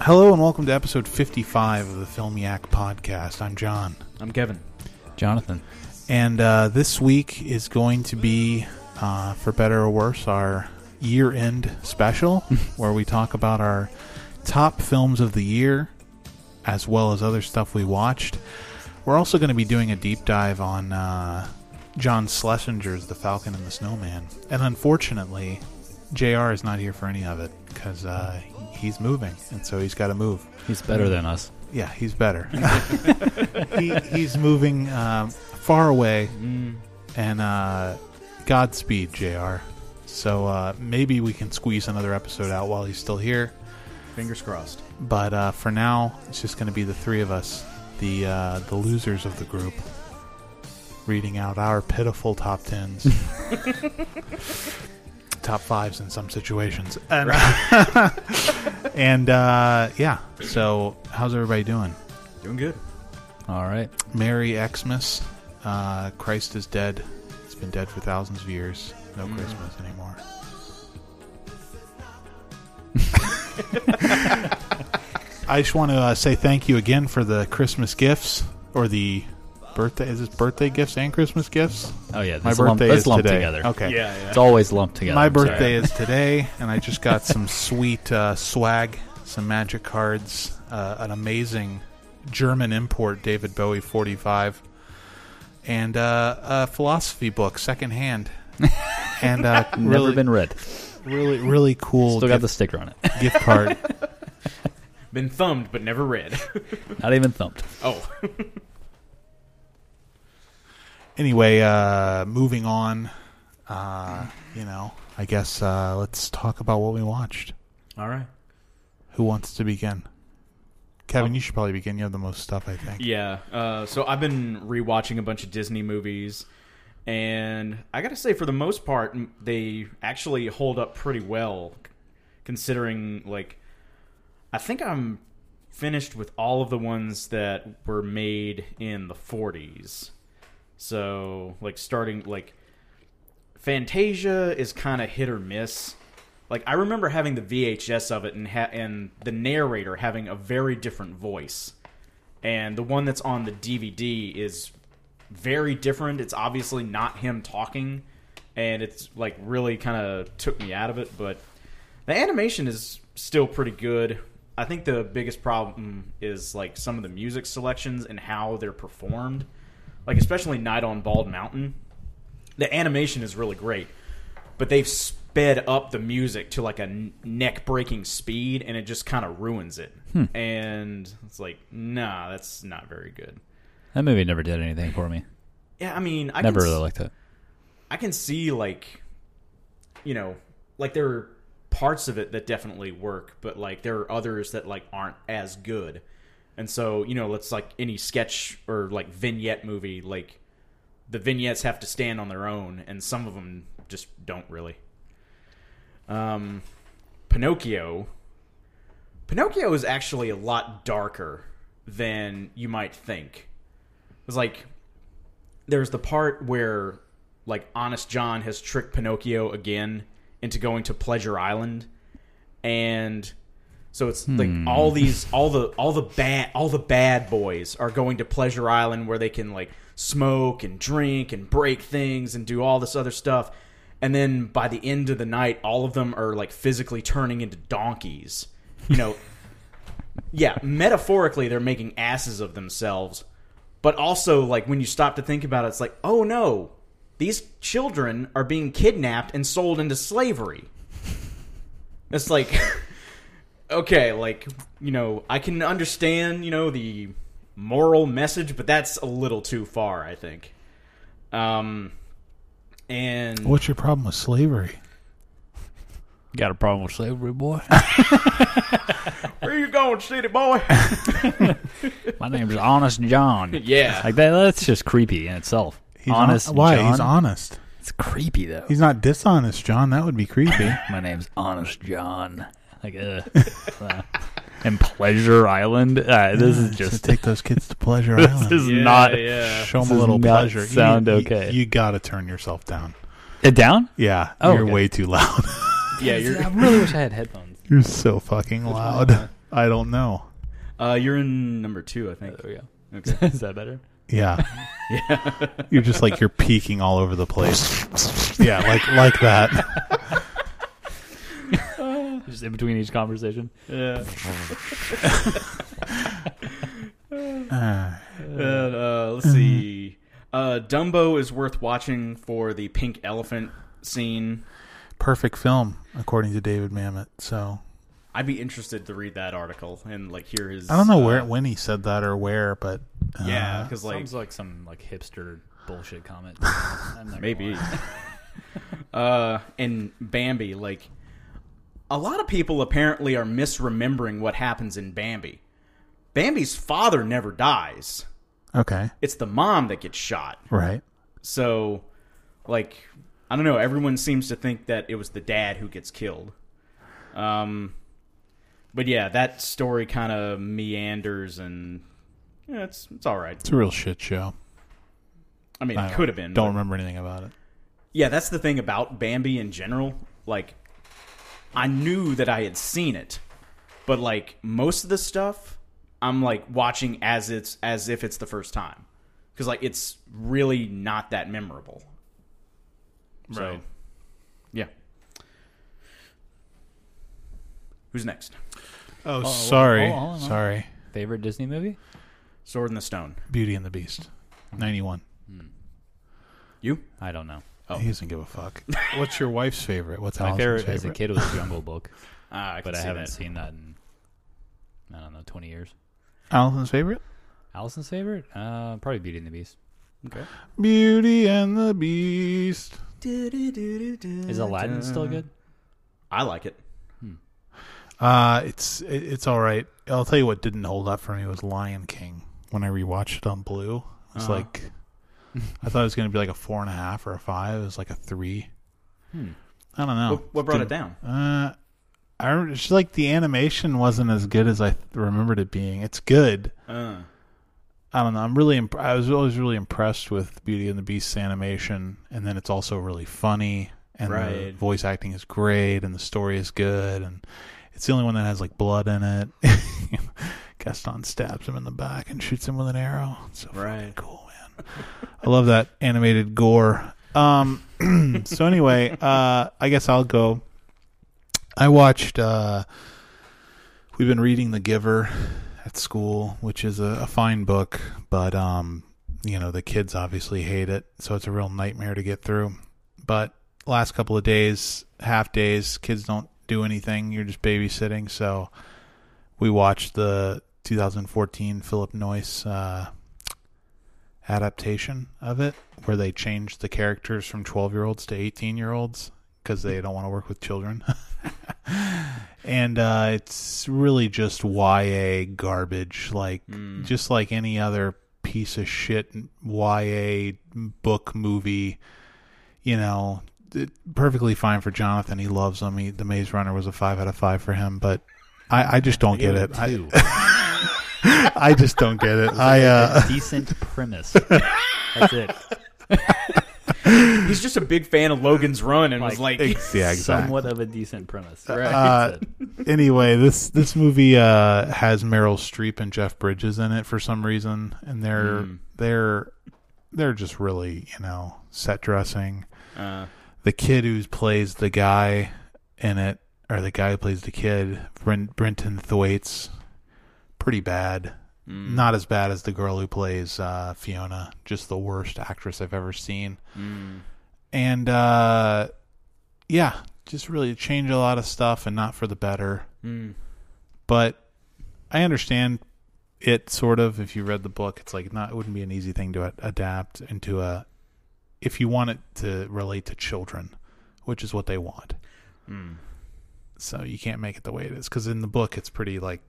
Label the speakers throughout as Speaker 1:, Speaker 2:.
Speaker 1: Hello and welcome to episode 55 of the Film Yak podcast. I'm John.
Speaker 2: I'm Kevin.
Speaker 3: Jonathan.
Speaker 1: And uh, this week is going to be, uh, for better or worse, our year end special where we talk about our top films of the year as well as other stuff we watched. We're also going to be doing a deep dive on uh, John Schlesinger's The Falcon and the Snowman. And unfortunately, JR is not here for any of it because uh, he's moving, and so he's got to move.
Speaker 3: He's better than us.
Speaker 1: Yeah, he's better. he, he's moving um, far away,
Speaker 2: Mm,
Speaker 1: and uh, Godspeed, JR. So uh, maybe we can squeeze another episode out while he's still here.
Speaker 2: Fingers crossed.
Speaker 1: But uh, for now, it's just going to be the three of us, the uh, the losers of the group, reading out our pitiful top tens, top fives in some situations, and, and uh, yeah. So, how's everybody doing?
Speaker 2: Doing good.
Speaker 3: All right.
Speaker 1: Merry Xmas. Uh, Christ is dead. It's been dead for thousands of years. No Christmas anymore. I just want to uh, say thank you again for the Christmas gifts or the birthday. Is this birthday gifts and Christmas gifts?
Speaker 3: Oh yeah.
Speaker 1: My
Speaker 3: This lump,
Speaker 1: birthday
Speaker 3: let's
Speaker 1: is
Speaker 3: lump
Speaker 1: today.
Speaker 3: together.
Speaker 1: Okay.
Speaker 3: It's always lumped together.
Speaker 1: My
Speaker 3: I'm sorry.
Speaker 1: birthday is today, and I just got some sweet uh, swag, some magic cards, uh, an amazing German import David Bowie 45, and uh, a philosophy book secondhand. and uh,
Speaker 3: never
Speaker 1: really,
Speaker 3: been read.
Speaker 1: really, really cool
Speaker 3: Still got the
Speaker 1: gift,
Speaker 3: sticker on it.
Speaker 1: gift card.
Speaker 2: Been thumbed but never read.
Speaker 3: Not even thumped.
Speaker 2: oh,
Speaker 1: anyway, uh, moving on. Uh, you know, I guess uh, let's talk about what we watched.
Speaker 2: all right.
Speaker 1: Who wants to begin? Kevin, you should probably begin. You have the most stuff, I think.
Speaker 2: Yeah. Uh, so I've been rewatching a bunch of Disney movies, and I gotta say, for the most part, m- they actually hold up pretty well, c- considering like I think I'm finished with all of the ones that were made in the 40s. So like starting like Fantasia is kind of hit or miss. Like I remember having the VHS of it and ha- and the narrator having a very different voice and the one that's on the DVD is very different. It's obviously not him talking, and it's like really kind of took me out of it. But the animation is still pretty good. I think the biggest problem is like some of the music selections and how they're performed, like especially "Night on Bald Mountain." The animation is really great, but they've sped up the music to like a neck breaking speed and it just kind of ruins it.
Speaker 3: Hmm.
Speaker 2: And it's like, nah, that's not very good.
Speaker 3: That movie never did anything for me.
Speaker 2: Yeah, I mean, I
Speaker 3: never
Speaker 2: can, s-
Speaker 3: really liked it.
Speaker 2: I can see like, you know, like there are parts of it that definitely work, but like there are others that like aren't as good. And so you know, let's like any sketch or like vignette movie, like the vignettes have to stand on their own, and some of them just don't really. Um, Pinocchio. Pinocchio is actually a lot darker than you might think. It's like there's the part where like honest john has tricked pinocchio again into going to pleasure island and so it's like all these all the all the bad all the bad boys are going to pleasure island where they can like smoke and drink and break things and do all this other stuff and then by the end of the night all of them are like physically turning into donkeys you know yeah, metaphorically, they're making asses of themselves. But also, like, when you stop to think about it, it's like, oh no, these children are being kidnapped and sold into slavery. It's like, okay, like, you know, I can understand, you know, the moral message, but that's a little too far, I think. Um, and
Speaker 1: What's your problem with slavery?
Speaker 3: Got a problem with slavery, boy?
Speaker 2: where you going, city boy?
Speaker 3: My name's Honest John.
Speaker 2: yeah.
Speaker 3: Like that. That's just creepy in itself. honest.
Speaker 1: hon- why?
Speaker 3: John?
Speaker 1: He's honest.
Speaker 3: It's creepy though.
Speaker 1: He's not dishonest, John. That would be creepy.
Speaker 3: My name's Honest John. Like, uh, uh, and Pleasure Island. Uh, this is
Speaker 1: So
Speaker 3: just.
Speaker 1: take those kids to Pleasure
Speaker 3: This
Speaker 1: Island.
Speaker 3: is
Speaker 2: yeah,
Speaker 3: not.
Speaker 2: yeah.
Speaker 1: Show
Speaker 3: this
Speaker 1: them a
Speaker 3: does
Speaker 1: little
Speaker 3: not
Speaker 1: pleasure. You-
Speaker 3: sound
Speaker 1: you,
Speaker 3: okay.
Speaker 1: You, got to turn yourself down.
Speaker 3: It down?
Speaker 1: Yeah,
Speaker 3: Oh,
Speaker 1: you're
Speaker 3: okay.
Speaker 1: way too loud.
Speaker 2: Yeah, you're
Speaker 3: really wish I had headphones.
Speaker 1: you're so fucking loud. I don't know.
Speaker 2: Uh, you're in number two, I think.
Speaker 3: There we go.
Speaker 2: Okay.
Speaker 3: Is that better?
Speaker 1: Yeah. yeah. You're just like you're peeking all over the place. Yeah, like like that.
Speaker 3: Just in between each conversation.
Speaker 2: Yeah.
Speaker 1: Uh,
Speaker 2: And, uh, let's see. Uh, Dumbo is worth watching for the pink elephant scene.
Speaker 1: perfect film, according to David Mamet. So
Speaker 2: I'd be interested to read that article and like hear his.
Speaker 1: I don't know
Speaker 2: uh,
Speaker 1: where when he said that or where, but uh,
Speaker 2: Yeah, because like
Speaker 3: Sounds like some like hipster bullshit comment. I'm not gonna
Speaker 2: Maybe.
Speaker 3: lie.
Speaker 2: uh, and Bambi, like a lot of people apparently are misremembering what happens in Bambi. Bambi's father never dies.
Speaker 1: okay,
Speaker 2: It's the mom that gets shot.
Speaker 1: right,
Speaker 2: So, like, I don't know. Everyone seems to think that it was the dad who gets killed. Um, but yeah, that story kind of meanders, and yeah, it's it's all right.
Speaker 1: it's a real shit show.
Speaker 2: I mean,
Speaker 1: I
Speaker 2: it could have been.
Speaker 1: Don't
Speaker 2: but-
Speaker 1: remember anything about it.
Speaker 2: Yeah, that's the thing about Bambi in general. Like, I knew that I had seen it, but like most of the stuff, I'm like watching as it's as if it's the first time, because like it's really not that memorable. So,
Speaker 1: Right.
Speaker 2: yeah. Who's next?
Speaker 1: Oh,
Speaker 3: well,
Speaker 1: sorry,
Speaker 3: oh, hold on, hold on.
Speaker 1: sorry.
Speaker 3: Favorite Disney movie?
Speaker 2: Sword in the Stone.
Speaker 1: Beauty and the Beast, ninety one.
Speaker 2: You?
Speaker 3: I don't know.
Speaker 2: Oh.
Speaker 1: He doesn't give a fuck. What's your wife's favorite? What's
Speaker 3: Oh. My
Speaker 1: Allison's favorite?
Speaker 3: favorite, as a kid was Jungle Book,
Speaker 2: Ah, I can
Speaker 3: but I
Speaker 2: see
Speaker 3: haven't
Speaker 2: that.
Speaker 3: seen that in I don't know twenty years.
Speaker 1: Allison's favorite?
Speaker 3: Allison's favorite? Uh, probably Beauty and the Beast.
Speaker 2: Okay.
Speaker 1: Beauty and the Beast.
Speaker 3: Is Aladdin still good?
Speaker 2: I like it.
Speaker 1: Uh, it's it, it's all right. I'll tell you what didn't hold up for me was Lion King. When I rewatched it on Blue, it's
Speaker 2: Uh-huh.
Speaker 1: like I thought it was going to be like a four and a half or a five. It was like a three.
Speaker 3: Hmm.
Speaker 1: I don't know.
Speaker 2: What, what brought it down?
Speaker 1: Uh, I rem- it's just like the animation wasn't as good as I th- remembered it being. It's good.
Speaker 2: Uh,
Speaker 1: I don't know. I'm really. Imp- I was always really impressed with Beauty and the Beast's animation, and then it's also really funny, and the
Speaker 2: Right.
Speaker 1: voice acting is great, and the story is good, and it's the only one that has like blood in it. Gaston stabs him in the back and shoots him with an arrow. It's so fucking
Speaker 2: Right.
Speaker 1: cool, man. I love that animated gore. Um. so anyway, uh, I guess I'll go. I watched. Uh, we've been reading The Giver at school, which is a, a fine book, but um, you know the kids obviously hate it, so it's a real nightmare to get through. But last couple of days, half days, kids don't do anything. You're just babysitting, so we watched the 2014 Philip Noyce uh, adaptation of it, where they changed the characters from 12 year olds to 18 year olds because they don't want to work with children. and uh, it's really just YA garbage, like just like any other piece of shit YA book movie. You know, it- perfectly fine for Jonathan. He loves them. He, the Maze Runner was a five out of five for him, but I, I just don't get it. I, I just don't get it. I uh,
Speaker 3: A decent premise. That's it.
Speaker 2: he's just a big fan of Logan's Run and was like,
Speaker 1: yeah,
Speaker 3: Somewhat of a decent premise.
Speaker 1: Uh,
Speaker 3: That's it.
Speaker 1: anyway, this this movie uh, has Meryl Streep and Jeff Bridges in it for some reason, and they're they're they're just really you know set dressing.
Speaker 2: uh,
Speaker 1: The kid who plays the guy in it, or the guy who plays the kid, Brent, Brenton Thwaites, pretty bad.
Speaker 2: mm, Hmm.
Speaker 1: Not as bad as the girl who plays uh, Fiona, just the worst actress I've ever seen.
Speaker 2: mm,
Speaker 1: And uh, yeah, just really change a lot of stuff and not for the better
Speaker 2: mm,
Speaker 1: but I understand it sort of. If you read the book, it's like not it wouldn't be an easy thing to a- adapt into a if you want it to relate to children, which is what they want.
Speaker 2: mm.
Speaker 1: So you can't make it the way it is because in the book it's pretty like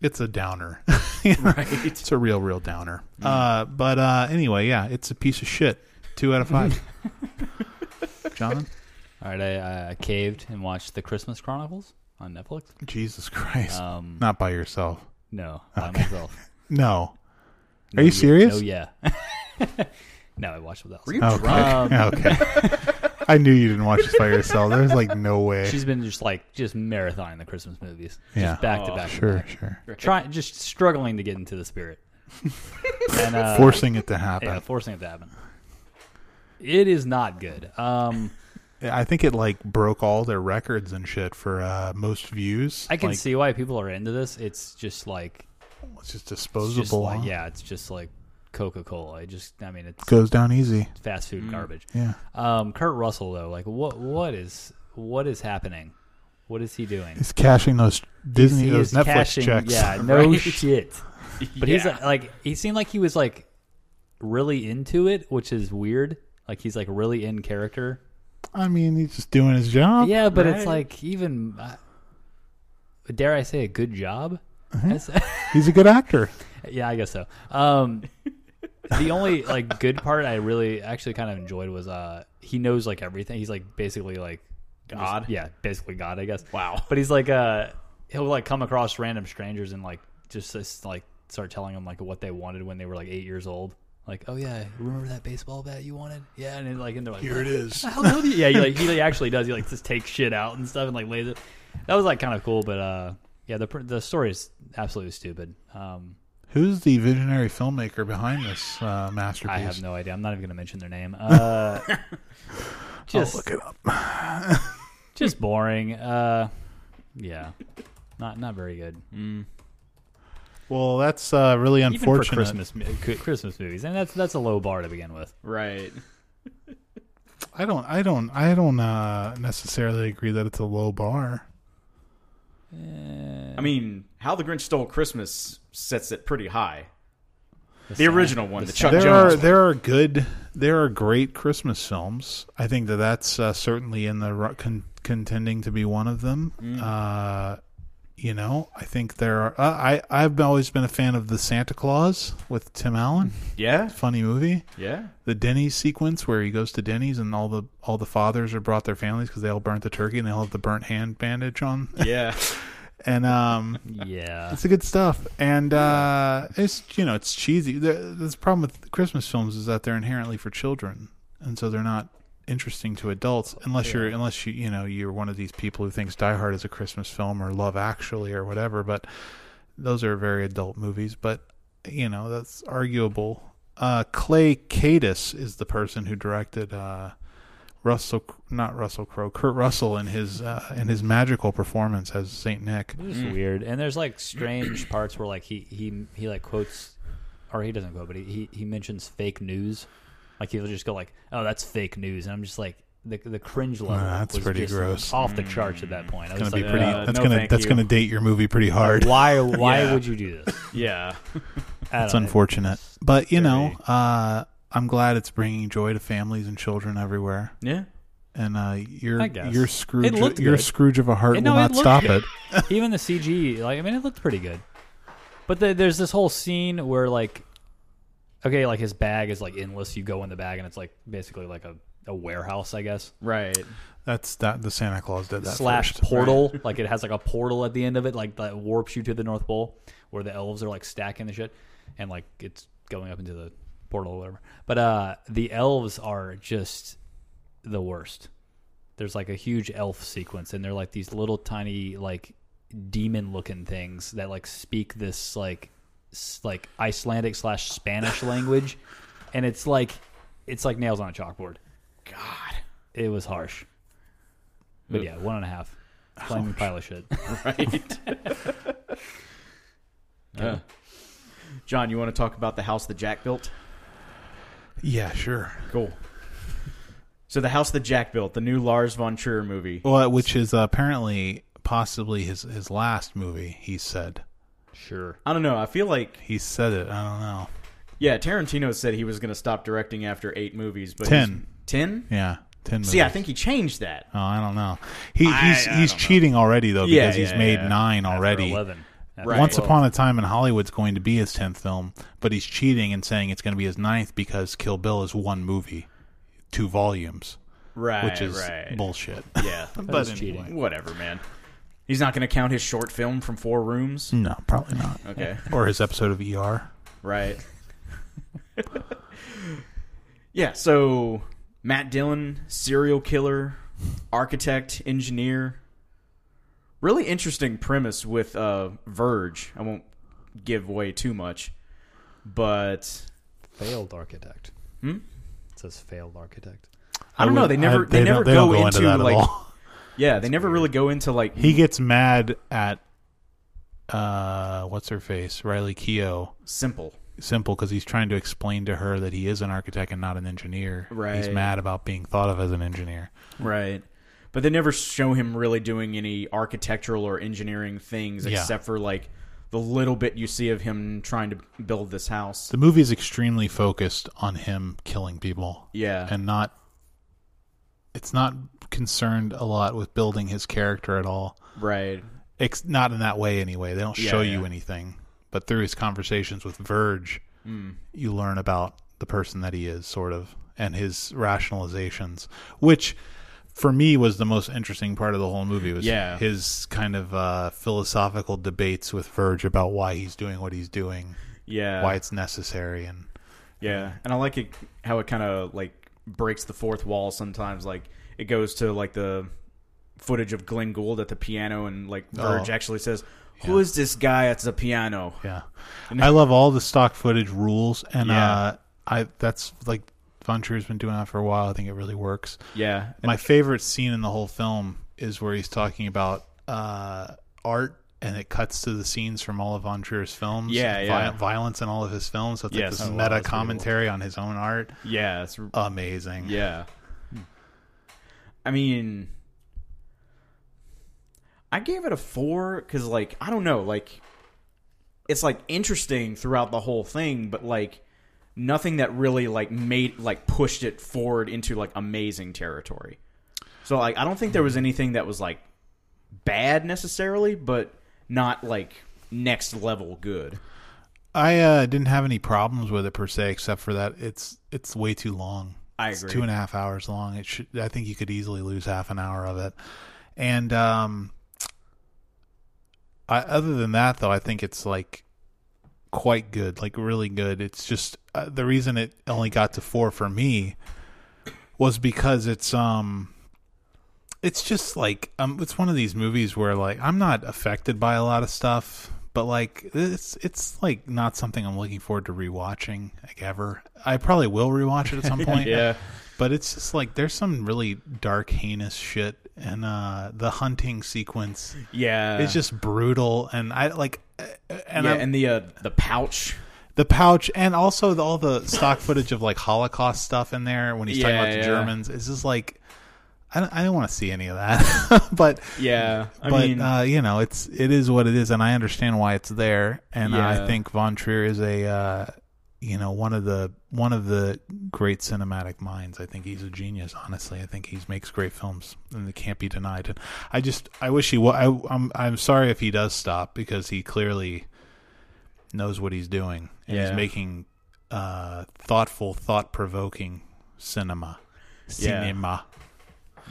Speaker 1: it's a downer.
Speaker 2: right.
Speaker 1: It's a real, real downer. Uh, but uh, anyway, yeah, it's a piece of shit. Two out of five. John,
Speaker 3: All right, I, I caved and watched The Christmas Chronicles on Netflix.
Speaker 1: Jesus Christ,
Speaker 3: Um,
Speaker 1: not by yourself.
Speaker 3: no, by myself.
Speaker 1: No,
Speaker 3: No,
Speaker 1: Are you
Speaker 3: yeah.
Speaker 1: serious?
Speaker 3: No, yeah. no, I watched it with Allison.
Speaker 2: Were you
Speaker 1: okay,
Speaker 2: drunk?
Speaker 3: Um,
Speaker 1: okay. I knew you didn't watch this by yourself. There's like no way.
Speaker 3: She's been just like just marathoning the Christmas movies,
Speaker 1: Yeah.
Speaker 3: just back to
Speaker 2: Oh,
Speaker 3: back. to
Speaker 1: sure,
Speaker 3: back.
Speaker 1: sure.
Speaker 3: Try just struggling to get into the spirit, and uh,
Speaker 1: Forcing it to happen.
Speaker 3: yeah, forcing it to happen. It is not good. Um,
Speaker 1: I think it like broke all their records and shit for uh, most views.
Speaker 3: I can
Speaker 1: Like,
Speaker 3: see why people are into this. It's just like,
Speaker 1: it's just
Speaker 3: it's
Speaker 1: disposable.
Speaker 3: just like
Speaker 1: huh?
Speaker 3: yeah, it's just like Coca Cola. It just, I mean, it's
Speaker 1: Goes down easy.
Speaker 3: fast food garbage.
Speaker 1: Yeah.
Speaker 3: Um, Kurt Russell though, like what what is what is happening? What is he doing?
Speaker 1: He's cashing those Disney,
Speaker 3: He
Speaker 1: those
Speaker 3: is
Speaker 1: Netflix
Speaker 3: cashing-
Speaker 1: checks.
Speaker 3: Yeah, no
Speaker 2: Right.
Speaker 3: shit. But he's
Speaker 2: Yeah.
Speaker 3: like, like, he seemed like he was like really into it, which is weird. Like he's like really in character.
Speaker 1: I mean, he's just doing his job.
Speaker 3: Yeah, but it's
Speaker 2: right.
Speaker 3: like even uh, dare I say a good job?
Speaker 1: Uh-huh. He's a good actor.
Speaker 3: yeah, I guess so. Um, the only like good part I really actually kind of enjoyed was uh he knows like everything. He's like basically like
Speaker 2: God?
Speaker 3: Yeah, basically God, I guess.
Speaker 2: Wow.
Speaker 3: But he's like uh he'll like come across random strangers and like just, just like start telling them like what they wanted when they were like eight years old. Like, oh yeah, remember that baseball bat you wanted? Yeah, and then, like and they're like,
Speaker 1: Here it is.
Speaker 3: how the hell do you? Yeah, he, like, he like, actually does. He like just takes shit out and stuff and like lays it. That was like kind of cool, but uh, yeah, the pr- the story is absolutely stupid. Um,
Speaker 1: Who's the visionary filmmaker behind this uh, masterpiece?
Speaker 3: I have no idea. I'm not even going to mention their name. Uh, just
Speaker 1: Look it up.
Speaker 3: just boring. Uh, yeah, not not very good.
Speaker 2: Mm,
Speaker 1: Well, that's uh, really
Speaker 3: Even for
Speaker 1: unfortunate.
Speaker 3: Christmas mo- cri- Christmas movies, and that's that's a low bar to begin with.
Speaker 2: right.
Speaker 1: I don't. I don't. I don't uh, necessarily agree that it's a low bar.
Speaker 3: Eh,
Speaker 2: I mean, How the Grinch Stole Christmas sets it pretty high. The,
Speaker 3: sound-
Speaker 2: original one, the, Chuck
Speaker 1: there
Speaker 2: Jones.
Speaker 1: are
Speaker 2: one.
Speaker 1: there are good there are great Christmas films. I think that that's uh, certainly in the ru- con- contending to be one of them.
Speaker 2: Mm.
Speaker 1: Uh, you know, I think there are. Uh, I I've always been a fan of the Santa Claus with Tim Allen.
Speaker 2: Yeah,
Speaker 1: Funny movie.
Speaker 2: yeah.
Speaker 1: The Denny's sequence where he goes to Denny's and all the all the fathers are brought their families because they all burnt the turkey and they all have the burnt hand bandage on.
Speaker 2: Yeah.
Speaker 1: And um,
Speaker 3: Yeah,
Speaker 1: it's the good stuff, and uh, it's you know it's cheesy. The, the problem with Christmas films is that they're inherently for children, and so they're not interesting to adults unless you're unless you you know you're one of these people who thinks Die Hard is a Christmas film or Love Actually or whatever. But those are very adult movies. But you know that's arguable. Uh, Clay Cadis is the person who directed uh, Russell, not Russell Crowe, Kurt Russell in his uh, in his magical performance as Saint Nick.
Speaker 3: it's
Speaker 2: Mm.
Speaker 3: weird. And there's like strange parts where like he he he like quotes, or he doesn't quote, but he he, he mentions fake news. Like he'll just go like, "Oh, that's fake news," and I'm just like. The, the cringe level
Speaker 1: Nah, that's
Speaker 3: was
Speaker 1: pretty
Speaker 3: just
Speaker 1: gross.
Speaker 3: off
Speaker 2: Mm.
Speaker 3: the charts at that point. I was
Speaker 1: gonna be
Speaker 3: like,
Speaker 1: pretty.
Speaker 3: uh,
Speaker 1: that's
Speaker 2: no,
Speaker 1: gonna
Speaker 2: thank
Speaker 1: that's
Speaker 2: you.
Speaker 1: gonna date your movie pretty hard.
Speaker 3: why why
Speaker 2: Yeah.
Speaker 3: would you do this?
Speaker 2: Yeah.
Speaker 1: That's unfortunate, but you know,
Speaker 2: Very-
Speaker 1: uh, I'm glad it's bringing joy to families and children everywhere.
Speaker 2: Yeah.
Speaker 1: And uh, your
Speaker 3: I guess.
Speaker 1: your
Speaker 3: It
Speaker 1: Scrooge
Speaker 3: looked
Speaker 1: your
Speaker 3: good.
Speaker 1: Scrooge of a heart
Speaker 3: It-
Speaker 1: will
Speaker 3: no, it
Speaker 1: not
Speaker 3: looked
Speaker 1: stop
Speaker 3: good.
Speaker 1: it.
Speaker 3: Even the CG, like I mean, it looked pretty good. But the, there's this whole scene where like, okay, like his bag is like endless. You go in the bag and it's like basically like a, a warehouse, I guess,
Speaker 2: Right.
Speaker 1: That's that the Santa Claus did that
Speaker 3: slash
Speaker 1: first.
Speaker 3: portal. Like it has like a portal at the end of it, like that warps you to the North Pole, where the elves are like stacking the shit, and like it's going up into the portal or whatever. But uh the elves are just the worst. There's like a huge elf sequence, and they're like these little tiny like demon looking things that like speak this like s- like Icelandic slash Spanish language, and it's like it's like nails on a chalkboard.
Speaker 2: God.
Speaker 3: It was harsh. But yeah, one and a half. Flaming pile of shit.
Speaker 2: Right. Uh, John, you want to talk about the house that Jack built?
Speaker 1: Yeah, sure.
Speaker 2: Cool. So the house that Jack built, the new Lars von Trier movie.
Speaker 1: Well, which is apparently possibly his his last movie. He said
Speaker 3: Sure.
Speaker 2: I don't know. I feel like
Speaker 1: he said it. I don't know.
Speaker 2: yeah, Tarantino said he was going to stop directing after eight movies, but
Speaker 1: Ten.
Speaker 2: he's- ten.
Speaker 1: Yeah, ten.
Speaker 2: See, I
Speaker 1: movies.
Speaker 2: think he changed that.
Speaker 1: Oh, I don't know. He
Speaker 2: I-
Speaker 1: he's
Speaker 2: I
Speaker 1: he's
Speaker 2: don't know.
Speaker 1: cheating already though
Speaker 2: Yeah,
Speaker 1: because he's
Speaker 2: yeah,
Speaker 1: made
Speaker 2: yeah.
Speaker 1: nine
Speaker 3: Or
Speaker 1: already.
Speaker 3: eleven.
Speaker 2: Right.
Speaker 1: Once
Speaker 2: Well-
Speaker 1: Upon a Time in Hollywood's going to be his tenth film, but he's cheating and saying it's going to be his ninth because Kill Bill is one movie, two volumes,
Speaker 2: Right.
Speaker 1: which is
Speaker 2: right.
Speaker 1: bullshit.
Speaker 2: yeah.
Speaker 1: but
Speaker 3: is cheating.
Speaker 1: anyway.
Speaker 2: Whatever, man. He's not going to count his short film from Four Rooms.
Speaker 1: no, probably not.
Speaker 2: Okay.
Speaker 1: Or his episode of ER.
Speaker 2: Right. yeah, so Matt Dillon, serial killer, architect, engineer. Really interesting premise with uh, Verge. I won't give away too much, but
Speaker 3: Failed architect.
Speaker 2: Hmm?
Speaker 3: It says failed architect.
Speaker 2: I don't know,
Speaker 1: would-
Speaker 2: they never- they never go into, like- yeah, they never really go into like
Speaker 1: He gets mad at uh, what's her face, Riley Keough,
Speaker 2: simple.
Speaker 1: simple because he's trying to explain to her that he is an architect and not an engineer. He's
Speaker 2: Right.
Speaker 1: mad about being thought of as an engineer.
Speaker 2: Right. But they never show him really doing any architectural or engineering things
Speaker 1: Yeah.
Speaker 2: except for like the little bit you see of him trying to build this house.
Speaker 1: The movie is extremely focused on him killing people
Speaker 2: Yeah.
Speaker 1: and not. It's not concerned a lot with building his character at all.
Speaker 2: right.
Speaker 1: Ex- not in that way anyway. They don't
Speaker 2: Yeah,
Speaker 1: show
Speaker 2: yeah.
Speaker 1: you anything, but through his conversations with Verge,
Speaker 2: Hmm.
Speaker 1: you learn about the person that he is, sort of, and his rationalizations, which for me was the most interesting part of the whole movie was
Speaker 2: Yeah.
Speaker 1: his kind of uh, philosophical debates with Verge about why he's doing what he's doing,
Speaker 2: Yeah.
Speaker 1: why it's necessary, and
Speaker 2: Yeah, and I like it how it kind of like breaks the fourth wall sometimes. Like it goes to like the footage of Glenn Gould at the piano, and like Verge
Speaker 1: Oh.
Speaker 2: actually says, "Who is this guy at the piano?"
Speaker 1: yeah, I love all the stock footage rules, and
Speaker 2: Yeah.
Speaker 1: uh, I that's like Von Trier's been doing that for a while. I think it really works.
Speaker 2: Yeah,
Speaker 1: my favorite scene in the whole film is where he's talking about uh, art and it cuts to the scenes from all of Von Trier's films.
Speaker 2: Yeah, yeah.
Speaker 1: Vi- violence in all of his films. So it's
Speaker 2: Yes.
Speaker 1: like
Speaker 2: Oh,
Speaker 1: this
Speaker 2: wow,
Speaker 1: meta
Speaker 3: that's really
Speaker 1: commentary on his own art.
Speaker 2: yeah, it's
Speaker 1: Amazing.
Speaker 2: yeah. I mean, I gave it a four because like I don't know, like it's like interesting throughout the whole thing, but like nothing that really like made like pushed it forward into like amazing territory. So like I don't think there was anything that was like bad necessarily, but not like next level good.
Speaker 1: I uh, didn't have any problems with it per se, except for that it's it's way too long.
Speaker 2: I
Speaker 1: It's
Speaker 2: agree.
Speaker 1: two and a half hours long. It should. I think you could easily lose half an hour of it. And um, I, other than that, though, I think it's like quite good, like really good. It's just uh, the reason it only got to four for me was because it's um, it's just like um, it's one of these movies where like I'm not affected by a lot of stuff, but like it's it's like not something I'm looking forward to rewatching like ever. I probably will rewatch it at some point. But it's just like there's some really dark, heinous shit, and uh, the hunting sequence
Speaker 2: yeah.
Speaker 1: is just brutal. And I like, uh, and,
Speaker 2: yeah,
Speaker 1: I-
Speaker 2: and the uh, the pouch.
Speaker 1: the pouch, and also the, all the stock footage of like Holocaust stuff in there when he's talking
Speaker 2: Yeah,
Speaker 1: about the
Speaker 2: yeah.
Speaker 1: Germans. It's just like I don't, I don't want to see any of that. but
Speaker 2: Yeah, I
Speaker 1: but
Speaker 2: mean,
Speaker 1: uh, you know, it's it is what it is, and I understand why it's there. And I
Speaker 2: Yeah.
Speaker 1: think Von Trier is a uh, you know one of the one of the great cinematic minds. I think he's a genius. Honestly, I think he makes great films, and they can't be denied. And I just I wish he. Wa- I, I'm I'm sorry if he does stop because he clearly knows what he's doing, and he's
Speaker 2: Yeah.
Speaker 1: making uh, thoughtful, thought provoking cinema.
Speaker 2: Yeah.
Speaker 1: Cinema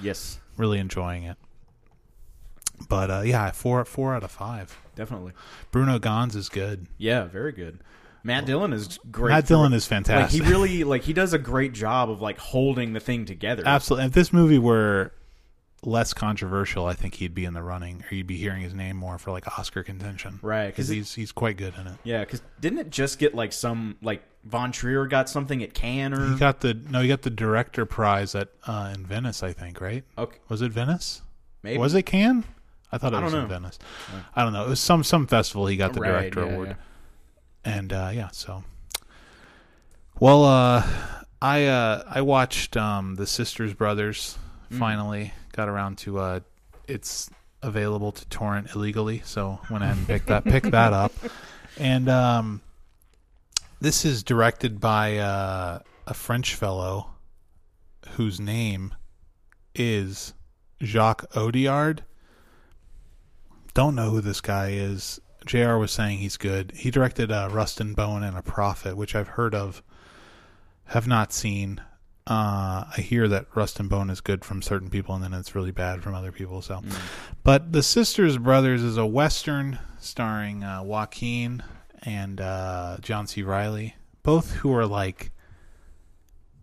Speaker 2: yes,
Speaker 1: really enjoying it. But uh, yeah, four four out of five.
Speaker 2: definitely.
Speaker 1: Bruno Gans is good.
Speaker 2: Yeah, very good. Matt Dillon is great.
Speaker 1: Matt
Speaker 2: for-
Speaker 1: Dillon is
Speaker 2: like he
Speaker 1: fantastic.
Speaker 2: really like he does a great job of like holding the thing together.
Speaker 1: Absolutely. If this movie were less controversial, I think he'd be in the running, or you'd be hearing his name more for like Oscar contention,
Speaker 2: Right,
Speaker 1: Because
Speaker 2: 'cause it-
Speaker 1: he's he's quite good in it.
Speaker 2: Yeah, because didn't it just get like some like Von Trier got something at Cannes or
Speaker 1: He got the no, he got the director prize at uh, in Venice, I think. Right?
Speaker 2: okay,
Speaker 1: Was it Venice?
Speaker 2: maybe
Speaker 1: Was it Cannes? I thought it
Speaker 2: I
Speaker 1: was
Speaker 2: don't
Speaker 1: in
Speaker 2: know.
Speaker 1: Venice. I don't know. It was some some festival. He got the
Speaker 2: Right,
Speaker 1: director
Speaker 2: yeah,
Speaker 1: award.
Speaker 2: yeah.
Speaker 1: and uh, yeah, so well, uh, I uh, I watched um, the Sisters Brothers. Finally, got around to uh, it's available to torrent illegally, so went ahead and picked that picked that up. And um, this is directed by uh, a French fellow whose name is Jacques Odiard. Don't know who this guy is. JR was saying he's good. He directed uh, Rust and Bone and A Prophet, which I've heard of, have not seen. Uh, I hear that Rust and Bone is good from certain people, and then it's really bad from other people. So, but The Sisters Brothers is a western starring uh, Joaquin and uh, John C. Riley, both who are like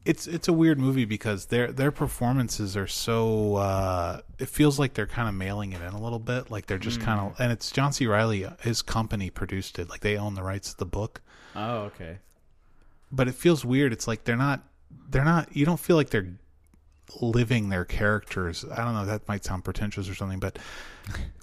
Speaker 1: it's it's a weird movie because their their performances are so uh it feels like they're kind of mailing it in a little bit like they're just kind of and it's John C Riley his company produced it like they own the rights to the book
Speaker 2: Oh, okay.
Speaker 1: but it feels weird it's like they're not they're not you don't feel like they're living their characters I don't know that might sound pretentious or something but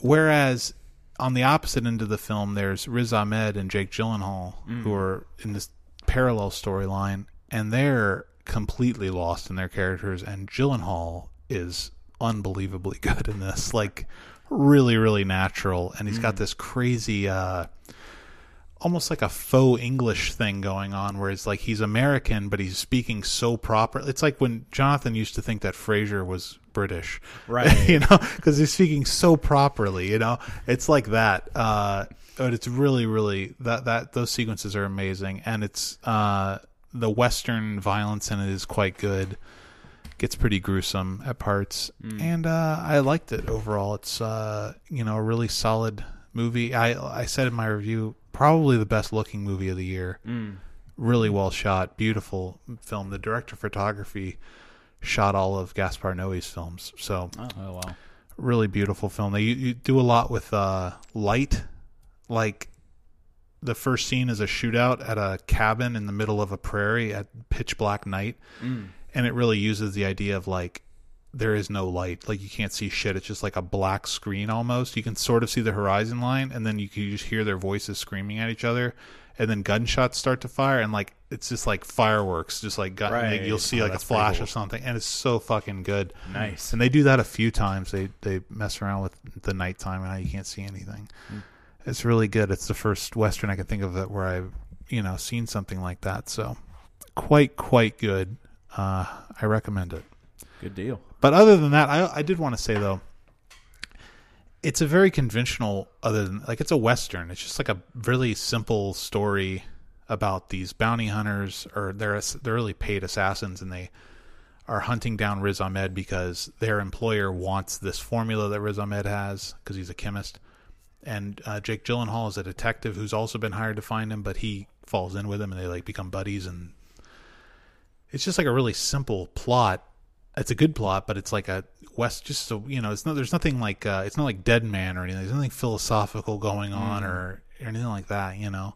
Speaker 1: whereas on the opposite end of the film there's Riz Ahmed and Jake Gyllenhaal who are in this parallel storyline and they're completely lost in their characters and Gyllenhaal is unbelievably good in this like really really natural and he's got this crazy uh almost like a faux English thing going on where it's like he's American but he's speaking so proper. It's like when Jonathan used to think that Frasier was British,
Speaker 2: Right.
Speaker 1: you know, because he's speaking so properly. You know, it's like that. Uh, but it's really, really that that those sequences are amazing, and it's uh, the Western violence in it is quite good. Gets pretty gruesome at parts,
Speaker 3: Mm.
Speaker 1: and uh, I liked it overall. It's uh, you know a really solid movie. I I said in my review probably the best looking movie of the year.
Speaker 3: Mm.
Speaker 1: Really well shot, beautiful film. The director of photography shot all of Gaspar Noé's films, so
Speaker 3: Oh wow.
Speaker 1: really beautiful film. They you, you do a lot with uh, light, like the first scene is a shootout at a cabin in the middle of a prairie at pitch black night,
Speaker 2: Mm.
Speaker 1: and it really uses the idea of like there is no light, like you can't see shit. It's just like a black screen almost. You can sort of see the horizon line, and then you can just hear their voices screaming at each other. And then gunshots start to fire, and like it's just like fireworks, just like gun.
Speaker 2: Right.
Speaker 1: You'll see
Speaker 2: Oh,
Speaker 1: like a
Speaker 2: that's pretty
Speaker 1: flash
Speaker 2: cool.
Speaker 1: or something, and it's so fucking good.
Speaker 2: Nice.
Speaker 1: And they do that a few times. They they mess around with the nighttime and how you can't see anything. It's really good. It's the first western I can think of that where I've you know seen something like that. So quite quite good. Uh, I recommend it.
Speaker 2: Good deal.
Speaker 1: But other than that, I I did want to say though, it's a very conventional. Other than like it's a western. It's just like a really simple story about these bounty hunters or they're ass- they're really paid assassins and they are hunting down Riz Ahmed because their employer wants this formula that Riz Ahmed has because he's a chemist. And uh, Jake Gyllenhaal is a detective who's also been hired to find him, but he falls in with him and they like become buddies. And it's just like a really simple plot. It's a good plot, but it's like a West. Just so you know, it's not. There's nothing like. Uh, it's not like Dead Man or anything. There's nothing philosophical going on or, or anything like that. You know,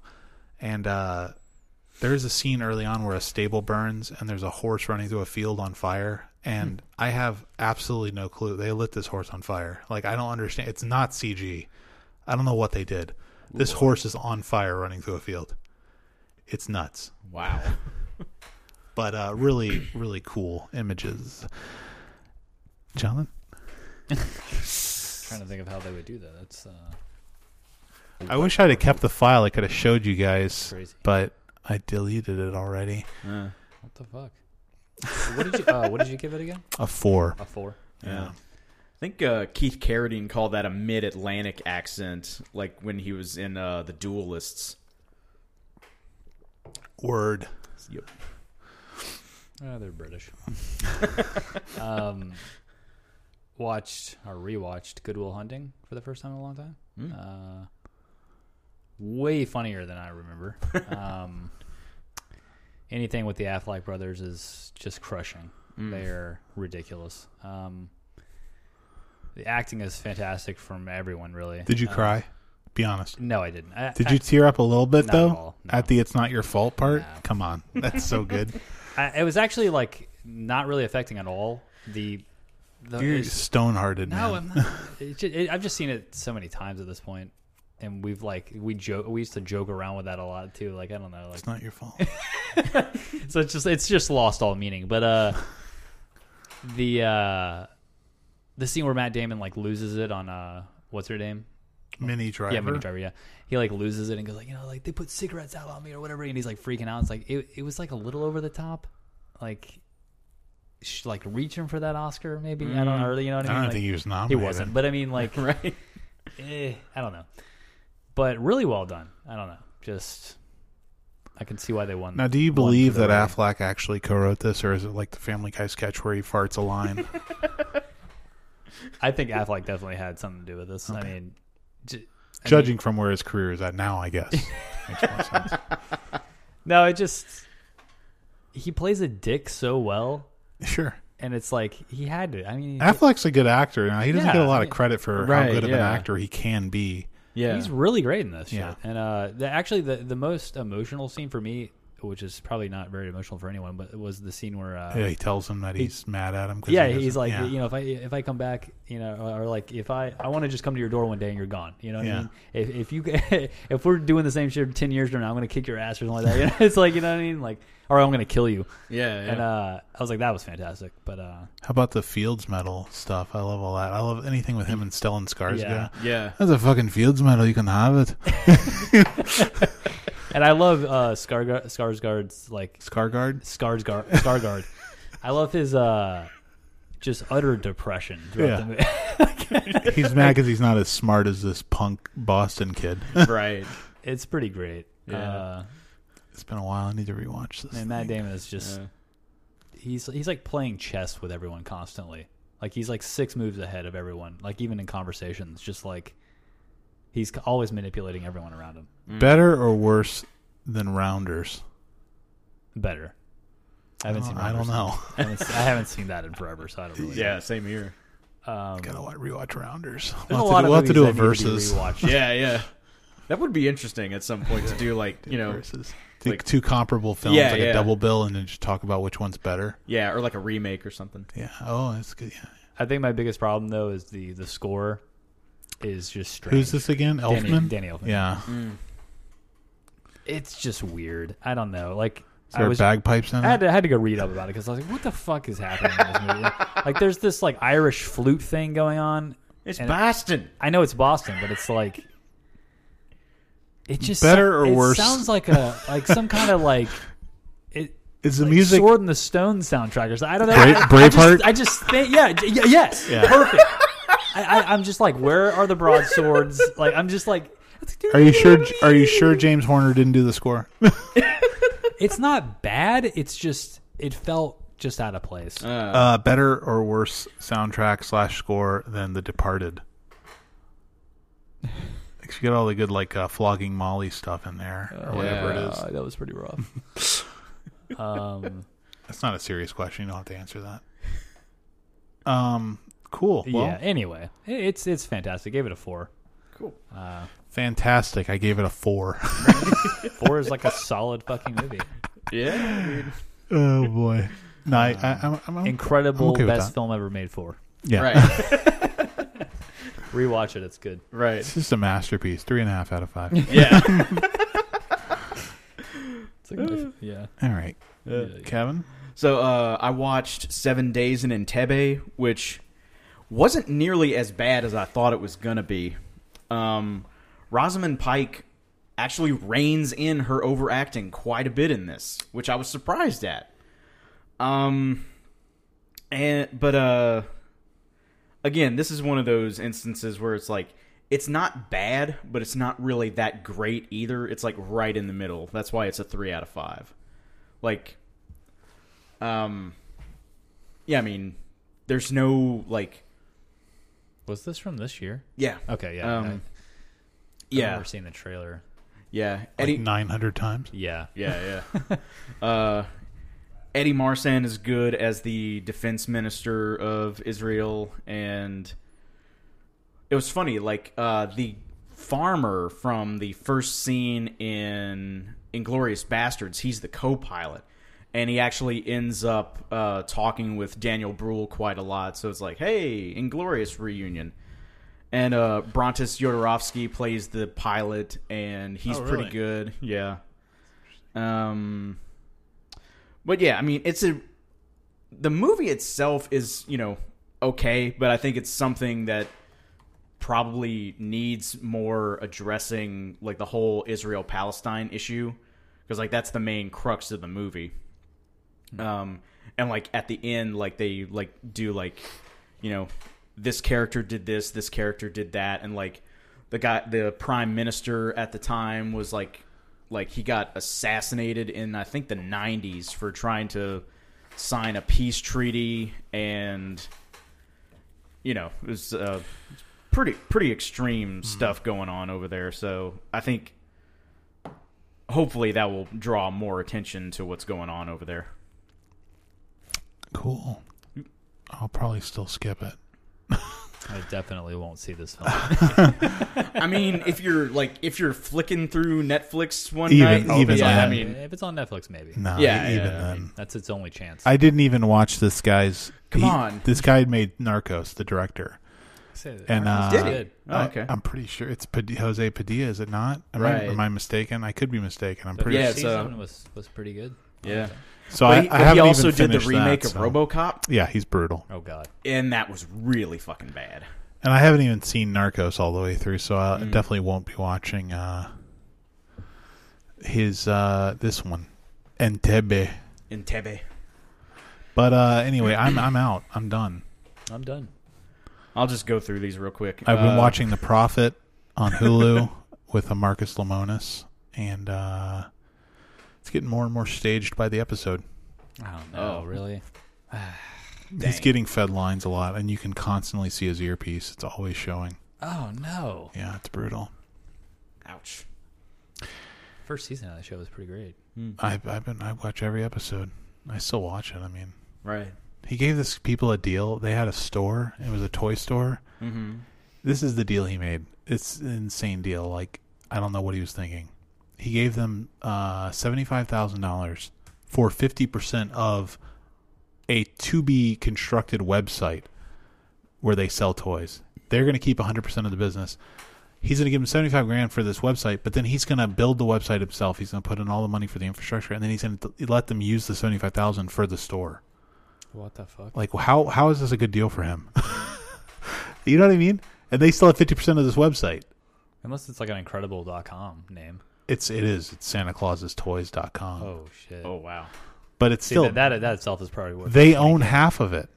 Speaker 1: and uh, there is a scene early on where a stable burns and there's a horse running through a field on fire and i have absolutely no clue they lit this horse on fire like i don't understand it's not cg i don't know what they did this horse is on fire running through a field it's nuts
Speaker 2: Wow.
Speaker 1: but uh really really cool images jonathan
Speaker 3: trying to think of how they would do that. That's uh,
Speaker 1: i wish i'd have kept the file i could have showed you guys
Speaker 3: Crazy.
Speaker 1: but i deleted it already
Speaker 2: Uh,
Speaker 3: what the fuck. what did you? Uh, what did you give it again?
Speaker 1: a four
Speaker 3: A four.
Speaker 2: yeah. I think uh, Keith Carradine called that a mid-Atlantic accent, like when he was in uh, the Duelists.
Speaker 1: word
Speaker 2: Yep.
Speaker 3: Uh, they're British. um, watched or rewatched Goodwill Hunting for the first time in a long time.
Speaker 1: Hmm.
Speaker 3: Uh, way funnier than I remember. um, anything with the Affleck brothers is just crushing.
Speaker 1: Hmm.
Speaker 3: They're ridiculous. Um, the acting is fantastic from everyone, really.
Speaker 1: did you
Speaker 3: Uh,
Speaker 1: cry be honest
Speaker 3: No, I didn't. I,
Speaker 1: Did
Speaker 3: I-
Speaker 1: you tear up a little bit
Speaker 3: Not at
Speaker 1: though
Speaker 3: all, no.
Speaker 1: at the "it's not your fault" part?
Speaker 3: No.
Speaker 1: Come on, that's so good.
Speaker 3: I, it was actually like not really affecting at all. The, the
Speaker 1: You're
Speaker 3: it's-
Speaker 1: stone hearted
Speaker 3: No,
Speaker 1: now.
Speaker 3: I'm not. It ju- it- I've just seen it so many times at this point, and we've like we joke. We used to joke around with that a lot too. Like I don't know,
Speaker 1: It's not your fault.
Speaker 3: like so. It's just it's just lost all meaning. But uh, the uh, the scene where Matt Damon like loses it on uh, what's her name?
Speaker 1: Mini driver.
Speaker 3: Yeah, Mini Driver. Yeah, he like loses it and goes like you know like they put cigarettes out on me or whatever, and he's like freaking out. It's like it, it was like a little over the top, like sh- like reaching for that Oscar maybe. I don't know. or, You know what I
Speaker 1: Mm. I
Speaker 3: mean?
Speaker 1: don't
Speaker 3: Like,
Speaker 1: think he was
Speaker 3: he
Speaker 1: nominated.
Speaker 3: wasn't, Oh, but I mean like
Speaker 2: Right.
Speaker 3: eh, I don't know, but really well done. I don't know. Just I can see why they won.
Speaker 1: Now, do you
Speaker 3: won for
Speaker 1: believe
Speaker 3: the
Speaker 1: that
Speaker 3: right.
Speaker 1: Affleck actually co-wrote this, or is it like the Family Guy sketch where he farts a line?
Speaker 3: I think Affleck definitely had something to do with this. I mean, j- I
Speaker 1: Judging from where his career is at now, I guess. Makes more sense.
Speaker 3: mean, no, it just he plays a dick so well,
Speaker 1: Sure.
Speaker 3: and it's like he had to. I mean,
Speaker 1: Affleck's a good actor. Now he doesn't
Speaker 3: Yeah,
Speaker 1: get a
Speaker 3: I
Speaker 1: lot of
Speaker 3: mean-
Speaker 1: credit for
Speaker 2: Right,
Speaker 1: how good of an
Speaker 2: yeah.
Speaker 1: actor he can be.
Speaker 2: Yeah.
Speaker 3: He's really great in this.
Speaker 1: Yeah.
Speaker 3: Shit. And uh, the, actually, the the most emotional scene for me, which is probably not very emotional for anyone, but it was the scene where. Uh,
Speaker 1: Yeah, he tells him that he's mad at him. 'cause
Speaker 3: yeah,
Speaker 1: he
Speaker 3: he's
Speaker 1: doesn't-
Speaker 3: like,
Speaker 1: yeah.
Speaker 3: you know, if I if I come back, you know, or, or like if I I want to just come to your door one day and you're gone, you know, what
Speaker 1: Yeah.
Speaker 3: I mean, if if you if we're doing the same shit ten years from now, I'm gonna kick your ass or something like that. You know? It's like you know what I mean, like, or I'm gonna kill you.
Speaker 2: yeah, yeah.
Speaker 3: And uh, I was like, that was fantastic, but uh,
Speaker 1: How about the Fields Medal stuff? I love all that. I love anything with him and Stellan Skarsgård.
Speaker 3: Yeah.
Speaker 2: yeah.
Speaker 1: That's a fucking Fields Medal. You can have it.
Speaker 3: and I love uh, Scarga- Skarsgård's like
Speaker 1: Skarsgård.
Speaker 3: Skarsgård. Skarsgård. I love his uh, just utter depression throughout
Speaker 1: Yeah.
Speaker 3: the movie.
Speaker 1: He's mad because he's not as smart as this punk Boston kid.
Speaker 2: right.
Speaker 3: It's pretty great.
Speaker 2: Yeah.
Speaker 3: Uh,
Speaker 1: it's been a while. I need to rewatch this.
Speaker 3: man, Matt Damon is just
Speaker 2: Yeah.
Speaker 3: he's he's like playing chess with everyone constantly. Like he's like six moves ahead of everyone. Like even in conversations, just like he's c- always manipulating everyone around him.
Speaker 1: Better or worse than Rounders?
Speaker 3: Better. I haven't seen.
Speaker 1: Uh, I don't
Speaker 3: Rounders.
Speaker 1: know.
Speaker 3: I haven't, se- I haven't seen that in forever, so I don't really.
Speaker 2: Yeah, same here.
Speaker 3: Know. Um,
Speaker 1: Gotta wa- rewatch Rounders.
Speaker 3: there's a
Speaker 1: We'll
Speaker 3: lot
Speaker 1: have to do,
Speaker 3: of
Speaker 1: we'll have to
Speaker 3: movies
Speaker 1: do
Speaker 3: that
Speaker 1: a
Speaker 3: need to be
Speaker 1: versus.
Speaker 3: rewatched.
Speaker 2: Yeah, yeah. That would be interesting at some point to do like, you know,
Speaker 1: versus. Two-
Speaker 2: like-
Speaker 1: two comparable films,
Speaker 2: Yeah,
Speaker 1: like
Speaker 2: yeah.
Speaker 1: a double bill, and then just talk about which one's better.
Speaker 2: yeah, or like a remake or something.
Speaker 1: Yeah. Oh, that's good. Yeah.
Speaker 3: I think my biggest problem though is the the score is just strange.
Speaker 1: Who's this again?
Speaker 3: Danny,
Speaker 1: Elfman.
Speaker 3: Danny Elfman. Mm.
Speaker 1: Yeah.
Speaker 3: It's just weird. I don't know. Like
Speaker 1: Is
Speaker 3: I
Speaker 1: there
Speaker 3: was
Speaker 1: bagpipes in
Speaker 3: I had,
Speaker 1: it?
Speaker 3: to, I had to go read up about it because I was like, "What the fuck is happening in this movie?" like, there's this like Irish flute thing going on.
Speaker 2: It's
Speaker 3: And-
Speaker 2: Boston.
Speaker 3: I know it's Boston, but it's like it just
Speaker 1: Better or
Speaker 3: it
Speaker 1: worse?
Speaker 3: Sounds like a like some kind of like it.
Speaker 1: Is the
Speaker 3: like
Speaker 1: music
Speaker 3: Sword in the Stone soundtrack or something. I don't know.
Speaker 1: Brave-
Speaker 3: I- I,
Speaker 1: Braveheart?
Speaker 3: just, I just think, yeah, j- y- yes,
Speaker 1: Yeah.
Speaker 3: perfect. I, I, I'm just like, where are the broadswords? Like, I'm just like,
Speaker 1: Are you sure? Are you sure James Horner didn't do the score?
Speaker 3: It's not bad. It's just it felt just out of place.
Speaker 1: Uh, better or worse soundtrack slash score than The Departed? 'Cause You get all the good like uh, flogging Molly stuff in there or whatever it is.
Speaker 3: that was pretty rough. um,
Speaker 1: That's not a serious question. You don't have to answer that. Um, cool. Well,
Speaker 3: yeah. Anyway, i- it's it's fantastic. Gave it a four.
Speaker 2: Cool.
Speaker 3: Uh,
Speaker 1: fantastic. I gave it a four.
Speaker 3: four is like a solid fucking movie.
Speaker 2: Yeah, dude.
Speaker 1: oh boy. No, I, I, I'm, I'm, I'm
Speaker 3: Incredible,
Speaker 1: I'm okay with
Speaker 3: best
Speaker 1: that.
Speaker 3: film ever made. Four.
Speaker 1: yeah.
Speaker 2: Right.
Speaker 3: Rewatch it. It's good.
Speaker 1: It's
Speaker 2: Right.
Speaker 1: just a masterpiece. Three and a half out of five. all
Speaker 2: Yeah.
Speaker 3: It's like a, yeah.
Speaker 1: right,
Speaker 3: yeah.
Speaker 1: Kevin.
Speaker 2: So uh, I watched Seven Days in Entebbe, which wasn't nearly as bad as I thought it was gonna be. Um, Rosamund Pike actually reins in her overacting quite a bit in this, which I was surprised at. Um, and but uh, again, this is one of those instances where it's like it's not bad, but it's not really that great either. It's like right in the middle. That's why it's a three out of five. Like um, yeah, I mean, there's no like,
Speaker 3: Was this from this year?
Speaker 2: yeah,
Speaker 3: Okay. Yeah.
Speaker 2: Um,
Speaker 3: I, I
Speaker 2: yeah,
Speaker 3: remember seeing the trailer.
Speaker 2: yeah,
Speaker 1: Like
Speaker 2: Eddie,
Speaker 1: nine hundred times.
Speaker 3: Yeah.
Speaker 2: yeah, yeah. uh, Eddie Marsan is good as the defense minister of Israel, and it was funny. Like uh, the farmer from the first scene in Inglorious Bastards, he's the co-pilot, and he actually ends up uh, talking with Daniel Bruhl quite a lot. So it's like, hey, Inglorious reunion. And uh, Brontis Yodorovsky plays the pilot, and he's
Speaker 1: Oh,
Speaker 2: pretty
Speaker 1: really?
Speaker 2: good. Yeah. Um, but yeah, I mean, it's a the movie itself is you know okay, but I think it's something that probably needs more addressing, like the whole Israel Palestine issue, because like that's the main crux of the movie. Um, and like at the end, like they like do like you know this character did this, this character did that, and like the guy, the prime minister at the time was like like he got assassinated in I think the 90s for trying to sign a peace treaty and you know it was uh, pretty pretty extreme stuff going on over there so I think hopefully that will draw more attention to what's going on over there
Speaker 1: Cool. I'll probably still skip it.
Speaker 3: I definitely won't see this film.
Speaker 2: I mean, if you're like if you're flicking through Netflix one
Speaker 1: Even-
Speaker 2: night,
Speaker 1: even
Speaker 2: yeah, I
Speaker 1: then.
Speaker 2: mean,
Speaker 3: if it's on Netflix, maybe.
Speaker 1: No,
Speaker 2: Yeah,
Speaker 1: e-, even
Speaker 2: yeah,
Speaker 1: then.
Speaker 3: That's its only chance.
Speaker 1: I didn't even watch this guy's.
Speaker 2: Come
Speaker 1: he-
Speaker 2: on.
Speaker 1: This guy had made Narcos, the director. And, uh,
Speaker 2: did
Speaker 1: Did
Speaker 2: it? Oh,
Speaker 1: I-
Speaker 2: okay.
Speaker 1: I'm pretty sure it's Pad- Jose Padilla, is it not? Am,
Speaker 2: Right.
Speaker 1: I, am I mistaken? I could be mistaken. I'm pretty
Speaker 2: yeah,
Speaker 1: sure.
Speaker 2: it's, uh,
Speaker 3: season was was pretty good.
Speaker 2: yeah.
Speaker 1: So
Speaker 2: But
Speaker 1: I,
Speaker 2: he,
Speaker 1: I
Speaker 2: but he
Speaker 1: haven't
Speaker 2: also
Speaker 1: even
Speaker 2: did the
Speaker 1: finished
Speaker 2: remake
Speaker 1: that,
Speaker 2: of
Speaker 1: so-
Speaker 2: RoboCop,
Speaker 1: Yeah, he's brutal.
Speaker 3: Oh God,
Speaker 2: and that was really fucking bad.
Speaker 1: And I haven't even seen Narcos all the way through, so I
Speaker 2: Mm.
Speaker 1: definitely won't be watching uh, his uh, this one, Entebbe.
Speaker 2: In Tebe.
Speaker 1: But uh, anyway, I'm I'm out. I'm done.
Speaker 3: I'm done.
Speaker 2: I'll just go through these real quick.
Speaker 1: I've been
Speaker 2: Uh,
Speaker 1: watching The Prophet on Hulu with a Marcus Lemonis, and uh, it's getting more and more staged by the episode.
Speaker 3: I don't
Speaker 2: know.
Speaker 3: know. really?
Speaker 1: He's getting fed lines a lot, and you can constantly see his earpiece. It's always showing.
Speaker 3: Oh no!
Speaker 1: Yeah, it's brutal.
Speaker 2: Ouch.
Speaker 3: First season of the show was pretty great.
Speaker 2: hmm.
Speaker 1: I've I've been I watch every episode. I still watch it. I mean.
Speaker 2: Right.
Speaker 1: He gave this people a deal. They had a store. It was a toy store.
Speaker 2: Mm-hmm.
Speaker 1: This is the deal he made. It's an insane deal. Like I don't know what he was thinking. He gave them uh, seventy five thousand dollars for fifty percent of a to be constructed website where they sell toys. They're going to keep hundred percent of the business. He's going to give them seventy five grand for this website, but then he's going to build the website himself. He's going to put in all the money for the infrastructure, and then he's going to let them use the seventy five thousand for the store
Speaker 3: What the fuck?
Speaker 1: like how how is this a good deal for him? you know what I mean? And they still have fifty percent of this website.
Speaker 3: Unless it's like an incredible.com name.
Speaker 1: It's it is it's Santa Claus's Toys.com.
Speaker 3: Oh shit!
Speaker 2: Oh wow.
Speaker 1: But it's
Speaker 3: See,
Speaker 1: still
Speaker 3: that, that that itself is probably worth.
Speaker 1: they own half of it.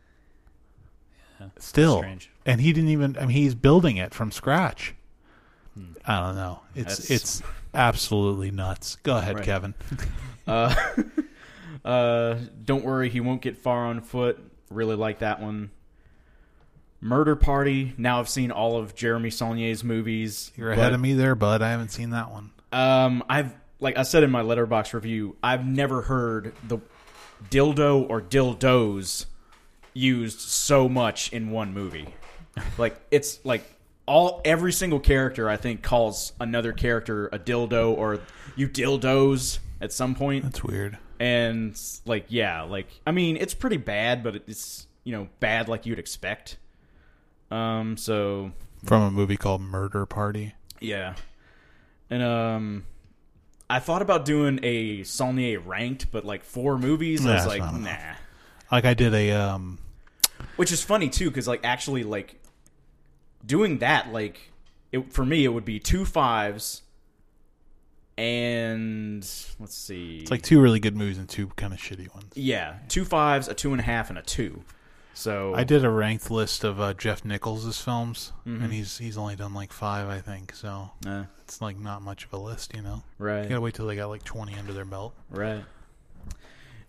Speaker 1: Still.
Speaker 3: strange.
Speaker 1: And he didn't even I mean he's building it from scratch.
Speaker 3: Hmm.
Speaker 1: I don't know. It's
Speaker 2: That's-
Speaker 1: it's absolutely nuts. Go ahead,
Speaker 2: Right.
Speaker 1: Kevin.
Speaker 2: Uh, don't worry, he won't get far on foot. Really like that one. Murder Party. Now I've seen all of Jeremy Saulnier's movies.
Speaker 1: You're
Speaker 2: but,
Speaker 1: ahead of me there, bud. I haven't seen that one.
Speaker 2: Um, I've like I said in my letterbox review, I've never heard the dildo or dildos used so much in one movie. Like it's like all every single character I think calls another character a dildo or you dildos at some point
Speaker 1: That's weird.
Speaker 2: and like yeah like i mean it's pretty bad but it's you know bad like you'd expect um so
Speaker 3: Hmm.
Speaker 1: From a movie called Murder Party.
Speaker 2: yeah and um i thought about doing a saulnier ranked but like four movies i
Speaker 1: Nah,
Speaker 2: was
Speaker 1: it's
Speaker 2: like
Speaker 1: not
Speaker 2: nah
Speaker 1: enough. Like I did a um
Speaker 2: which is funny too because like actually like doing that like it, for me it would be two fives and let's see
Speaker 1: it's like two really good movies and two kind of shitty ones.
Speaker 2: yeah two fives a two and a half and a two so
Speaker 1: I did a ranked list of uh, Jeff Nichols' films, and he's he's only done like five, I think. So
Speaker 2: uh,
Speaker 1: it's like not much of a list, you know.
Speaker 2: right
Speaker 1: You gotta wait till they got like twenty under their belt.
Speaker 2: Right.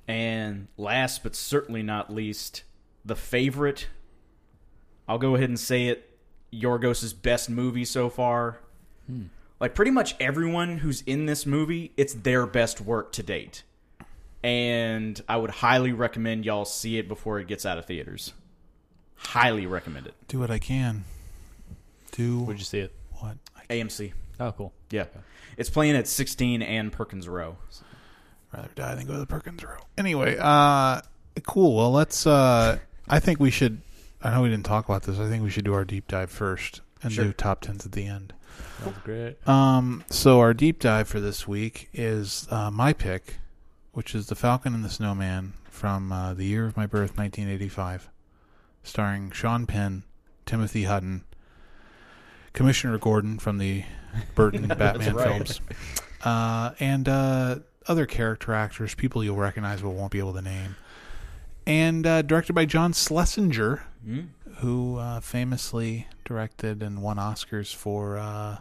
Speaker 2: And last but certainly not least, the favorite. I'll go ahead and say it Yorgos' best movie so far.
Speaker 1: Hmm.
Speaker 2: Like, pretty much everyone who's in this movie, it's their best work to date. And I would highly recommend y'all see it before it gets out of theaters. Highly recommend it.
Speaker 1: Do what I can. Do
Speaker 3: Where'd you see it?
Speaker 1: what I
Speaker 2: AMC.
Speaker 3: Oh, cool.
Speaker 2: Yeah. It's playing at 16 and Perkins Row.
Speaker 1: would rather die than go to the Perkins Row. Anyway, uh, cool. Well, let's. Uh, I think we should. I know we didn't talk about this. I think we should do our deep dive first and
Speaker 2: Sure.
Speaker 1: do top tens at the end.
Speaker 3: That was great.
Speaker 1: Um, so our deep dive for this week is uh, my pick, which is The Falcon and the Snowman from uh, the year of my birth, 1985, starring Sean Penn, Timothy Hutton, Commissioner Gordon from the Burton Batman
Speaker 3: right.
Speaker 1: films, uh, and uh, other character actors, people you'll recognize but won't be able to name. And uh, directed by John Schlesinger, who uh, famously directed and won Oscars for uh,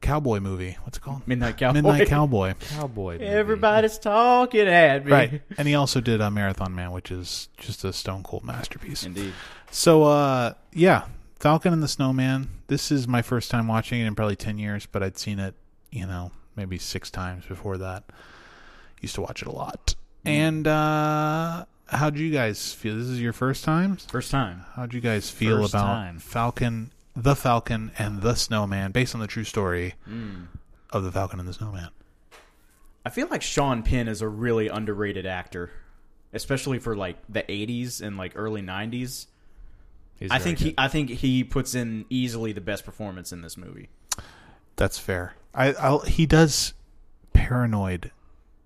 Speaker 1: cowboy movie. What's it called?
Speaker 2: Midnight Cowboy.
Speaker 1: Midnight Cowboy.
Speaker 3: Cowboy. movie.
Speaker 2: Everybody's talking at me.
Speaker 1: right. And he also did uh, Marathon Man, which is just a stone cold masterpiece.
Speaker 2: Indeed.
Speaker 1: So, uh, yeah, Falcon and the Snowman. This is my first time watching it in probably 10 years, but I'd seen it, you know, maybe six times before that. Used to watch it a lot. And uh, how'd you guys feel? This is your first times.
Speaker 2: First time.
Speaker 1: How'd you guys feel
Speaker 3: First
Speaker 1: about
Speaker 3: time.
Speaker 1: Falcon, the Falcon, and the Snowman, based on the true story
Speaker 2: Hmm.
Speaker 1: of the Falcon and the Snowman?
Speaker 2: I feel like Sean Penn is a really underrated actor, especially for like the 80s and like early 90s.
Speaker 3: He's
Speaker 2: I
Speaker 3: very
Speaker 2: think
Speaker 3: good.
Speaker 2: he I think he puts in easily the best performance in this movie.
Speaker 1: That's fair. I I'll, he does paranoid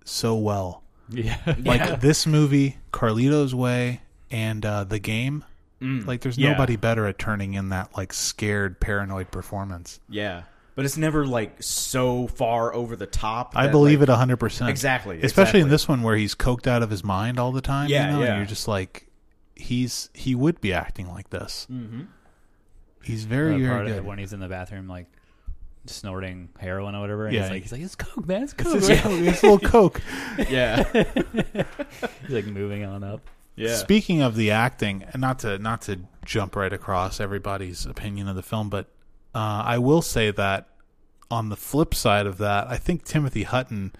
Speaker 1: so well.
Speaker 3: yeah.
Speaker 1: Like this movie, Carlito's Way, and uh, the game. Like there's
Speaker 2: Mm. yeah.
Speaker 1: nobody better at turning in that like scared paranoid performance.
Speaker 2: Yeah. But it's never like so far over the top.
Speaker 1: I
Speaker 2: that,
Speaker 1: believe
Speaker 2: like-
Speaker 1: it it hundred percent.
Speaker 2: Exactly,
Speaker 1: Especially in
Speaker 2: exactly.
Speaker 1: this one where he's coked out of his mind all the time.
Speaker 2: Yeah,
Speaker 1: you know? and
Speaker 2: yeah.
Speaker 1: You're just like he's he would be acting like this. Mm-hmm. He's very
Speaker 3: the
Speaker 1: very
Speaker 3: part
Speaker 1: good.
Speaker 3: when he's in the bathroom, like snorting heroin or whatever. And
Speaker 1: Yeah.
Speaker 3: he's like, he's like, it's coke, man, it's coke.
Speaker 1: It's
Speaker 3: right?"
Speaker 1: it's a little coke.
Speaker 2: Yeah.
Speaker 3: he's like moving on up.
Speaker 2: Yeah.
Speaker 1: Speaking of the acting, and not to not to jump right across everybody's opinion of the film, but uh, I will say that on the flip side of that, I think Timothy Hutton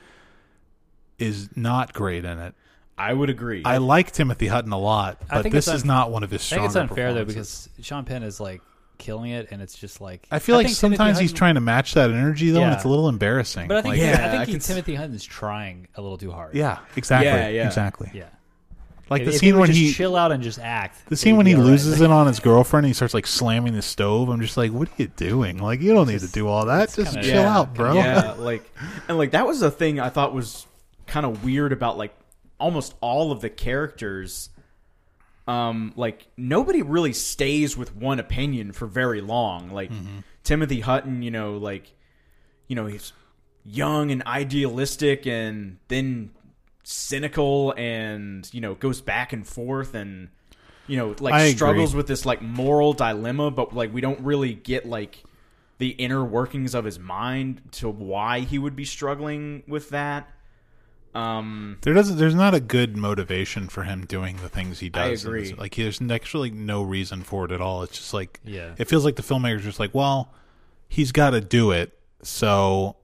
Speaker 1: is not great in it.
Speaker 2: I would agree.
Speaker 1: I like Timothy Hutton a lot,
Speaker 3: I
Speaker 1: but
Speaker 3: think
Speaker 1: this
Speaker 3: it's
Speaker 1: is
Speaker 3: un-
Speaker 1: not one of his
Speaker 3: I
Speaker 1: stronger.
Speaker 3: think it's unfair though
Speaker 1: performances.
Speaker 3: because Sean Penn is like killing it, and it's just like
Speaker 1: I feel like
Speaker 3: think Timothy
Speaker 1: sometimes he's
Speaker 3: Hutton-
Speaker 1: trying to match that energy though, and
Speaker 3: Yeah.
Speaker 1: it's a little embarrassing.
Speaker 3: But I think
Speaker 1: Like,
Speaker 2: Yeah,
Speaker 3: I
Speaker 2: I
Speaker 3: think he,
Speaker 2: can s-
Speaker 3: Timothy Hutton's trying a little too hard.
Speaker 1: yeah, exactly,
Speaker 2: Yeah, yeah.
Speaker 1: exactly.
Speaker 3: yeah.
Speaker 1: Like the
Speaker 3: if
Speaker 1: scene
Speaker 3: would
Speaker 1: when
Speaker 3: just
Speaker 1: he
Speaker 3: chill out and just act.
Speaker 1: The scene when he loses it on his girlfriend, and he starts like slamming the stove. I'm just like, what are you doing? Like, you don't need to do all that. Just
Speaker 3: kinda-
Speaker 1: chill
Speaker 2: yeah,
Speaker 1: out, bro.
Speaker 2: Yeah, like and like that was the thing I thought was kind of weird about like almost all of the characters um like nobody really stays with one opinion for very long. Like Timothy Hutton, you know, like you know, he's young and idealistic and then cynical and you know goes back and forth and you know like
Speaker 1: I agree.
Speaker 2: struggles with this like moral dilemma but like we don't really get like the inner workings of his mind to why he would be struggling with that um
Speaker 1: There doesn't. There's not a good motivation for him doing the things he does.
Speaker 2: I
Speaker 1: in this-
Speaker 2: agree.
Speaker 1: Like, there's actually no reason for it at all. It's just like,
Speaker 3: Yeah.
Speaker 1: it feels like the filmmaker's just like, well, he's got to do it, so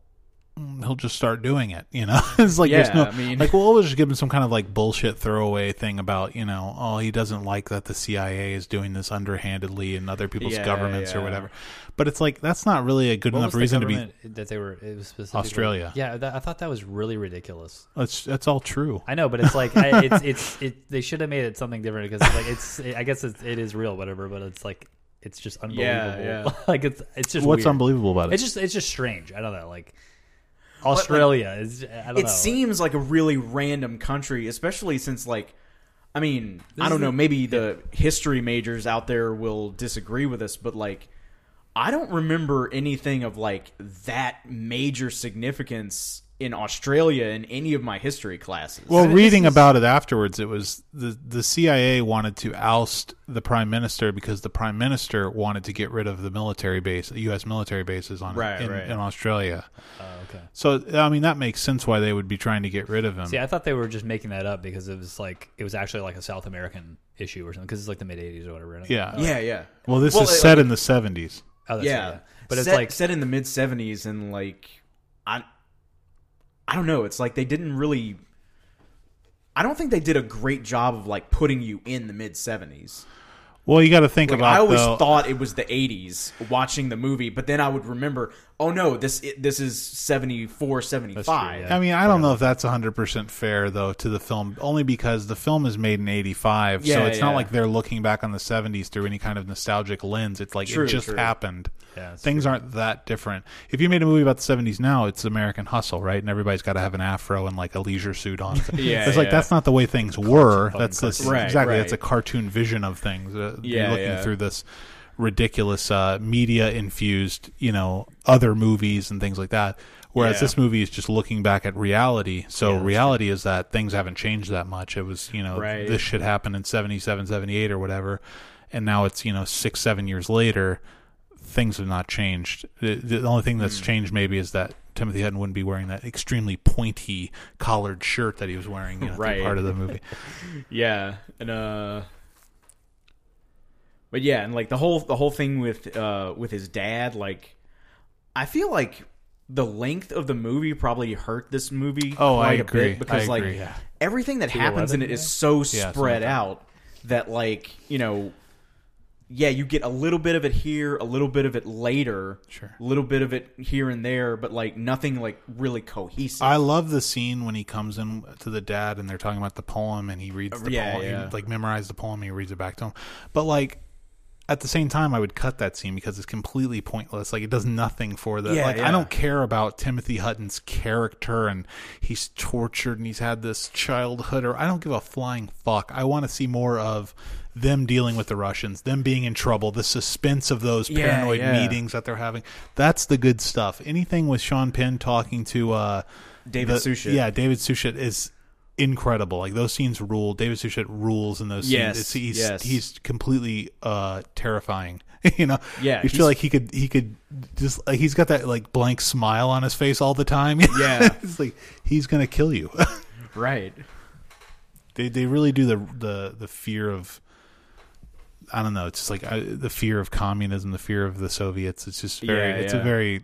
Speaker 1: mm, he'll just start doing it. You know, it's like there's
Speaker 2: Yeah,
Speaker 1: no.
Speaker 2: I mean-
Speaker 1: like, we'll always just give him some kind of like bullshit throwaway thing about you know, oh, he doesn't like that the CIA is doing this underhandedly in other people's
Speaker 2: Yeah,
Speaker 1: governments or
Speaker 2: yeah.
Speaker 1: whatever. But it's like that's not really a good
Speaker 3: What was
Speaker 1: enough
Speaker 3: the
Speaker 1: reason to be.
Speaker 3: government that they were. It was specifically
Speaker 1: Australia.
Speaker 3: Yeah, that, I thought that was really ridiculous.
Speaker 1: That's that's all true.
Speaker 3: I know, but it's like I, it's it's it. They should have made it something different because like it's. I guess it's, it is real, whatever. But it's like it's just unbelievable.
Speaker 2: yeah.
Speaker 3: like it's it's just
Speaker 1: What's
Speaker 3: weird.
Speaker 1: unbelievable about it?
Speaker 3: It's just it's just strange. I don't know. Like Australia is. I don't know.
Speaker 2: it seems like a really random country especially since like i mean i don't
Speaker 3: is
Speaker 2: know
Speaker 3: the-
Speaker 2: maybe the history majors out there will disagree with us but like i don't remember anything of like that major significance in australia in any of my history classes
Speaker 1: Well,
Speaker 3: I mean,
Speaker 1: reading
Speaker 3: this is-
Speaker 1: about it afterwards, it was the the CIA wanted to oust the prime minister because the prime minister wanted to get rid of the military base, the U.S. military bases on
Speaker 2: Right,
Speaker 1: in,
Speaker 2: right.
Speaker 1: in Australia.
Speaker 3: Oh, okay.
Speaker 1: So, I mean, that makes sense why they would be trying to get rid of him.
Speaker 3: See, I thought they were just making that up because it was like it was actually like a South American issue or something because it's like the mid '80s or whatever. and-
Speaker 1: yeah.
Speaker 2: yeah yeah
Speaker 1: Well, this
Speaker 2: Well,
Speaker 1: is
Speaker 2: it-
Speaker 1: set in the seventies.
Speaker 3: Oh, that's
Speaker 2: yeah.
Speaker 3: right, But it's
Speaker 2: Set-
Speaker 3: like
Speaker 2: set in the mid '70s, and like I, I don't know. It's like they didn't really. I don't think they did a great job of like putting you in the mid '70s.
Speaker 1: Well, you got to think
Speaker 2: Like
Speaker 1: about.
Speaker 2: I always
Speaker 1: though-
Speaker 2: thought it was the '80s watching the movie, but then I would remember, oh no, this it, this is '74, '75.
Speaker 3: yeah.
Speaker 1: I mean, I don't know if that's 100% fair, though, to the film, only because the film is made in 85. so
Speaker 2: Yeah,
Speaker 1: it's
Speaker 2: yeah.
Speaker 1: not like they're looking back on the 70s through any kind of nostalgic lens. It's like
Speaker 2: True,
Speaker 1: it just
Speaker 2: true.
Speaker 1: happened.
Speaker 3: Yeah, it's
Speaker 1: Things aren't that different. If you made a movie about the 70s now, it's American Hustle, right? And everybody's got to have an afro and like a leisure suit on.
Speaker 2: Yeah,
Speaker 1: it's like
Speaker 2: yeah.
Speaker 1: that's not the way things were.
Speaker 3: fucking
Speaker 1: That's this
Speaker 3: cartoon.
Speaker 2: Right,
Speaker 1: exactly.
Speaker 2: right.
Speaker 1: That's a cartoon vision of things. Uh, you're
Speaker 2: Yeah,
Speaker 1: looking
Speaker 2: yeah.
Speaker 1: through this ridiculous uh, media infused, you know, other movies and things like that. Whereas
Speaker 2: Yeah.
Speaker 1: this movie is just looking back at reality. So reality is that things haven't changed that much. It was, you know,
Speaker 2: Right.
Speaker 1: this shit happened in 77, 78 or whatever. And now it's, you know, six, seven years later, things have not changed. The, the only thing that's
Speaker 2: Hmm.
Speaker 1: changed maybe is that Timothy Hutton wouldn't be wearing that extremely pointy collared shirt that he was wearing you know, through
Speaker 2: Right.
Speaker 1: part of the movie.
Speaker 2: Yeah, and uh But yeah, and like the whole the whole thing with uh with his dad like I feel like the length of the movie probably hurt this movie
Speaker 1: Oh, I
Speaker 2: quite a
Speaker 1: agree.
Speaker 2: bit because
Speaker 1: I
Speaker 2: like
Speaker 1: agree, yeah.
Speaker 2: everything that happens in it
Speaker 3: 11,
Speaker 2: is so
Speaker 1: something like
Speaker 2: spread
Speaker 1: that.
Speaker 2: out that like you know yeah you get a little bit of it here a little bit of it later
Speaker 1: Sure.
Speaker 2: a little bit of it here and there but like nothing like really cohesive
Speaker 1: I love the scene when he comes in to the dad and they're talking about the poem and he reads the
Speaker 2: Yeah,
Speaker 1: poem,
Speaker 2: yeah.
Speaker 1: He, like memorized the poem, he reads it back to him. But like at the same time, I would cut that scene because it's completely pointless. Like it does nothing for the.
Speaker 2: Yeah,
Speaker 1: like
Speaker 2: yeah.
Speaker 1: I don't care about Timothy Hutton's character and he's tortured and he's had this childhood or I don't give a flying fuck. I want to see more of them dealing with the Russians, them being in trouble, the suspense of those
Speaker 2: Yeah,
Speaker 1: paranoid
Speaker 2: yeah.
Speaker 1: meetings that they're having. That's the good stuff. Anything with Sean Penn talking to uh,
Speaker 2: David
Speaker 1: the-
Speaker 2: Suchet.
Speaker 1: Yeah, David Suchet is incredible. Like those scenes rule. David Suchet rules in those
Speaker 2: Yes,
Speaker 1: scenes. It's- He's
Speaker 2: yes.
Speaker 1: he's completely uh terrifying. you know.
Speaker 2: Yeah,
Speaker 1: You
Speaker 2: he's-
Speaker 1: feel like he could he could just like he's got that like blank smile on his face all the time.
Speaker 2: Yeah.
Speaker 1: it's like he's gonna kill you.
Speaker 2: right
Speaker 1: they they really do the the the fear of I don't know. It's just like I, the fear of communism, the fear of the Soviets. It's just very.
Speaker 2: Yeah,
Speaker 1: it's
Speaker 2: yeah.
Speaker 1: a very.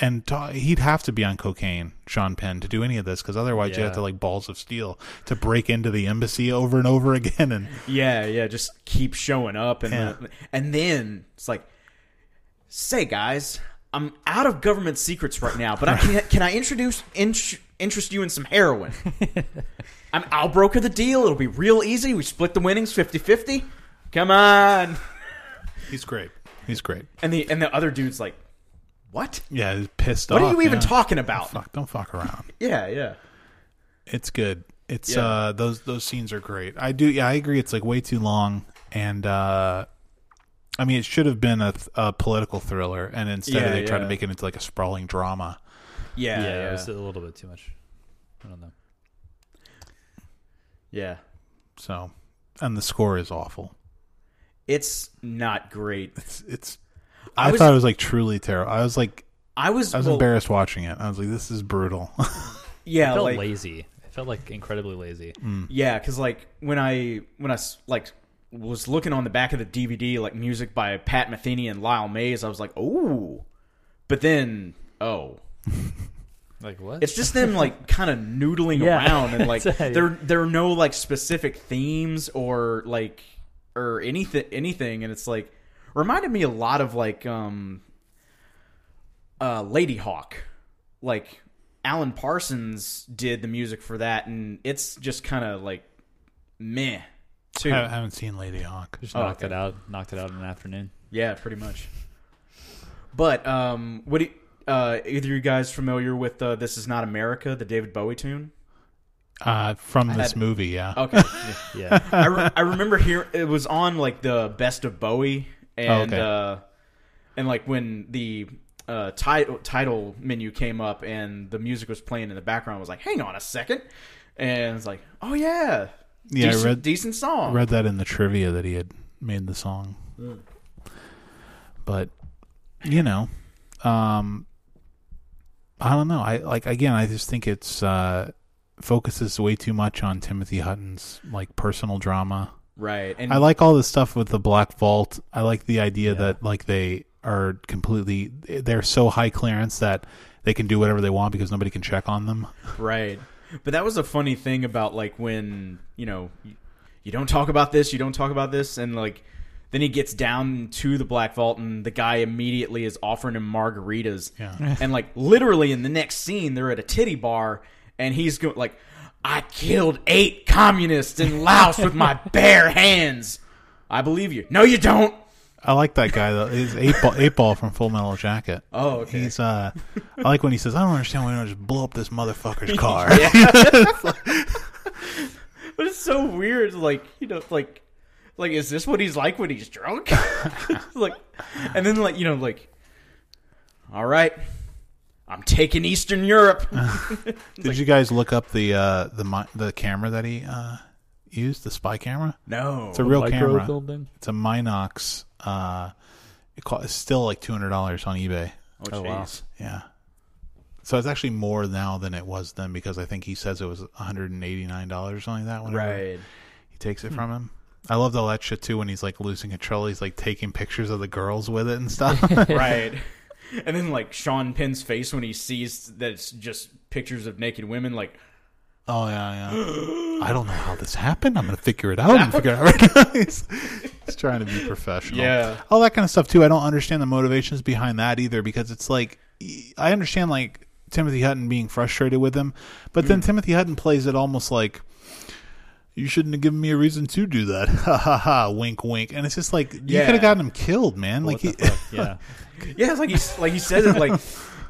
Speaker 1: And ta he'd have to be on cocaine, Sean Penn, to do any of this because otherwise you
Speaker 3: Yeah.
Speaker 1: have to like balls of steel to break into the embassy over and over again. And
Speaker 2: Yeah, yeah, just keep showing up and
Speaker 1: Yeah.
Speaker 2: and then it's like say guys, I'm out of government secrets right now, but I can can I introduce in, interest you in some heroin? I'm I'll broker the deal. It'll be real easy. We split the winnings 50-50. Come on.
Speaker 1: he's great. He's great.
Speaker 2: And the and the other dude's like, "What?
Speaker 1: Yeah, he's pissed
Speaker 2: What
Speaker 1: off.
Speaker 2: are you even
Speaker 1: yeah.
Speaker 2: talking about?"
Speaker 1: Fuck, don't fuck around.
Speaker 2: Yeah, yeah.
Speaker 1: It's good. It's
Speaker 2: Yeah.
Speaker 1: uh those those scenes are great. I do yeah, I agree it's like way too long and uh I mean it should have been a, th- a political thriller and instead
Speaker 2: Yeah,
Speaker 1: they try to
Speaker 2: yeah.
Speaker 1: make it into like a sprawling drama.
Speaker 2: Yeah.
Speaker 3: yeah,
Speaker 2: Yeah.
Speaker 3: it was a little bit too much. I don't know.
Speaker 2: yeah.
Speaker 1: So and the score is awful.
Speaker 2: It's not great.
Speaker 1: It's, it's I,
Speaker 2: I was-
Speaker 1: thought it was like truly terrible. I was like
Speaker 2: I was,
Speaker 1: I was
Speaker 2: well,
Speaker 1: embarrassed watching it. I was like this is brutal.
Speaker 2: Yeah,
Speaker 3: I felt
Speaker 2: like
Speaker 3: lazy. I felt like incredibly lazy.
Speaker 1: Mm.
Speaker 2: Yeah, because like when I when I s- like was looking on the back of the DVD like music by Pat Metheny and Lyle Mays, I was like, oh, but then oh,
Speaker 3: Like what?
Speaker 2: it's just them like kind of noodling
Speaker 3: Yeah.
Speaker 2: around and like
Speaker 3: That's right.
Speaker 2: there there are no like specific themes or like or anything anything, and it's like reminded me a lot of like um uh Lady Hawk, like. Alan Parsons did the music for that, and it's just kind of like meh
Speaker 1: I
Speaker 2: too.
Speaker 1: haven't seen Lady Hawk.
Speaker 3: just
Speaker 2: Oh,
Speaker 3: knocked
Speaker 2: okay.
Speaker 3: it out. Knocked it out in an afternoon.
Speaker 2: Yeah, pretty much. But um, what? Do you, uh, either you guys familiar with uh, "This Is Not America," the David Bowie tune?
Speaker 1: Uh from this
Speaker 2: had- Oh,
Speaker 1: movie, yeah.
Speaker 2: Okay,
Speaker 3: Yeah,
Speaker 2: I, re- I remember here it was on like the Best of Bowie, and
Speaker 1: Oh, okay.
Speaker 2: uh, and like when the uh, title title menu came up and the music was playing in the background, I was like, "Hang on a second. and it's like, "Oh yeah,
Speaker 1: Yeah, I
Speaker 2: decent,
Speaker 1: read-
Speaker 2: decent song."
Speaker 1: read that in the trivia that he had made the song. But you know, um I don't know. I like again, I just think it's uh focuses way too much on Timothy Hutton's like personal drama.
Speaker 2: right, and
Speaker 1: I like all this stuff with the Black Vault. I like the idea
Speaker 3: Yeah.
Speaker 1: that like they are completely they're so high clearance that they can do whatever they want because nobody can check on them.
Speaker 2: Right. But that was a funny thing about like when, you know, you, you don't talk about this, you don't talk about this and like then he gets down to the Black Vault and the guy immediately is offering him margaritas.
Speaker 1: Yeah.
Speaker 2: and like literally in the next scene they're at a titty bar and he's going like I killed eight communists in Laos with my bare hands. I believe you. No you don't.
Speaker 1: I like that guy though. He's eight ball, eight ball from Full Metal Jacket.
Speaker 2: Oh, okay.
Speaker 1: He's uh, I like when he says, "I don't understand why you don't just blow up this motherfucker's car."
Speaker 2: But it's so weird, like you know, like, like is this what he's like when he's drunk? like, and then like you know, like, all right, I'm taking Eastern Europe.
Speaker 1: Did you guys look up the uh, the mi- the camera that he uh, used, the spy camera?
Speaker 2: No, Oh,
Speaker 1: It's a real
Speaker 3: micro
Speaker 1: camera.
Speaker 3: film thing.
Speaker 1: It's a Minox. Uh, it cost, it's still like two hundred dollars on eBay.
Speaker 2: oh,
Speaker 3: wow.
Speaker 2: jeez.
Speaker 1: Yeah. So it's actually more now than it was then because I think he says it was one hundred and eighty nine dollars or something like that. whenever
Speaker 2: right?
Speaker 1: He takes
Speaker 3: Hmm.
Speaker 1: it from him. I love the that shit too when he's like losing control. He's like taking pictures of the girls with it and stuff.
Speaker 2: right. And then like Sean Penn's face when he sees that it's just pictures of naked women, like
Speaker 1: Oh yeah, yeah. I don't know how this happened. I'm gonna figure it out. I'm gonna figure it out. he's, he's trying to be professional.
Speaker 2: Yeah.
Speaker 1: all that kind of stuff too. I don't understand the motivations behind that either because it's like e- I understand like Timothy Hutton being frustrated with him, but
Speaker 2: Mm.
Speaker 1: then Timothy Hutton plays it almost like you shouldn't have given me a reason to do that. Ha ha ha. Wink, wink. And it's just like you
Speaker 2: Yeah.
Speaker 1: could have gotten him killed, man.
Speaker 3: What
Speaker 1: like
Speaker 3: the
Speaker 1: he,
Speaker 3: fuck? Yeah.
Speaker 2: Yeah, it's like he's like he says it like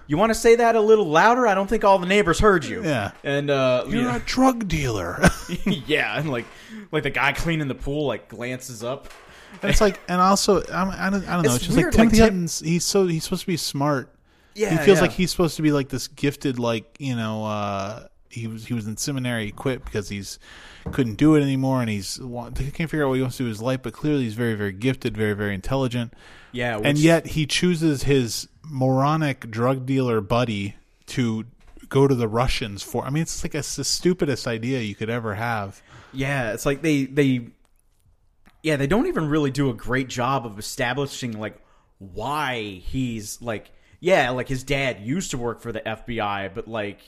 Speaker 2: you want to say that a little louder? I don't think all the neighbors heard you.
Speaker 1: Yeah.
Speaker 2: And uh
Speaker 1: you're
Speaker 2: yeah.
Speaker 1: a drug dealer.
Speaker 2: yeah, and like like the guy cleaning the pool like glances up.
Speaker 1: And it's like, and also, I'm, I don't, I don't know.
Speaker 2: It's
Speaker 1: It's, just
Speaker 2: weird,
Speaker 1: like
Speaker 2: like,
Speaker 1: Timothy
Speaker 2: Tim-
Speaker 1: Hutton's. He's so he's supposed to be smart.
Speaker 2: Yeah,
Speaker 1: he feels
Speaker 2: yeah.
Speaker 1: like he's supposed to be like this gifted, like you know, uh, he was he was in seminary, he quit because he's couldn't do it anymore, and he's wa- he can't figure out what he wants to do with his life. But clearly, he's very, very gifted, very, very intelligent,
Speaker 2: Yeah, which,
Speaker 1: and yet he chooses his moronic drug dealer buddy to go to the Russians for. I mean, it's like it's the stupidest idea you could ever have.
Speaker 2: yeah, it's like they they yeah, they don't even really do a great job of establishing like why he's like yeah, like his dad used to work for the FBI, but like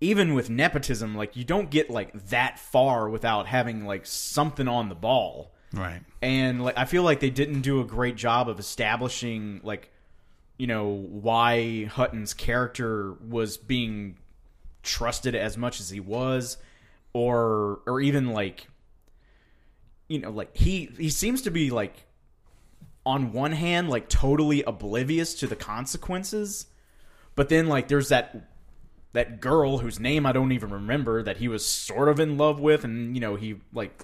Speaker 2: even with nepotism, like you don't get like that far without having like something on the ball.
Speaker 1: Right.
Speaker 2: and like I feel like they didn't do a great job of establishing like you know why Hutton's character was being trusted as much as he was or or even like you know like he he seems to be like on one hand like totally oblivious to the consequences but then like there's that that girl whose name I don't even remember that he was sort of in love with and you know he like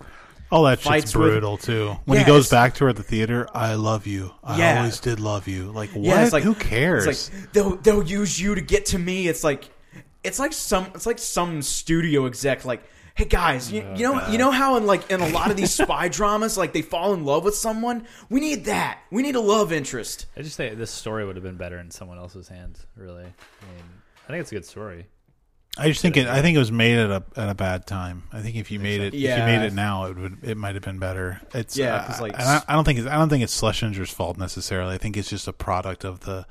Speaker 1: All that
Speaker 2: fights
Speaker 1: shit's
Speaker 2: with-
Speaker 1: brutal too. When
Speaker 2: Yeah,
Speaker 1: he goes
Speaker 2: it's-
Speaker 1: back to her at the theater, I love you. I
Speaker 2: Yeah.
Speaker 1: always did love you. Like what?
Speaker 2: Yeah, it's like
Speaker 1: Who cares?
Speaker 2: It's like they'll they'll use you to get to me. It's like it's like some it's like some studio exec like, hey guys, you, you know you know how in like in a lot of these spy dramas like they fall in love with someone. We need that. We need a love interest.
Speaker 3: I just think this story would have been better in someone else's hands, really. I mean, I think it's a good story.
Speaker 1: I just think it. I think it was made at a at a bad time. I think if you made it,
Speaker 2: Yeah.
Speaker 1: if you made it now, it would it might have been better. It's
Speaker 2: Yeah,
Speaker 1: uh,
Speaker 2: 'cause, like,
Speaker 1: and I, I don't think it's I don't think it's Schlesinger's fault necessarily. I think it's just a product of the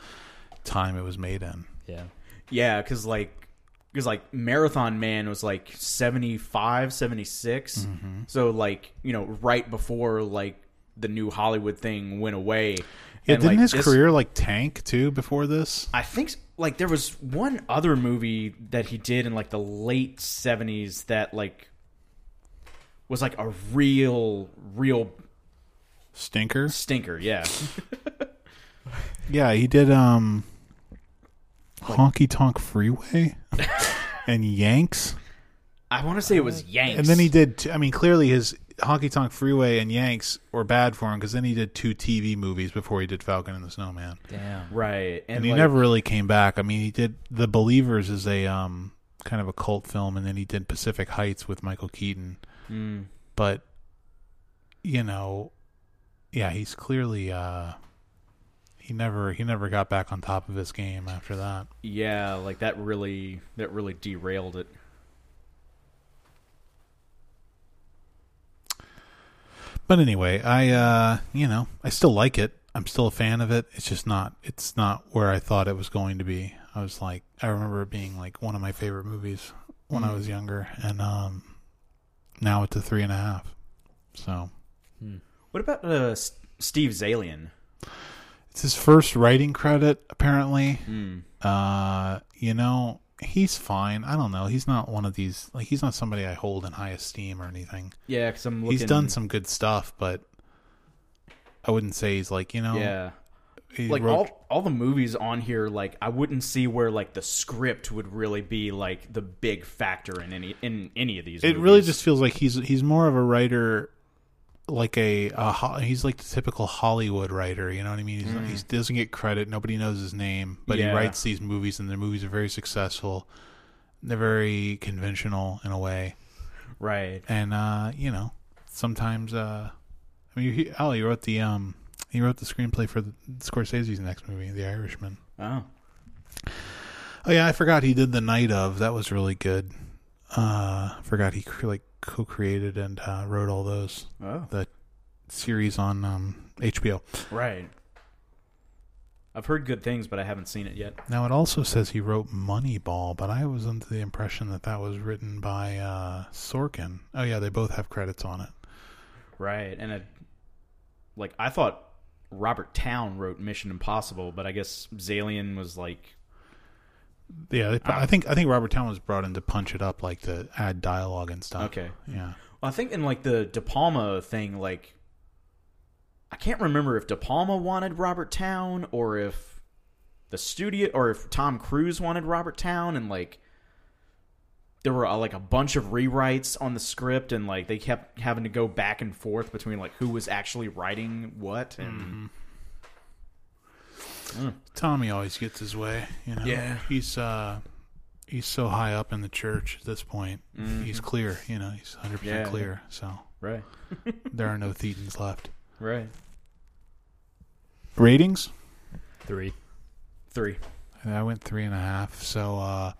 Speaker 1: time it was made in.
Speaker 3: Yeah.
Speaker 2: Yeah, because like because like Marathon Man was like 75, 76. So like you know right before like the new Hollywood thing went away.
Speaker 1: Yeah,
Speaker 2: And,
Speaker 1: didn't
Speaker 2: like,
Speaker 1: his
Speaker 2: this-
Speaker 1: career like tank too before this?
Speaker 2: I think like there was one other movie that he did in like the late seventies that like was like a real real
Speaker 1: Stinker.
Speaker 2: stinker. Yeah,
Speaker 1: Yeah, he did um, Honky Tonk Freeway and Yanks.
Speaker 2: I want to say it was Yanks.
Speaker 1: And then he did. T- I mean, clearly his Honky Tonk Freeway and Yanks were bad for him because then he did two TV movies before he did Falcon and the Snowman,
Speaker 3: Damn.
Speaker 2: right, and,
Speaker 1: and he
Speaker 2: like-
Speaker 1: never really came back. I mean, he did The Believers is a um kind of a cult film, and then he did Pacific Heights with Michael Keaton.
Speaker 2: Mm.
Speaker 1: But you know, yeah, he's clearly uh he never he never got back on top of his game after that.
Speaker 2: yeah, like that really that really derailed it.
Speaker 1: But anyway, I uh, you know, I still like it. I'm still a fan of it. It's just not it's not where I thought it was going to be. I was like I remember it being like one of my favorite movies when I was
Speaker 2: Mm.
Speaker 1: younger and um now it's a three and a half. So
Speaker 2: What about uh, S- Steve Zalian?
Speaker 1: it's his first writing credit, apparently.
Speaker 2: Hmm.
Speaker 1: Uh you know, he's fine. I don't know. He's not one of these like he's not somebody I hold in high esteem or anything.
Speaker 2: Yeah, because I'm looking.
Speaker 1: He's done some good stuff, but I wouldn't say he's like, you know,
Speaker 2: Yeah,
Speaker 1: um, he
Speaker 2: like
Speaker 1: wrote-
Speaker 2: all all the movies on here, like I wouldn't see where like the script would really be like the big factor in any in any of these.
Speaker 1: it
Speaker 2: movies.
Speaker 1: really just feels like he's he's more of a writer like a, a ho- he's like the typical hollywood writer you know what i mean he's, he doesn't get credit nobody knows his name but
Speaker 2: Yeah.
Speaker 1: he writes these movies and the movies are very successful they're very conventional in a way
Speaker 2: right.
Speaker 1: and uh you know sometimes uh i mean he, oh he wrote the um he wrote the screenplay for the, scorsese's next movie the irishman
Speaker 2: Oh.
Speaker 1: Oh yeah, I forgot he did the night of. That was really good. Uh, forgot he cre- like co-created and uh, wrote all those
Speaker 2: Oh.
Speaker 1: the series on um, HBO.
Speaker 2: Right. I I've heard good things, but I haven't seen it yet.
Speaker 1: Now it also says he wrote Moneyball, but I was under the impression that that was written by uh, Sorkin. Oh yeah, they both have credits on it.
Speaker 2: Right, and it, like I thought Robert Town wrote Mission Impossible, but I guess Zalian was like
Speaker 1: Yeah, they,
Speaker 2: Ah.
Speaker 1: I think I think Robert Town was brought in to punch it up, like to add dialogue and stuff.
Speaker 2: okay.
Speaker 1: Yeah.
Speaker 2: I think in like the De Palma thing, like I can't remember if De Palma wanted Robert Town or if the studio or if Tom Cruise wanted Robert Town, and like there were uh, like a bunch of rewrites on the script, and like they kept having to go back and forth between like who was actually writing what, and
Speaker 1: Tommy always gets his way. You know.
Speaker 2: Yeah.
Speaker 1: He's uh, he's so high up in the church at this point. He's clear. You know, he's hundred
Speaker 2: Mm-hmm. Yeah.
Speaker 1: percent clear. So
Speaker 2: right,
Speaker 1: there are no Thetans left.
Speaker 2: right,
Speaker 1: Ratings?
Speaker 3: Three.
Speaker 2: three.
Speaker 1: I went three and a half. So uh,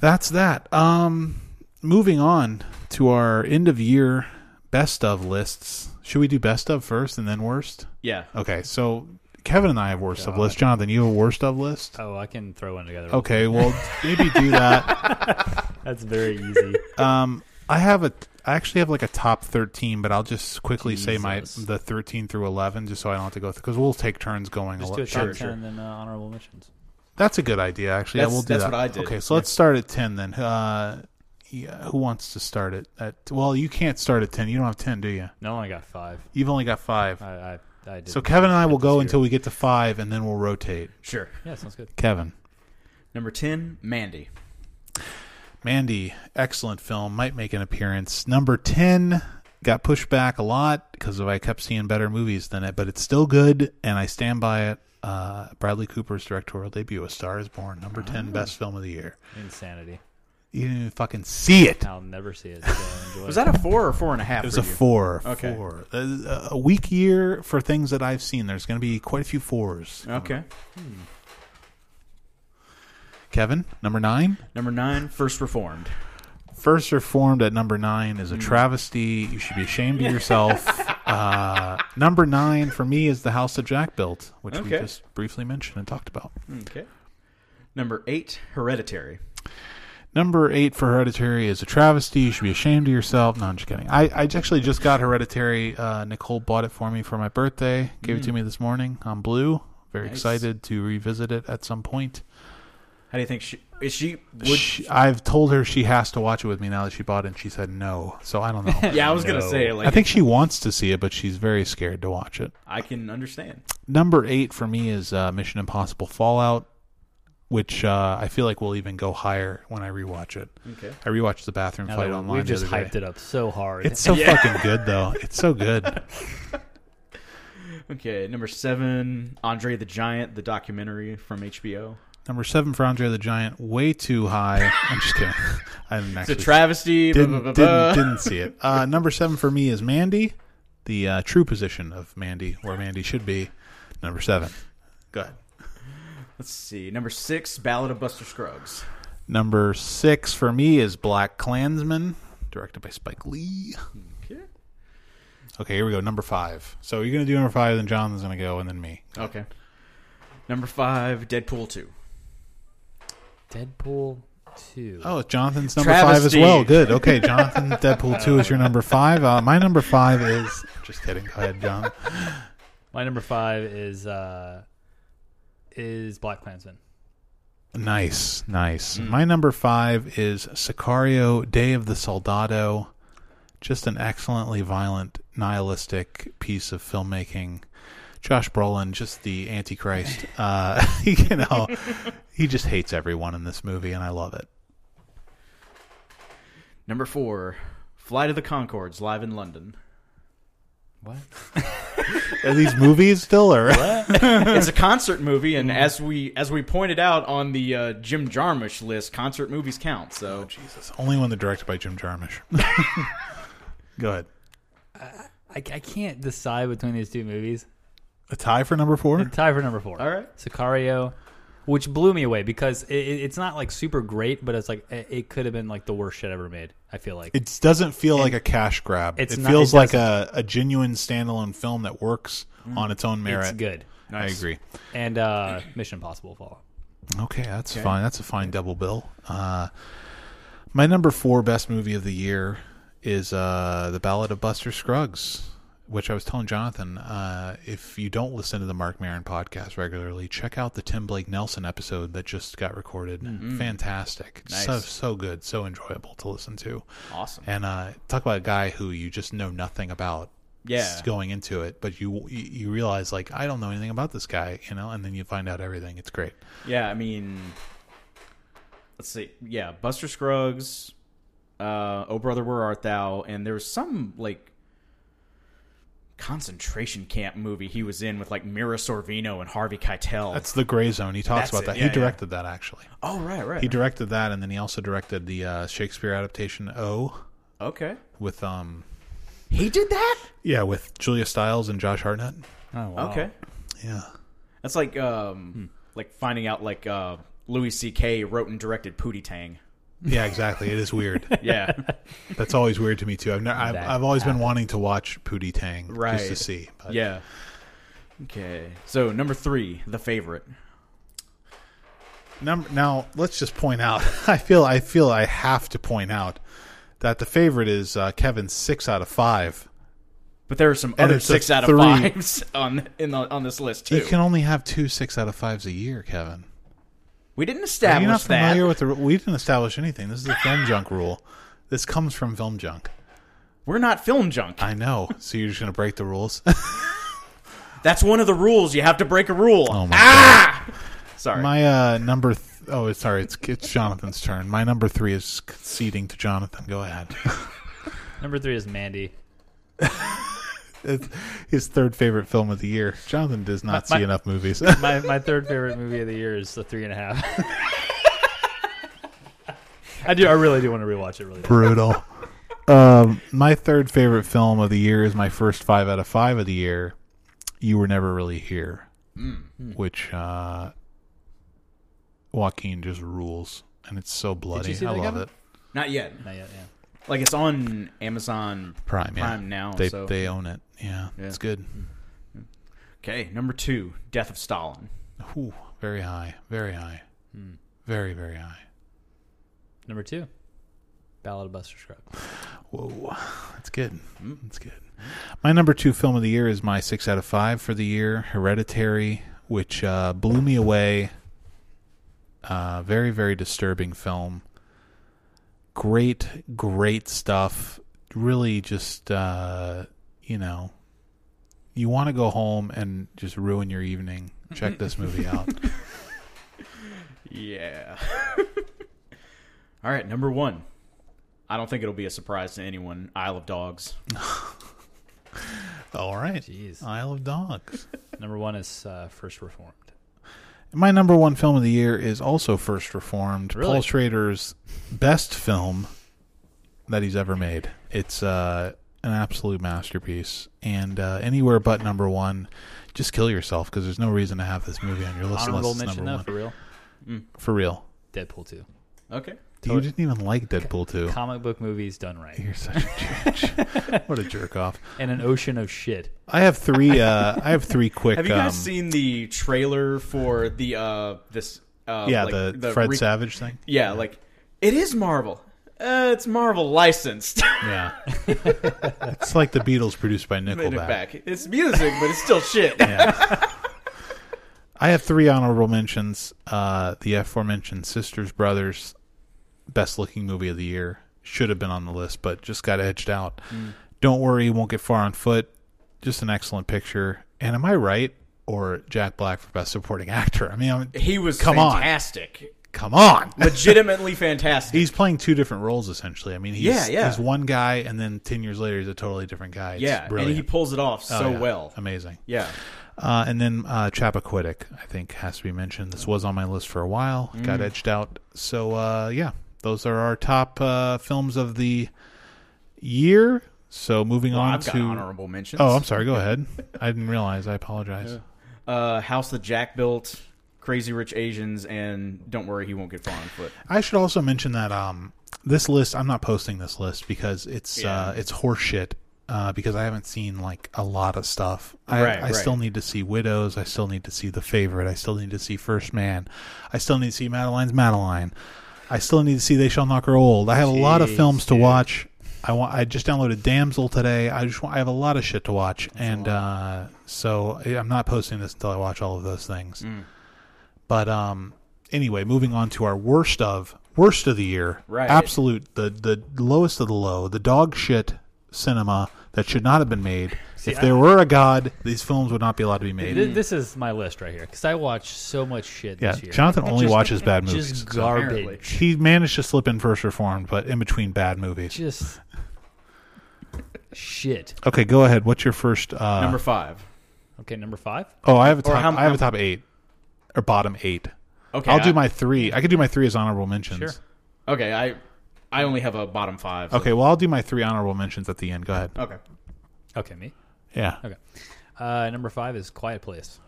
Speaker 1: that's that. Um, moving on to our end of year best of lists. Should we do best of first and then worst?
Speaker 2: Yeah,
Speaker 1: Okay, so Kevin and I have worst of list. Jonathan, you have a worst of list.
Speaker 3: Oh, I can throw one together.
Speaker 1: Okay, well maybe do that.
Speaker 3: That's very easy.
Speaker 1: Um, I have a. I actually have like a top thirteen, but I'll just quickly say my
Speaker 2: Jesus.
Speaker 1: the thirteen through eleven, just so I don't have to go through because we'll take turns going.
Speaker 3: Just
Speaker 1: al-
Speaker 3: do a top
Speaker 2: Sure,
Speaker 3: ten
Speaker 2: sure.
Speaker 3: and then uh, honorable mentions.
Speaker 1: That's a good idea, actually.
Speaker 2: That's-
Speaker 1: I will do
Speaker 2: that's
Speaker 1: that.
Speaker 2: what I did.
Speaker 1: Okay, so let's start at ten then. Uh, yeah, who wants to start it? At well, you can't start at ten. You don't have ten, do you?
Speaker 3: No, I got five.
Speaker 1: You've only got five.
Speaker 3: I I, I did.
Speaker 1: so Kevin and I will
Speaker 3: That's
Speaker 1: go
Speaker 3: your-
Speaker 1: until we get to five, and then we'll rotate.
Speaker 2: sure.
Speaker 3: Yeah, sounds good.
Speaker 1: Kevin,
Speaker 2: Number ten, Mandy.
Speaker 1: Mandy, excellent film. Might make an appearance. Number ten got pushed back a lot because I kept seeing better movies than it, but it's still good, and I stand by it. Uh, Bradley Cooper's directorial debut, A Star Is Born, number
Speaker 2: Ah.
Speaker 1: ten, best film of the year.
Speaker 3: Insanity.
Speaker 1: You didn't even fucking see it.
Speaker 3: I'll never see it. So I enjoy
Speaker 2: Was
Speaker 3: it.
Speaker 2: that a four or four and a half?
Speaker 1: It was
Speaker 2: for
Speaker 1: a
Speaker 2: you?
Speaker 1: four.
Speaker 2: Okay.
Speaker 1: Four. Uh, A, a weak year for things that I've seen. There's going to be quite a few fours.
Speaker 2: Okay.
Speaker 1: Kevin, number nine.
Speaker 2: Number nine, First Reformed.
Speaker 1: First Reformed at number nine
Speaker 2: Hmm.
Speaker 1: is a travesty. You should be ashamed of yourself. uh, number nine for me is the house that Jack built, which we
Speaker 2: Okay.
Speaker 1: just briefly mentioned and talked about.
Speaker 2: Okay. Number eight, Hereditary.
Speaker 1: Number eight for Hereditary is a travesty. You should be ashamed of yourself. No, I'm just kidding. I, I actually just got Hereditary. Uh, Nicole bought it for me for my birthday. Gave it to me this morning on Blue. Very
Speaker 2: Hmm. Nice.
Speaker 1: excited to revisit it at some point.
Speaker 2: How do you think she is? She would.
Speaker 1: Sh I've told her she has to watch it with me now that she bought it, and she said no. So I don't know.
Speaker 2: yeah, I was
Speaker 3: No.
Speaker 2: gonna say like
Speaker 1: I think she wants to see it, but she's very scared to watch it.
Speaker 2: I can understand.
Speaker 1: Number eight for me is uh, Mission Impossible Fallout, which uh, I feel like will even go higher when I rewatch it.
Speaker 2: Okay.
Speaker 1: I rewatched the bathroom
Speaker 3: Now
Speaker 1: fight
Speaker 3: that
Speaker 1: online.
Speaker 3: we've just
Speaker 1: the other
Speaker 3: hyped
Speaker 1: day.
Speaker 3: it up so hard.
Speaker 1: It's so fucking good though. It's so good.
Speaker 2: Okay. Number seven, Andre the Giant, the documentary from HBO.
Speaker 1: Number seven for Andre the Giant, way too high. I'm just kidding. I didn't
Speaker 2: It's a
Speaker 1: actually
Speaker 2: travesty. blah, blah,
Speaker 1: didn't,
Speaker 2: blah,
Speaker 1: didn't,
Speaker 2: blah.
Speaker 1: didn't see it. Uh, number seven for me is Mandy, the uh, true position of Mandy, where Mandy should be. Number seven. Go ahead.
Speaker 2: Let's see. Number six, Ballad of Buster Scruggs.
Speaker 1: Number six for me is Black Klansman, directed by Spike Lee.
Speaker 2: Okay.
Speaker 1: Okay, here we go. Number five. So you're going to do number five, then Jonathan's going to go, and then me.
Speaker 2: Okay. Number five, Deadpool two.
Speaker 3: Deadpool two.
Speaker 1: Oh, Jonathan's number five as
Speaker 2: Travesty.
Speaker 1: well. Good. Okay, Jonathan, Deadpool 2 is your number five. Uh, my number five is. Just kidding. Go ahead, John.
Speaker 3: My number five is uh, is Black Klansman.
Speaker 1: Nice, nice. My number five is Sicario: Day of the Soldado. Just an excellently violent, nihilistic piece of filmmaking. Josh Brolin, just the Antichrist. Uh, you know, he just hates everyone in this movie, and I love it.
Speaker 2: Number four, Flight of the Concords, live in London.
Speaker 3: What?
Speaker 1: Are these movies still or
Speaker 2: it's a concert movie, and as we as we pointed out on the uh, Jim Jarmusch list, concert movies count. So
Speaker 1: Oh, Jesus? Only one that directed by Jim Jarmusch. Go ahead.
Speaker 3: I, I can't decide between these two movies.
Speaker 1: A tie for number four.
Speaker 3: Tie for number four.
Speaker 2: All right.
Speaker 3: Sicario, which blew me away because it, it, it's not like super great, but it's like it, it could have been like the worst shit ever made. I feel like
Speaker 1: It doesn't feel like a cash grab.
Speaker 3: it's
Speaker 1: it
Speaker 3: not-
Speaker 1: feels
Speaker 3: it
Speaker 1: like a, a genuine standalone film that works on its own merit.
Speaker 3: it's good.
Speaker 1: I agree.
Speaker 3: and uh, Mission Impossible Fallout.
Speaker 1: Okay, that's fine. That's a fine double bill. Uh, my number four best movie of the year is uh, The Ballad of Buster Scruggs, which I was telling Jonathan. Uh, if you don't listen to the Mark Marin podcast regularly, check out the Tim Blake Nelson episode that just got recorded. Fantastic. So,
Speaker 2: Nice.
Speaker 1: so good. So enjoyable to listen to.
Speaker 2: Awesome.
Speaker 1: And uh, talk about a guy who you just know nothing about.
Speaker 2: Yeah.
Speaker 1: s- going into it, but you you- you realize like I don't know anything about this guy, you know, and then you find out everything. It's great.
Speaker 2: Yeah, I mean, let's see. Yeah, Buster Scruggs, uh, Oh Brother, Where Art Thou? And there was some, like, concentration camp movie he was in with, like, Mira Sorvino and Harvey Keitel.
Speaker 1: That's the Gray Zone. He talks about
Speaker 2: That's it.
Speaker 1: that.
Speaker 2: Yeah,
Speaker 1: he
Speaker 2: yeah.
Speaker 1: directed that actually.
Speaker 2: oh, right, right.
Speaker 1: He directed that, and then he also directed the uh, Shakespeare adaptation O
Speaker 2: okay.
Speaker 1: with um
Speaker 2: He did that?
Speaker 1: yeah with Julia Stiles and Josh Hartnett.
Speaker 3: Oh, wow.
Speaker 2: Okay.
Speaker 1: Yeah,
Speaker 2: That's like, um,
Speaker 1: Hmm.
Speaker 2: like finding out, like, uh, Louis C.K. wrote and directed Pootie Tang.
Speaker 1: yeah, exactly. it is weird.
Speaker 2: Yeah.
Speaker 1: That's always weird to me too. I've ne- I've,
Speaker 3: That
Speaker 1: I've always been wanting to watch Pootie Tang
Speaker 2: Right.
Speaker 1: just to see. But
Speaker 2: yeah. Okay. So, number three, The Favorite.
Speaker 1: Number, now let's just point out. I feel I feel I have to point out that the favorite is uh, Kevin's six out of five.
Speaker 2: But there are some
Speaker 1: And
Speaker 2: other
Speaker 1: it's a
Speaker 2: six out of
Speaker 1: three.
Speaker 2: fives on in the, on this list too.
Speaker 1: You can only have two six out of fives a year, Kevin.
Speaker 2: we didn't
Speaker 1: Are you not
Speaker 2: establish that.
Speaker 1: familiar with the? We didn't establish anything. This is the film junk rule. This comes from film junk.
Speaker 2: We're not film junk.
Speaker 1: I know. So you're just gonna break the rules.
Speaker 2: That's one of the rules. You have to break a rule.
Speaker 1: Oh my
Speaker 2: Sorry.
Speaker 1: My uh, number. Th- oh, sorry. It's it's Jonathan's turn. My number three is conceding to Jonathan. Go ahead.
Speaker 3: Number three is Mandy.
Speaker 1: It's his third favorite film of the year. Jonathan does not
Speaker 3: My-
Speaker 1: see enough movies.
Speaker 3: My my third favorite movie of the year is The Three and a Half. I do. I really do want to rewatch it. Really. bad.
Speaker 1: Brutal. Um, my third favorite film of the year is my first five out of five of the year. You were never really here,
Speaker 2: Mm.
Speaker 1: which uh, Joaquin just rules, and it's so bloody.
Speaker 3: see
Speaker 1: I
Speaker 3: that,
Speaker 1: love
Speaker 3: Kevin?
Speaker 1: it.
Speaker 2: Not yet.
Speaker 3: Not yet, yeah.
Speaker 2: Like it's on Amazon.
Speaker 1: Prime, yeah.
Speaker 2: Prime now,
Speaker 1: They
Speaker 2: so-
Speaker 1: they own it. Yeah,
Speaker 2: Yeah. Mm.
Speaker 1: it's good.
Speaker 2: Okay, number two, Death of Stalin.
Speaker 1: Ooh, very high, very high,
Speaker 2: Hmm.
Speaker 1: very very high.
Speaker 3: Number two, Ballad of Buster Scruggs.
Speaker 1: Whoa, that's good. Hmm, That's good. My number two film of the year is my six out of five for the year, Hereditary, which uh, blew me away. Uh, very, very disturbing film. Great, great stuff. Really, just uh, you know, you want to go home and just ruin your evening. Check this movie out.
Speaker 2: Yeah. All right, number one. I don't think it'll be a surprise to anyone. Isle of Dogs.
Speaker 1: All right,
Speaker 3: Jeez.
Speaker 1: Isle of Dogs.
Speaker 3: Uh, Number one is uh, First Reformed.
Speaker 1: My number one film of the year is also First Reformed,
Speaker 3: Really?
Speaker 1: Paul Schrader's best film that he's ever made. It's uh, an absolute masterpiece, and uh, anywhere but number one. Just kill yourself because there's no reason to have this movie on your list unless
Speaker 3: Honorable
Speaker 1: it's
Speaker 3: mention
Speaker 1: number
Speaker 3: though,
Speaker 1: one.
Speaker 3: for real.
Speaker 1: For real,
Speaker 3: Deadpool two.
Speaker 2: Mm, Okay.
Speaker 1: you didn't even like Deadpool two.
Speaker 3: Comic book movies done right,
Speaker 1: You're such a jerk. what a jerk off.
Speaker 3: and an ocean of shit.
Speaker 1: I have three. Uh, I have three quick.
Speaker 2: Have you guys
Speaker 1: um,
Speaker 2: seen the trailer for the uh this uh
Speaker 1: Yeah,
Speaker 2: like,
Speaker 1: the, Fred
Speaker 2: re-
Speaker 1: Savage thing.
Speaker 2: Yeah, like it is Marvel. Uh, it's Marvel licensed.
Speaker 1: Yeah, it's like the Beatles produced by
Speaker 2: Made it
Speaker 1: Nickelback.
Speaker 2: back. It's music, but it's still shit.
Speaker 1: I have three honorable mentions. Uh, the aforementioned Sisters Brothers, best looking movie of the year, should have been on the list, but just got edged out.
Speaker 2: Mm.
Speaker 1: Don't worry, won't get far on foot. Just an excellent picture. And am I right? Or Jack Black for best supporting actor? I mean, I'm,
Speaker 2: He was
Speaker 1: Come on.
Speaker 2: fantastic.
Speaker 1: come on.
Speaker 2: Legitimately fantastic.
Speaker 1: He's playing two different roles essentially. I mean, he's,
Speaker 2: Yeah, yeah.
Speaker 1: he's one guy, and then ten years later, he's a totally different guy. It's
Speaker 2: yeah, and
Speaker 1: brilliant.
Speaker 2: he pulls it off
Speaker 1: Oh,
Speaker 2: so
Speaker 1: yeah.
Speaker 2: well.
Speaker 1: amazing.
Speaker 2: Yeah.
Speaker 1: Uh, and then uh, Chappaquiddick, I think, has to be mentioned. This was on my list for a while,
Speaker 2: Mm.
Speaker 1: got edged out. So, uh, yeah, those are our top uh, films of the year. So, moving
Speaker 2: Well,
Speaker 1: on
Speaker 2: I've
Speaker 1: to.
Speaker 2: got honorable mentions.
Speaker 1: Oh, I'm sorry. Go ahead. I didn't realize. I apologize.
Speaker 2: Uh, House that Jack built, Crazy Rich Asians, and don't worry, he won't get far on foot.
Speaker 1: I should also mention that um, this list. I'm not posting this list because it's
Speaker 2: Yeah.
Speaker 1: uh, it's horseshit uh, because I haven't seen like a lot of stuff. I,
Speaker 2: Right,
Speaker 1: I
Speaker 2: right.
Speaker 1: still need to see Widows. I still need to see The Favorite. I still need to see First Man. I still need to see Madeline's Madeline. I still need to see They Shall Not Grow Old. I have a lot of
Speaker 2: Jeez,
Speaker 1: films to
Speaker 2: dude.
Speaker 1: watch. I want. I just downloaded Damsel today. I just. Want, I have a lot of shit to watch, and uh, so I- I'm not posting this until I watch all of those things. But um, anyway, moving on to our worst of worst of the year.
Speaker 2: Right.
Speaker 1: Absolute the the lowest of the low. The dog shit cinema that should not have been made. if
Speaker 3: I-
Speaker 1: there were a god, these films would not be allowed to be made.
Speaker 3: Th- This is my list right here because I watch so much shit
Speaker 1: yeah,
Speaker 3: this year.
Speaker 1: Jonathan only
Speaker 2: Just-
Speaker 1: watches bad movies.
Speaker 3: just
Speaker 1: so-
Speaker 2: apparently.
Speaker 3: garbage.
Speaker 1: he managed to slip in first reformed, but in between bad movies.
Speaker 3: Just shit.
Speaker 1: Okay, go ahead. What's your first? Uh,
Speaker 2: Number five.
Speaker 3: Okay, number five.
Speaker 1: oh, I have a
Speaker 2: or
Speaker 1: top.
Speaker 2: how-
Speaker 1: I have
Speaker 2: how-
Speaker 1: a top eight or bottom eight.
Speaker 2: Okay,
Speaker 1: I'll do
Speaker 2: I-
Speaker 1: my three. I could do my three as honorable mentions.
Speaker 3: Sure.
Speaker 2: Okay, I I only have a bottom five.
Speaker 1: Okay, well, I'll do my three honorable mentions at the end. Go ahead.
Speaker 2: Okay.
Speaker 3: Okay, me.
Speaker 1: Yeah.
Speaker 3: Okay. Uh, number five is Quiet Place.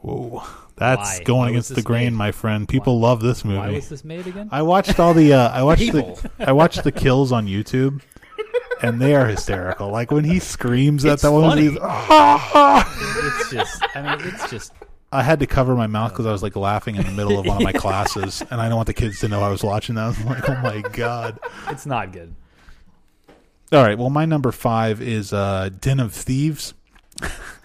Speaker 1: Whoa, that's
Speaker 3: Why?
Speaker 1: going
Speaker 3: Why was
Speaker 1: against the
Speaker 3: this
Speaker 1: grain,
Speaker 3: made?
Speaker 1: my friend. People love this
Speaker 3: Why
Speaker 1: movie.
Speaker 3: was this made again?
Speaker 1: I watched all the uh, I watched
Speaker 2: People.
Speaker 1: the I watched the kills on YouTube, and they are hysterical. Like when he screams at
Speaker 3: It's
Speaker 1: that one,
Speaker 3: funny.
Speaker 1: he's, "Ah, ah."
Speaker 3: it's just. I mean, it's just.
Speaker 1: I had to cover my mouth because I was like laughing in the middle of one of my classes, and I don't want the kids to know I was watching that. I was like, oh my god.
Speaker 3: It's not good.
Speaker 1: All right. Well, my number five is uh, Den of Thieves.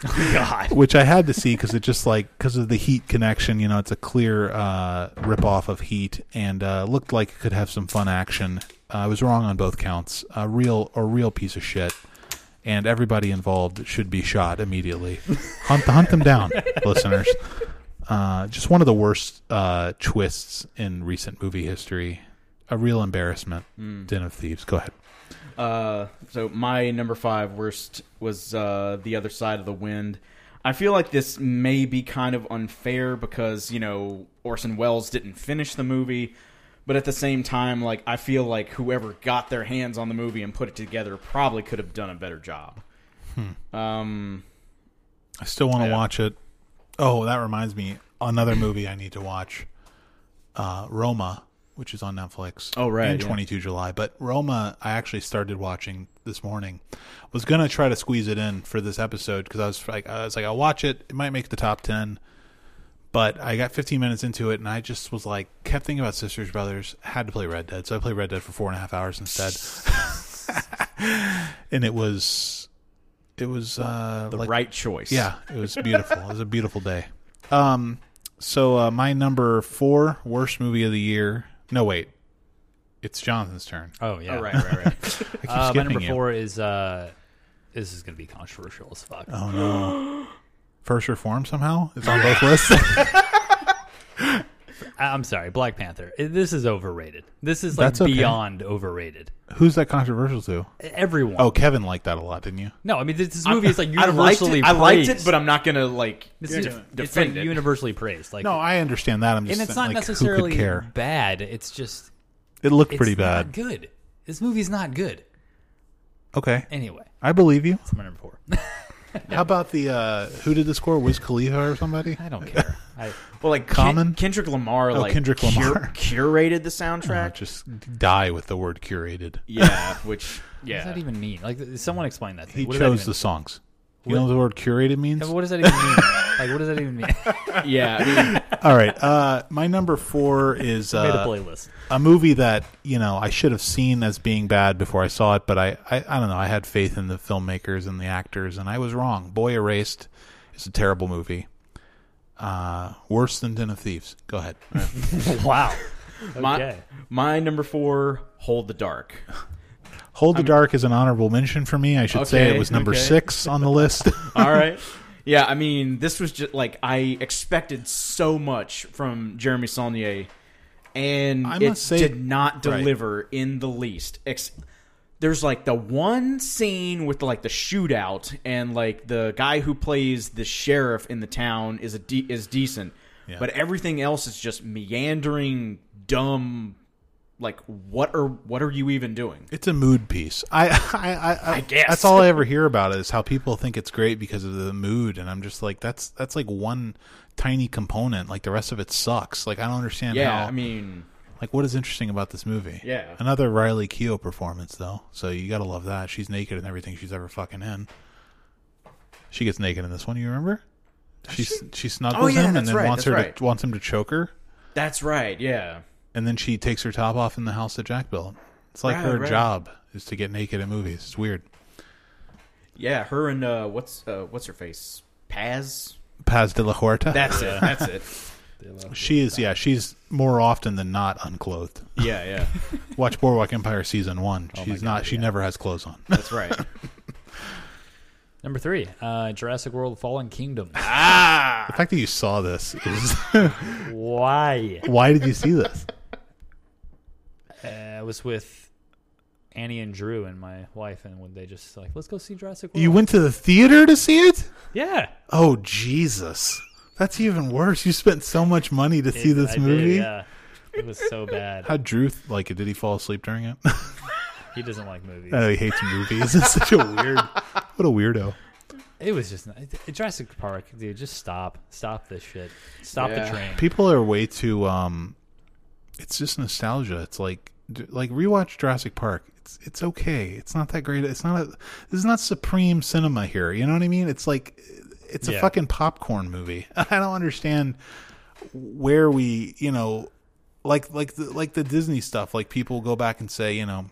Speaker 1: Which I had to see because it just like because of the Heat connection, you know, it's a clear uh, ripoff of Heat, and uh, looked like it could have some fun action. Uh, I was wrong on both counts. A real a real piece of shit, and everybody involved should be shot immediately. hunt hunt them down, listeners. Uh, just one of the worst uh, twists in recent movie history. A real embarrassment. Den of Thieves. Go ahead.
Speaker 2: Uh, so my number five worst was uh, the other side of the wind. I feel like this may be kind of unfair because you know Orson Welles didn't finish the movie, but at the same time, like I feel like whoever got their hands on the movie and put it together probably could have done a better job. Um,
Speaker 1: I still want to
Speaker 2: Yeah.
Speaker 1: watch it. Oh, that reminds me, another movie I need to watch, uh, Roma, which is on Netflix.
Speaker 2: Oh, right,
Speaker 1: in
Speaker 2: yeah.
Speaker 1: 22 July. But Roma, I actually started watching this morning. Was gonna try to squeeze it in for this episode because I was like, I was like, I'll watch it. It might make the top 10. But I got 15 minutes into it, and I just was like, kept thinking about Sisters Brothers. Had to play Red Dead, so I played Red Dead for four and a half hours instead. and it was, it was uh,
Speaker 2: the
Speaker 1: like
Speaker 2: right choice.
Speaker 1: yeah, it was beautiful. it was a beautiful day. Um, so uh, my number four worst movie of the year. No, wait, it's Jonathan's turn.
Speaker 3: Oh yeah.
Speaker 2: Oh, right, right, right.
Speaker 1: I keep
Speaker 3: Uh, my
Speaker 1: skipping
Speaker 3: number
Speaker 1: you.
Speaker 3: four is. Uh, this is gonna be controversial as fuck.
Speaker 1: Oh no. First Reform somehow it's on both lists.
Speaker 3: I- I'm sorry, Black Panther. I- This is overrated. This is like
Speaker 1: That's okay.
Speaker 3: beyond overrated.
Speaker 1: Who's that controversial to?
Speaker 3: Everyone.
Speaker 1: Oh, Kevin liked that a lot, didn't you?
Speaker 3: No, I mean this, this movie is like
Speaker 2: I liked
Speaker 3: universally.
Speaker 2: it. I liked it,
Speaker 3: praised.
Speaker 2: but I'm not gonna like
Speaker 3: This
Speaker 2: de-
Speaker 3: is, it's like
Speaker 2: defend it.
Speaker 3: universally praised. Like
Speaker 1: No, I understand that. I'm just
Speaker 3: and it's
Speaker 1: saying,
Speaker 3: not
Speaker 1: like, who
Speaker 3: necessarily
Speaker 1: could care.
Speaker 3: bad. It's just
Speaker 1: It looked
Speaker 3: it's
Speaker 1: pretty
Speaker 3: not
Speaker 1: bad.
Speaker 3: good. This movie's not good.
Speaker 1: Okay,
Speaker 3: Anyway,
Speaker 1: I believe you.
Speaker 3: that's my number four.
Speaker 1: How about the uh, who did the score? Wiz Khalifa or somebody?
Speaker 3: I don't care. I,
Speaker 2: Well, like Ken-
Speaker 1: Common? Oh,
Speaker 2: Kendrick Lamar, like
Speaker 1: Kendrick
Speaker 2: cur-
Speaker 1: Lamar.
Speaker 2: curated the
Speaker 1: Uh,
Speaker 2: soundtrack.
Speaker 1: just die with the word curated.
Speaker 2: yeah, which
Speaker 3: What does
Speaker 2: yeah,
Speaker 3: that even mean? Like, th- someone explain that. To me.
Speaker 1: He
Speaker 3: What does that
Speaker 1: chose
Speaker 3: even,
Speaker 1: the songs. You know what the Uh, word curated means?
Speaker 3: What does that even mean? like, what does that even mean?
Speaker 2: yeah. I mean,
Speaker 1: All right. Uh, my number four is
Speaker 3: Made a
Speaker 1: uh,
Speaker 3: playlist.
Speaker 1: a movie that you know I should have seen as being bad before I saw it, but I, I I don't know. I had faith in the filmmakers and the actors, and I was wrong. Boy Erased is a terrible movie. Uh, worse than Den of Thieves. Go ahead.
Speaker 3: wow.
Speaker 2: my,
Speaker 3: Okay.
Speaker 2: my number four, Hold the Dark.
Speaker 1: Hold the Dark is an honorable mention for me. I should say it
Speaker 2: Okay,
Speaker 1: was number
Speaker 2: okay.
Speaker 1: six on the list.
Speaker 2: All right. Yeah, I mean, this was just like I expected so much from Jeremy Saulnier, and
Speaker 1: I
Speaker 2: it
Speaker 1: must say-
Speaker 2: did not
Speaker 1: right.
Speaker 2: deliver in the least. Ex- There's like the one scene with like the shootout, and like the guy who plays the sheriff in the town is a de- is decent,
Speaker 1: Yeah.
Speaker 2: but everything else is just meandering, dumb. Like what are what are you even doing?
Speaker 1: It's a mood piece. I, I, I, I,
Speaker 2: guess.
Speaker 1: that's all I ever hear about it is how people think it's great because of the mood, and I'm just like, that's that's like one tiny component. Like the rest of it sucks. Like I don't understand
Speaker 2: Yeah,
Speaker 1: how.
Speaker 2: I mean,
Speaker 1: Like, what is interesting about this movie?
Speaker 2: Yeah.
Speaker 1: Another Riley Keough performance, though. So you gotta love that. She's naked in everything she's ever fucking in. She gets naked in this one. You remember? She she snuggles
Speaker 2: Oh, yeah,
Speaker 1: him and
Speaker 2: that's
Speaker 1: then
Speaker 2: right,
Speaker 1: wants her
Speaker 2: that's right.
Speaker 1: to, wants him to choke her,
Speaker 2: That's right. Yeah.
Speaker 1: and then she takes her top off in the house that Jack built. It's like
Speaker 2: Right,
Speaker 1: her
Speaker 2: right.
Speaker 1: job is to get naked in movies. It's weird.
Speaker 2: Yeah. Her and uh, what's uh, what's her face? Paz.
Speaker 1: Paz de la Huerta.
Speaker 2: That's it. That's it.
Speaker 1: she is. Yeah, she's more often than not unclothed.
Speaker 2: Yeah. Yeah.
Speaker 1: Watch Boardwalk Empire season one. She's
Speaker 3: Oh God,
Speaker 1: not. She never has clothes on.
Speaker 2: That's right.
Speaker 3: Number three, uh, Jurassic World: Fallen Kingdom.
Speaker 1: Ah. The fact that you saw this is
Speaker 3: Why?
Speaker 1: why did you see this?
Speaker 3: Uh, I was with Annie and Drew and my wife, and when they just like, let's go see Jurassic World.
Speaker 1: You went to the theater to see it?
Speaker 3: yeah.
Speaker 1: Oh Jesus. That's even worse. You spent so much money to see
Speaker 3: It-
Speaker 1: this
Speaker 3: I did,
Speaker 1: movie.
Speaker 3: yeah. It was so bad.
Speaker 1: How Drew th- like it? Did he fall asleep during it?
Speaker 3: He doesn't like movies.
Speaker 1: oh, he hates movies. It's such a weird. What a weirdo.
Speaker 3: It was just not, Jurassic Park, dude. Just stop, stop this shit. Stop
Speaker 2: Yeah.
Speaker 3: the train.
Speaker 1: People are way too. um It's just nostalgia. It's like d- like rewatch Jurassic Park. It's it's okay. It's not that great. It's not a. This is not supreme cinema here. You know what I mean? It's like it's a
Speaker 3: Yeah.
Speaker 1: fucking popcorn movie. I don't understand where we you know like like the, like the Disney stuff. Like people go back and say you know.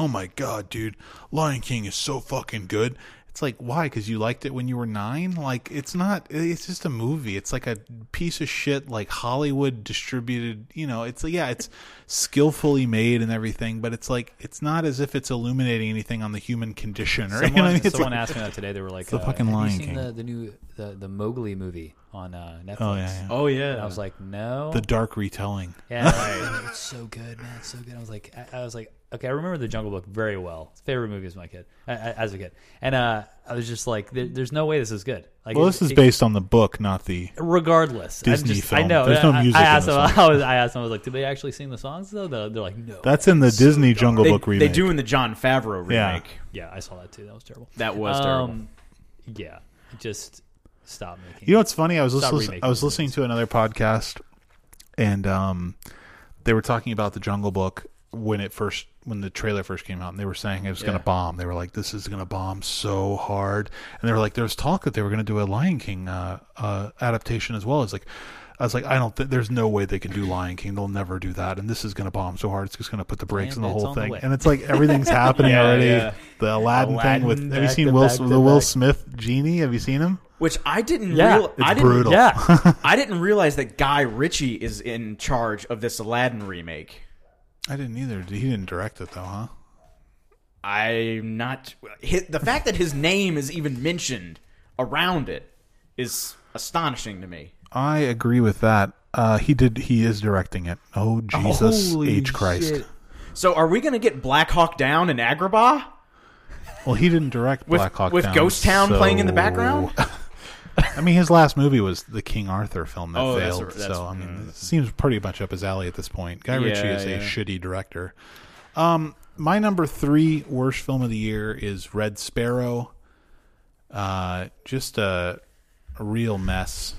Speaker 1: oh my god, dude, Lion King is so fucking good. It's like why? Because you liked it when you were nine. Like it's not. It's just a movie. It's like a piece of shit, like Hollywood distributed. You know, it's yeah, it's skillfully made and everything, but it's like it's not as if it's illuminating anything on the human condition or
Speaker 3: Someone,
Speaker 1: you know what I mean? It's
Speaker 3: someone
Speaker 1: like-
Speaker 3: asked me that today. They were like,
Speaker 1: the
Speaker 3: uh,
Speaker 1: fucking
Speaker 3: "Have
Speaker 1: Lion
Speaker 3: you seen
Speaker 1: King."
Speaker 3: the, the new the the Mowgli movie on uh, Netflix?"
Speaker 1: Oh yeah, yeah.
Speaker 2: Oh yeah.
Speaker 3: And I was like, "No."
Speaker 1: the dark retelling.
Speaker 3: yeah, right. it's so good, man. It's so good. I was like, I, I was like, okay, I remember the Jungle Book very well. Favorite movie as my kid, I, as a kid, and uh, I was just like, there, "There's no way this is good." Like,
Speaker 1: Well,
Speaker 3: it-
Speaker 1: this is
Speaker 3: it-
Speaker 1: based on the book, not the.
Speaker 3: regardless. I'm
Speaker 1: Disney
Speaker 3: just, I
Speaker 1: film.
Speaker 3: know.
Speaker 1: There's no
Speaker 3: I-
Speaker 1: music
Speaker 3: I,
Speaker 1: in
Speaker 3: asked
Speaker 1: the
Speaker 3: them. I, was, I asked them. I was like, "Do they actually sing the songs though?" They're they're like, "No."
Speaker 1: That's in the Disney Jungle
Speaker 2: they,
Speaker 1: Book
Speaker 2: they
Speaker 1: remake.
Speaker 2: do in the John Favreau
Speaker 1: Yeah. Um,
Speaker 2: remake.
Speaker 3: yeah, I saw that too. That was terrible. Um,
Speaker 2: That was terrible.
Speaker 3: Yeah, just stop making.
Speaker 1: You know what's funny? I was
Speaker 3: Stop
Speaker 1: listening.
Speaker 3: remaking
Speaker 1: I was
Speaker 3: the
Speaker 1: listening to another podcast, and um, they were talking about the Jungle Book when it first, when the trailer first came out, and they were saying it was going
Speaker 2: Yeah.
Speaker 1: to bomb. They were like, "This is going to bomb so hard," and they were like, "There was talk that they were going to do a Lion King uh, uh, adaptation as well." It's like. I was like, I don't. think there's no way they can do Lion King. They'll never do that. And this is going to bomb so hard. It's just going to put the brakes
Speaker 3: And
Speaker 1: on the
Speaker 3: it's
Speaker 1: whole
Speaker 3: on the
Speaker 1: thing.
Speaker 3: way.
Speaker 1: and it's like everything's happening
Speaker 2: Yeah,
Speaker 1: already.
Speaker 2: yeah.
Speaker 1: The Aladdin,
Speaker 3: Aladdin,
Speaker 1: thing with. Have you
Speaker 3: back to
Speaker 1: seen Will?
Speaker 3: back to
Speaker 1: the Will
Speaker 3: back.
Speaker 1: Smith genie? Have you seen him?
Speaker 2: Which I didn't
Speaker 3: Yeah.
Speaker 2: real-
Speaker 1: It's
Speaker 2: I didn't,
Speaker 1: brutal.
Speaker 3: Yeah,
Speaker 2: I didn't realize that Guy Ritchie is in charge of this Aladdin remake.
Speaker 1: I didn't either. He didn't direct it though, huh?
Speaker 2: I'm not. hi- The fact that his name is even mentioned around it is astonishing to me.
Speaker 1: I agree with that. Uh, he did. He is directing it. Oh Jesus
Speaker 3: Holy
Speaker 1: H Christ!
Speaker 3: shit.
Speaker 2: So, are we going to get Black Hawk Down and Agrabah?
Speaker 1: Well, he didn't direct
Speaker 2: With-
Speaker 1: Black Hawk
Speaker 2: with
Speaker 1: Down,
Speaker 2: Ghost Town
Speaker 1: so-
Speaker 2: playing in the background?
Speaker 1: I mean, his last movie was the King Arthur film that
Speaker 2: Oh, that's-
Speaker 1: failed.
Speaker 2: that's- mm.
Speaker 1: so I mean, it seems pretty much up his alley at this point. Guy Ritchie is
Speaker 2: yeah.
Speaker 1: a shitty director. Um, my number three worst film of the year is Red Sparrow. Uh, just a, a real mess.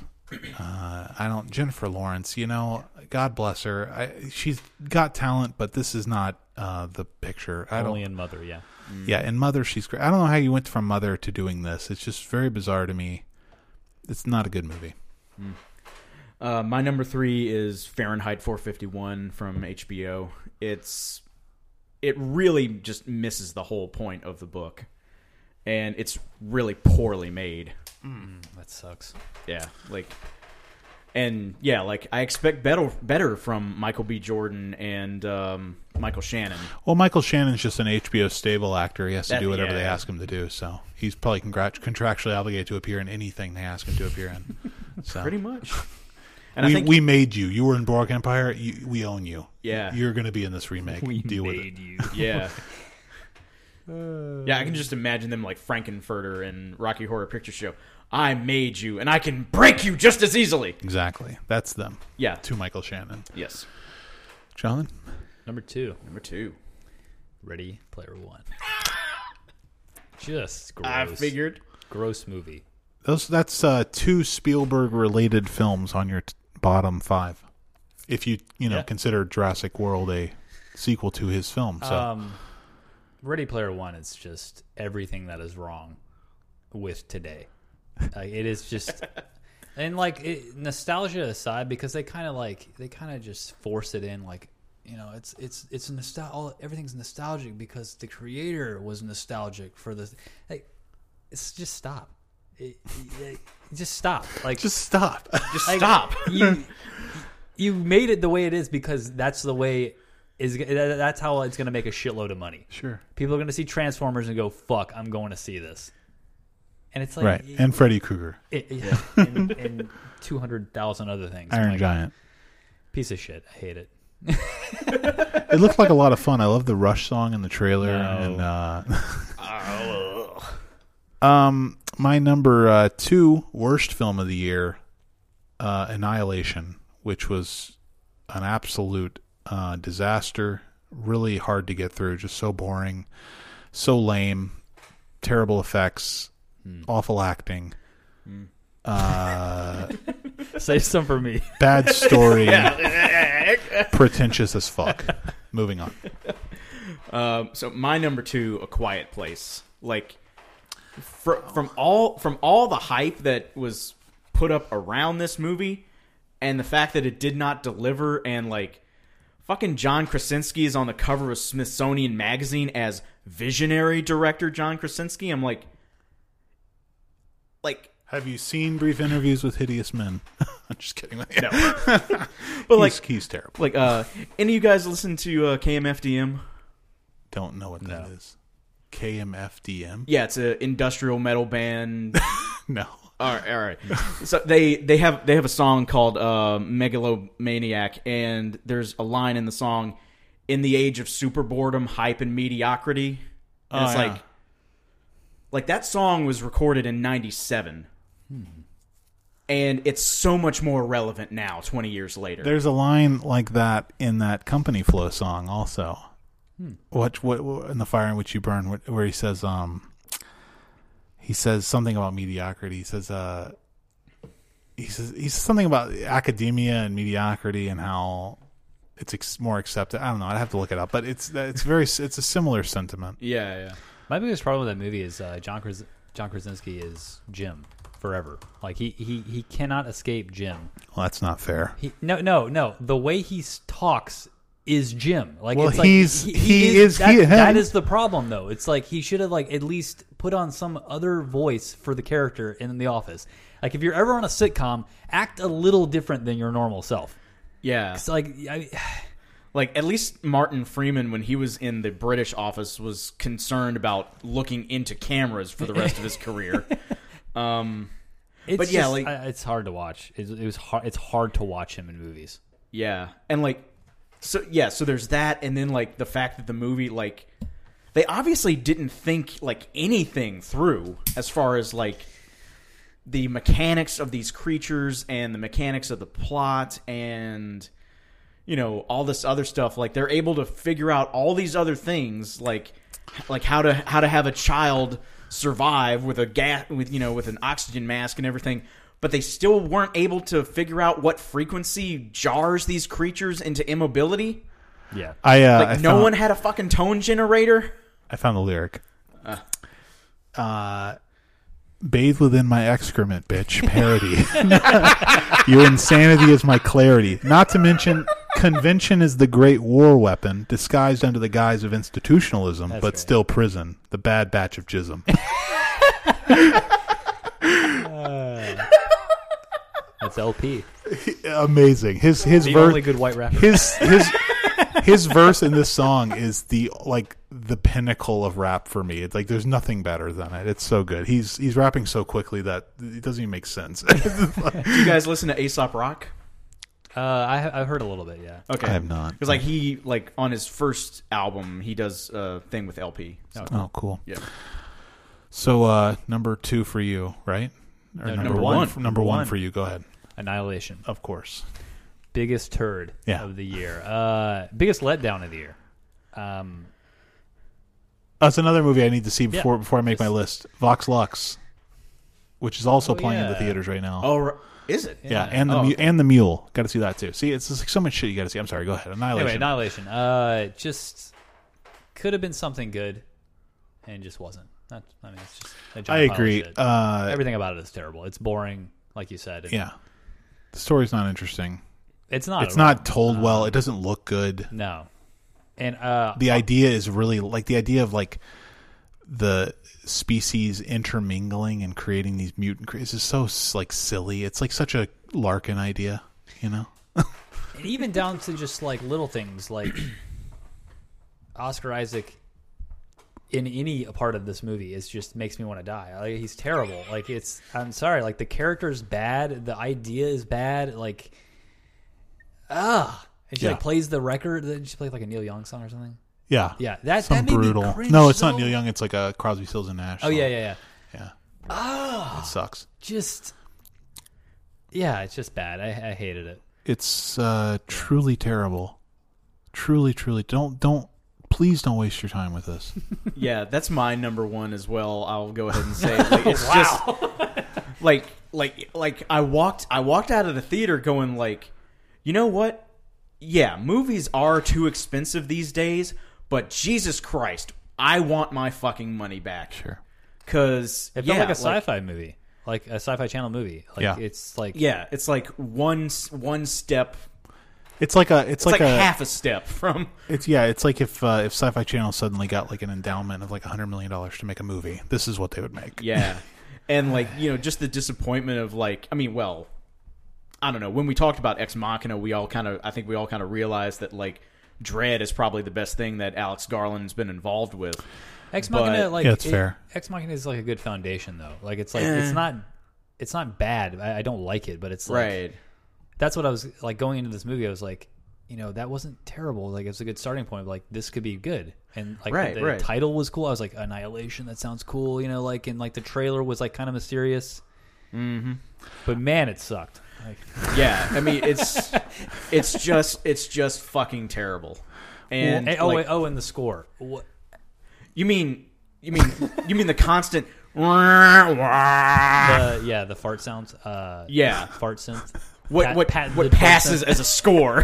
Speaker 1: Uh, I don't Jennifer Lawrence. You know, God bless her. I, she's got talent, but this is not uh, the picture. I don't
Speaker 3: only in Mother. Yeah,
Speaker 1: yeah, and Mother, she's great. I don't know how you went from Mother to doing this. It's just very bizarre to me. It's not a good movie.
Speaker 2: Uh, my number three is Fahrenheit 451 from HBO. It's it really just misses the whole point of the book, and it's really poorly made.
Speaker 3: that sucks.
Speaker 2: Yeah, like, and yeah, like I expect better better from Michael B. Jordan and um, Michael Shannon.
Speaker 1: Well, Michael Shannon's just an HBO stable actor. He has to
Speaker 2: That-
Speaker 1: do whatever
Speaker 2: yeah.
Speaker 1: they ask him to do. So he's probably congrat- contractually obligated to appear in anything they ask him to appear in. So
Speaker 2: Pretty much. And
Speaker 1: we,
Speaker 2: I think
Speaker 1: we made you. You were in Borg Empire. You, we own you.
Speaker 2: Yeah.
Speaker 1: you're going to be in this remake. Deal with it.
Speaker 3: you.
Speaker 2: yeah. Yeah, I can just imagine them like Frankenfurter and Rocky Horror Picture Show. I made you, and I can break you just as easily.
Speaker 1: Exactly. That's them.
Speaker 2: Yeah.
Speaker 1: To Michael Shannon.
Speaker 2: Yes.
Speaker 1: John.
Speaker 3: Number two,
Speaker 2: Number two.
Speaker 3: Ready Player One. Just gross.
Speaker 2: I figured.
Speaker 3: gross movie.
Speaker 1: Those that's uh, two Spielberg related films on your t- bottom five. If you you know
Speaker 3: Yeah.
Speaker 1: consider Jurassic World a sequel to his film, so
Speaker 3: Um, Ready Player One is just everything that is wrong with today. Like, it is just, and like it, nostalgia aside, because they kind of like they kind of just force it in. Like you know, it's it's it's nostalgic. Everything's nostalgic because the creator was nostalgic for this. Like, it's just stop. It, it- just stop. Like
Speaker 1: just stop. Just
Speaker 3: like,
Speaker 1: stop.
Speaker 3: you you made it the way it is because that's the way is that's how it's going to make a shitload of money.
Speaker 1: sure.
Speaker 3: People are going to see Transformers and go, "Fuck, I'm going to see this." And it's like
Speaker 1: Right, and Freddy Krueger,
Speaker 3: it- yeah, and, and two hundred thousand other things.
Speaker 1: Iron
Speaker 3: Like,
Speaker 1: Giant.
Speaker 3: piece of shit. I hate it.
Speaker 1: It looked like a lot of fun. I love the Rush song in the trailer. And uh, um, my number uh, two worst film of the year, uh, Annihilation, which was an absolute uh, disaster. Really hard to get through. Just so boring, so lame, terrible effects,
Speaker 2: Hmm.
Speaker 1: awful acting, uh,
Speaker 3: Save some for me.
Speaker 1: bad story, pretentious as fuck. Moving on.
Speaker 2: Um, so my number two, A Quiet Place. Like fr- from all from all the hype that was put up around this movie, and the fact that it did not deliver, and like fucking John Krasinski is on the cover of Smithsonian Magazine as visionary director John Krasinski. I'm like, like
Speaker 1: Have you seen brief interviews with hideous men? I'm just kidding. No,
Speaker 2: but
Speaker 1: he's,
Speaker 2: like
Speaker 1: he's terrible.
Speaker 2: like uh, any of you guys listen to uh, KMFDM?
Speaker 1: Don't know what that is. KMFDM?
Speaker 2: Yeah, it's an industrial metal band.
Speaker 1: No.
Speaker 2: All right, all right. So they they have they have a song called uh, "Megalomaniac," and there's a line in the song, "In the age of super boredom, hype, and mediocrity." And
Speaker 1: Oh,
Speaker 2: it's
Speaker 1: yeah.
Speaker 2: like, like that song was recorded in '97,
Speaker 1: Hmm.
Speaker 2: and it's so much more relevant now, 20 years later.
Speaker 1: There's a line like that in that Company Flow song also.
Speaker 2: Hmm.
Speaker 1: What, what what in the fire in which you burn what, where he says um he says something about mediocrity. He says uh he says he says something about academia and mediocrity and how it's ex- more accepted. I don't know. I'd have to look it up, but it's it's very it's a similar sentiment.
Speaker 2: yeah, yeah.
Speaker 3: My biggest problem with that movie is uh, John Kras- John Krasinski is Jim forever. Like he he he cannot escape Jim.
Speaker 1: Well, that's not fair.
Speaker 3: He, no, no, no. The way he s- talks is Jim. Like
Speaker 1: Well,
Speaker 3: it's like
Speaker 1: he's- he is
Speaker 3: that,
Speaker 1: he- him.
Speaker 3: that is the problem though. It's like he should have like at least put on some other voice for the character in the office. Like if you're ever on a sitcom, act a little different than your normal self.
Speaker 2: Yeah,
Speaker 3: It's like I,
Speaker 2: like at least Martin Freeman, when he was in the British office, was concerned about looking into cameras for the rest of his career.
Speaker 3: it's
Speaker 2: But yeah,
Speaker 3: just-
Speaker 2: like-
Speaker 3: I- it's hard to watch. It, it was hard. It's hard to watch him in movies.
Speaker 2: Yeah. And like so yeah, so there's that and then like the fact that the movie like they obviously didn't think like anything through as far as like the mechanics of these creatures and the mechanics of the plot and you know all this other stuff like they're able to figure out all these other things like like how to how to have a child survive with a gas with you know with an oxygen mask and everything but they still weren't able to figure out what frequency jars these creatures into immobility
Speaker 3: Yeah,
Speaker 1: I uh,
Speaker 2: like
Speaker 1: I
Speaker 2: no
Speaker 1: found,
Speaker 2: one had a fucking tone generator
Speaker 1: I found the lyric. Uh, bathe within my excrement, bitch. Parody. Your insanity is my clarity. Not to mention, convention is the great war weapon disguised under the guise of institutionalism, but
Speaker 3: right.
Speaker 1: still prison. The bad batch of jism.
Speaker 3: that's LP.
Speaker 1: Amazing. His his
Speaker 3: The
Speaker 1: ver-
Speaker 3: only good white rapper.
Speaker 1: his his his verse in this song is the like the pinnacle of rap for me. It's like there's nothing better than it. It's so good. He's he's rapping so quickly that it doesn't even make sense.
Speaker 2: do you guys listen to aesop rock
Speaker 3: Uh, I I've heard a little bit. Yeah.
Speaker 2: okay
Speaker 1: I have not.
Speaker 2: because like he like on his first album he does a thing with lp so.
Speaker 1: Oh, cool.
Speaker 2: Yeah.
Speaker 1: So uh number 2 for you, right? Or
Speaker 3: No,
Speaker 2: number
Speaker 1: one,
Speaker 2: one.
Speaker 1: for- number 1
Speaker 3: One.
Speaker 1: for you. Go ahead.
Speaker 3: Annihilation.
Speaker 1: Of course.
Speaker 3: biggest turd
Speaker 1: Yeah.
Speaker 3: of the year. Uh, biggest letdown of the year. Um,
Speaker 1: Oh, That's another movie I need to see before before I make my
Speaker 3: Just-
Speaker 1: list. Vox Lux. which is also
Speaker 3: Oh,
Speaker 1: playing in the
Speaker 3: yeah.
Speaker 1: theaters right now.
Speaker 2: Oh, ri- is it?
Speaker 1: yeah, and the
Speaker 2: Oh,
Speaker 1: mu-
Speaker 2: okay.
Speaker 1: and the mule. Got to see that too. See, it's just like so much shit you got to see. I'm sorry. Go ahead. Annihilation.
Speaker 3: Anyway, Annihilation. Uh, just could have been something good, and just wasn't. That, I mean, it's just. A giant
Speaker 1: I
Speaker 3: pile of
Speaker 1: agree.
Speaker 3: shit.
Speaker 1: Uh,
Speaker 3: Everything about it is terrible. It's boring, like you said. and
Speaker 1: yeah, the story's not interesting.
Speaker 3: it's not.
Speaker 1: It's
Speaker 3: at all.
Speaker 1: not told well. It doesn't look good.
Speaker 3: No, and uh,
Speaker 1: the idea is really like the idea of like the species intermingling and creating these mutant cre- It's just so like silly it's like such a larkin idea you know
Speaker 3: and even down to just like little things like Oscar Isaac in any part of this movie is just makes me want to die. Like he's terrible. Like it's I'm sorry, like the character's bad, the idea is bad, like ah and she
Speaker 1: Yeah.
Speaker 3: like plays the record then she plays like a Neil Young song or something.
Speaker 1: yeah
Speaker 3: Yeah, that,
Speaker 1: some
Speaker 3: that made me
Speaker 1: brutal
Speaker 3: cringe
Speaker 1: no it's not
Speaker 3: so-
Speaker 1: neil young it's like a crosby stills and nash
Speaker 3: Oh
Speaker 1: song.
Speaker 3: yeah, yeah, yeah.
Speaker 1: yeah it sucks
Speaker 3: Just yeah, it's just bad. I, I hated it.
Speaker 1: it's uh truly terrible truly truly don't don't please don't waste your time with this
Speaker 2: Yeah, that's my number one as well. I'll go ahead and say it. like, it's just like like like I walked I walked out of the theater going like, you know what? Yeah, movies are too expensive these days, but Jesus Christ, I want my fucking money back.
Speaker 1: sure
Speaker 2: Cause
Speaker 3: It felt
Speaker 2: yeah,
Speaker 3: like a sci-fi movie, like a sci-fi channel movie. Like
Speaker 1: Yeah.
Speaker 3: it's like
Speaker 2: yeah, it's like one s- one step.
Speaker 1: it's like a it's,
Speaker 2: It's like,
Speaker 1: a
Speaker 2: half a step from.
Speaker 1: It's yeah, it's like if uh, if Sci-Fi Channel suddenly got like an endowment of like hundred million dollars to make a movie, this is what they would make.
Speaker 2: Yeah. and like, you know, just the disappointment of like I mean, well, I don't know. When we talked about Ex Machina, we all kind of I think we all kind of realized that like Dread is probably the best thing that Alex Garland's been involved with.
Speaker 3: Ex Machina,
Speaker 2: But-
Speaker 3: like
Speaker 1: Yeah, it's
Speaker 3: it-
Speaker 1: fair.
Speaker 3: Ex Machina is like a good foundation, though. Like it's like
Speaker 2: Eh.
Speaker 3: it's not it's not bad. I, I don't like it, but it's like,
Speaker 2: Right.
Speaker 3: That's what I was like going into this movie. I was like, you know, that wasn't terrible. Like it's a good starting point. Like this could be good. And like
Speaker 2: Right,
Speaker 3: the
Speaker 2: right.
Speaker 3: title was cool. I was like, Annihilation. That sounds cool. You know, like and like the trailer was like kind of mysterious. Mm-hmm. But man, it sucked. Like,
Speaker 2: Yeah. I mean, it's it's just it's just fucking terrible. And
Speaker 3: and- oh,
Speaker 2: like,
Speaker 3: wait, oh, and the score. What?
Speaker 2: you mean you mean you mean the constant what
Speaker 3: Uh, yeah, the fart sounds. Uh,
Speaker 2: Yeah.
Speaker 3: fart synth. Pat-
Speaker 2: what
Speaker 3: patented
Speaker 2: what
Speaker 3: fart
Speaker 2: passes
Speaker 3: synth.
Speaker 2: as a score?